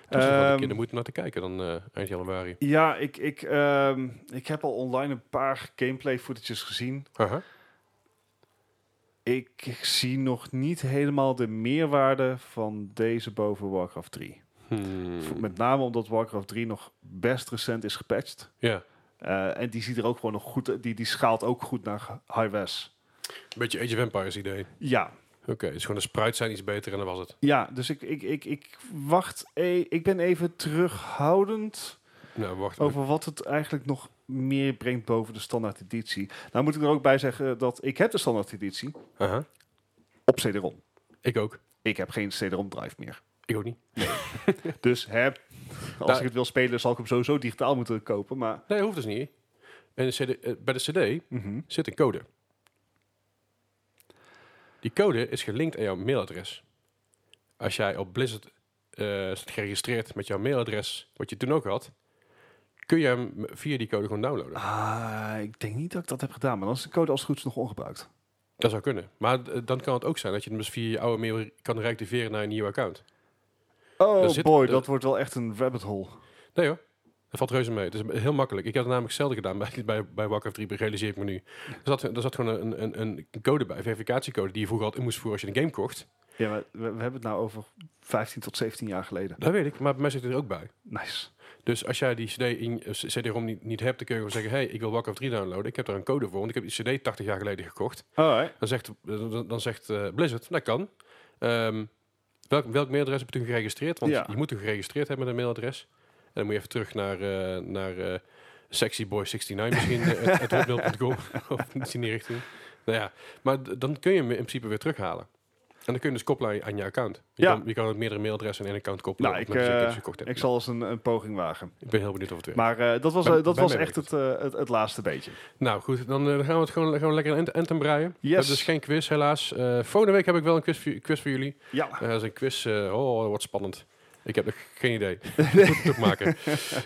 Speaker 1: de
Speaker 2: Ehm,
Speaker 1: kinderen moeten naar te kijken dan eh, eind januari.
Speaker 2: ja, ik, ik, ehm, ik heb al online een paar gameplay footages gezien.
Speaker 1: Aha.
Speaker 2: Ik zie nog niet helemaal de meerwaarde van deze boven Warcraft 3.
Speaker 1: Hmm.
Speaker 2: Met name omdat Warcraft 3 nog best recent is gepatcht.
Speaker 1: Ja,
Speaker 2: Eh, en die ziet er ook gewoon nog goed Die, die schaalt ook goed naar high-res.
Speaker 1: een beetje Age of Empires idee.
Speaker 2: Ja,
Speaker 1: Oké, dus gewoon de spruit zijn iets beter en dan was het.
Speaker 2: ja, dus ik, ik, ik, ik wacht. e- ik ben even terughoudend
Speaker 1: Nou, wacht.
Speaker 2: over wat het eigenlijk nog meer brengt boven de standaard editie. Nou moet ik er ook bij zeggen dat ik heb de standaard editie
Speaker 1: Aha.
Speaker 2: op CD-ROM.
Speaker 1: Ik ook.
Speaker 2: Ik heb geen CD-ROM drive meer.
Speaker 1: Ik ook niet.
Speaker 2: Dus hè, als
Speaker 1: Nou-
Speaker 2: ik het wil spelen, zal ik hem sowieso digitaal moeten kopen. Maar
Speaker 1: Nee, hoeft dus niet. En de CD, eh, bij de CD
Speaker 2: mhm.
Speaker 1: zit een code. Die code is gelinkt aan jouw mailadres. Als jij op Blizzard eh staat geregistreerd met jouw mailadres, wat je toen ook had, kun je hem via die code gewoon downloaden.
Speaker 2: Ah, ik denk niet dat ik dat heb gedaan, maar dan is de code als het goed is nog ongebruikt.
Speaker 1: Dat zou kunnen. Maar eh, dan kan het ook zijn dat je hem dus via je oude mail kan reactiveren naar een nieuw account.
Speaker 2: Oh
Speaker 1: Er zit-
Speaker 2: boy,
Speaker 1: er-
Speaker 2: dat wordt wel echt een rabbit hole.
Speaker 1: Nee hoor. Dat valt reuze mee. Het is heel makkelijk. Ik had het namelijk zelden gedaan bij, (laughs) bij, bij Warcraft 3, realiseer ik me nu. Er zat, er zat gewoon een, een, een code bij, een verificatiecode, die je vroeger altijd moest voeren als je een game kocht.
Speaker 2: Ja, maar we, we hebben het nou over 15 tot 17 jaar geleden.
Speaker 1: Dat weet ik, maar bij mij zit het er ook bij.
Speaker 2: Nice.
Speaker 1: Dus als jij die CD in eh, CD-ROM niet, niet hebt, dan kun je gewoon zeggen: hey, ik wil Warcraft 3 downloaden. Ik heb daar een code voor, want ik heb die CD 80 jaar geleden gekocht.
Speaker 2: Alright.
Speaker 1: Dan zegt, eh, dan, dan zegt eh, Blizzard: dat kan. Ehm, welk, welk mailadres heb je toen geregistreerd? Want
Speaker 2: Ja.
Speaker 1: je moet toen geregistreerd hebben met een mailadres. En dan moet je even terug naar, eh naar eh, sexyboy69 misschien, eh, at- at hotmail.com of iets in die richting. Nou ja, maar d- dan kun je hem in principe weer terughalen. En dan kun je dus koppelen aan, aan je account. Je,
Speaker 2: Ja.
Speaker 1: kan, je kan ook meerdere mailadressen in één account koppelen.
Speaker 2: Nou,
Speaker 1: op
Speaker 2: ik,
Speaker 1: met de CD die
Speaker 2: eh,
Speaker 1: je gekocht hebt.
Speaker 2: Ik zal eens een, een poging wagen.
Speaker 1: ik ben heel benieuwd of het werkt.
Speaker 2: Maar eh, dat was,
Speaker 1: Bij-
Speaker 2: eh, dat
Speaker 1: bij
Speaker 2: was
Speaker 1: mij
Speaker 2: echt het, eh, het, het laatste beetje.
Speaker 1: Nou goed, dan eh, gaan we het gewoon, gewoon lekker een ent- Anthem breien. We
Speaker 2: Yes.
Speaker 1: hebben dus geen quiz, helaas. Eh volgende week heb ik wel een quiz voor, quiz voor jullie.
Speaker 2: Ja.
Speaker 1: Eh, dat is een quiz, eh, oh, dat wordt spannend. Ik heb nog geen idee.
Speaker 2: (laughs)
Speaker 1: Moet het ook maken.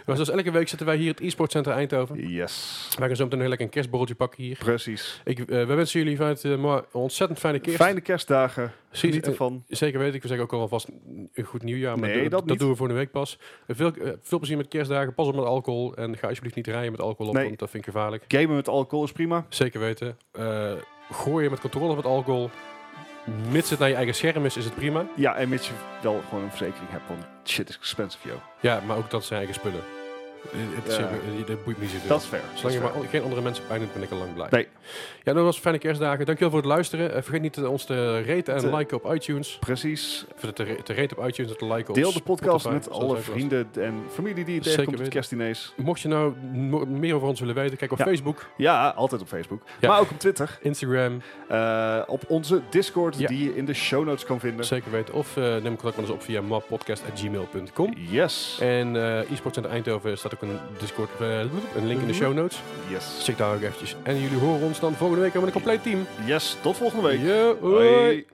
Speaker 1: Maar zoals elke week zitten wij hier in het e-sport center Eindhoven.
Speaker 2: Yes.
Speaker 1: Wij gaan zo meteen nog lekker een kerstborreltje pakken hier.
Speaker 2: Precies.
Speaker 1: Ik, eh, wij wensen jullie vanuit eh, Moa een ontzettend fijne kerst.
Speaker 2: Fijne kerstdagen.
Speaker 1: Precies,
Speaker 2: Geniet
Speaker 1: eh,
Speaker 2: ervan.
Speaker 1: Zeker weten, ik wil zeggen ook alvast een goed nieuwjaar, maar
Speaker 2: Nee,
Speaker 1: dat,
Speaker 2: dat niet.
Speaker 1: doen we volgende week pas. Eh, Veel, eh, veel plezier met kerstdagen, pas op met alcohol en ga alsjeblieft niet rijden met alcohol op,
Speaker 2: Nee.
Speaker 1: want dat vind ik gevaarlijk.
Speaker 2: Gamen met alcohol is prima.
Speaker 1: Zeker weten. Eh gooien met controle met alcohol. Mits het naar je eigen scherm is, is het prima.
Speaker 2: Ja, en mits je wel gewoon een verzekering hebt, want shit is expensive, yo.
Speaker 1: Ja, maar ook dat zijn eigen spullen. Eh, Het is-
Speaker 2: Ja.
Speaker 1: eh, dat boeit me niet
Speaker 2: Dat
Speaker 1: zoveel.
Speaker 2: is fair. Dat
Speaker 1: Zolang
Speaker 2: is
Speaker 1: je maar
Speaker 2: fair.
Speaker 1: al- geen andere mensen pijn doet, ben ik al lang blij.
Speaker 2: Nee.
Speaker 1: Ja, dat was fijne kerstdagen. Dankjewel voor het luisteren. Eh, vergeet niet eh, ons te raten en
Speaker 2: Te-
Speaker 1: liken op iTunes.
Speaker 2: Precies.
Speaker 1: Of te, ra- te raten op iTunes en te liken op
Speaker 2: Deel de podcast
Speaker 1: Spotify,
Speaker 2: met
Speaker 1: zoals ook
Speaker 2: alle
Speaker 1: was.
Speaker 2: vrienden en familie die je
Speaker 1: Zeker
Speaker 2: tegenkomt op
Speaker 1: weten.
Speaker 2: het kerstdiners.
Speaker 1: Mocht je nou mo- meer over ons willen weten, kijk op
Speaker 2: Ja.
Speaker 1: Facebook,
Speaker 2: Ja, altijd op Facebook.
Speaker 1: Ja.
Speaker 2: Maar ook op Twitter.
Speaker 1: Instagram,
Speaker 2: Eh, op onze Discord,
Speaker 1: Ja.
Speaker 2: die je in de show notes kan vinden.
Speaker 1: zeker weten. Of eh, neem contact met ons op via mappodcast.gmail.com.
Speaker 2: Yes.
Speaker 1: En eh e-sport Center Eindhoven staat ook een Discord, eh, een link in
Speaker 2: Mhm.
Speaker 1: de show notes.
Speaker 2: Yes.
Speaker 1: Check daar ook eventjes. En jullie horen ons dan volgende week weer met een compleet team.
Speaker 2: Yes. Tot volgende week.
Speaker 1: Yo, hoi.
Speaker 2: Hoi.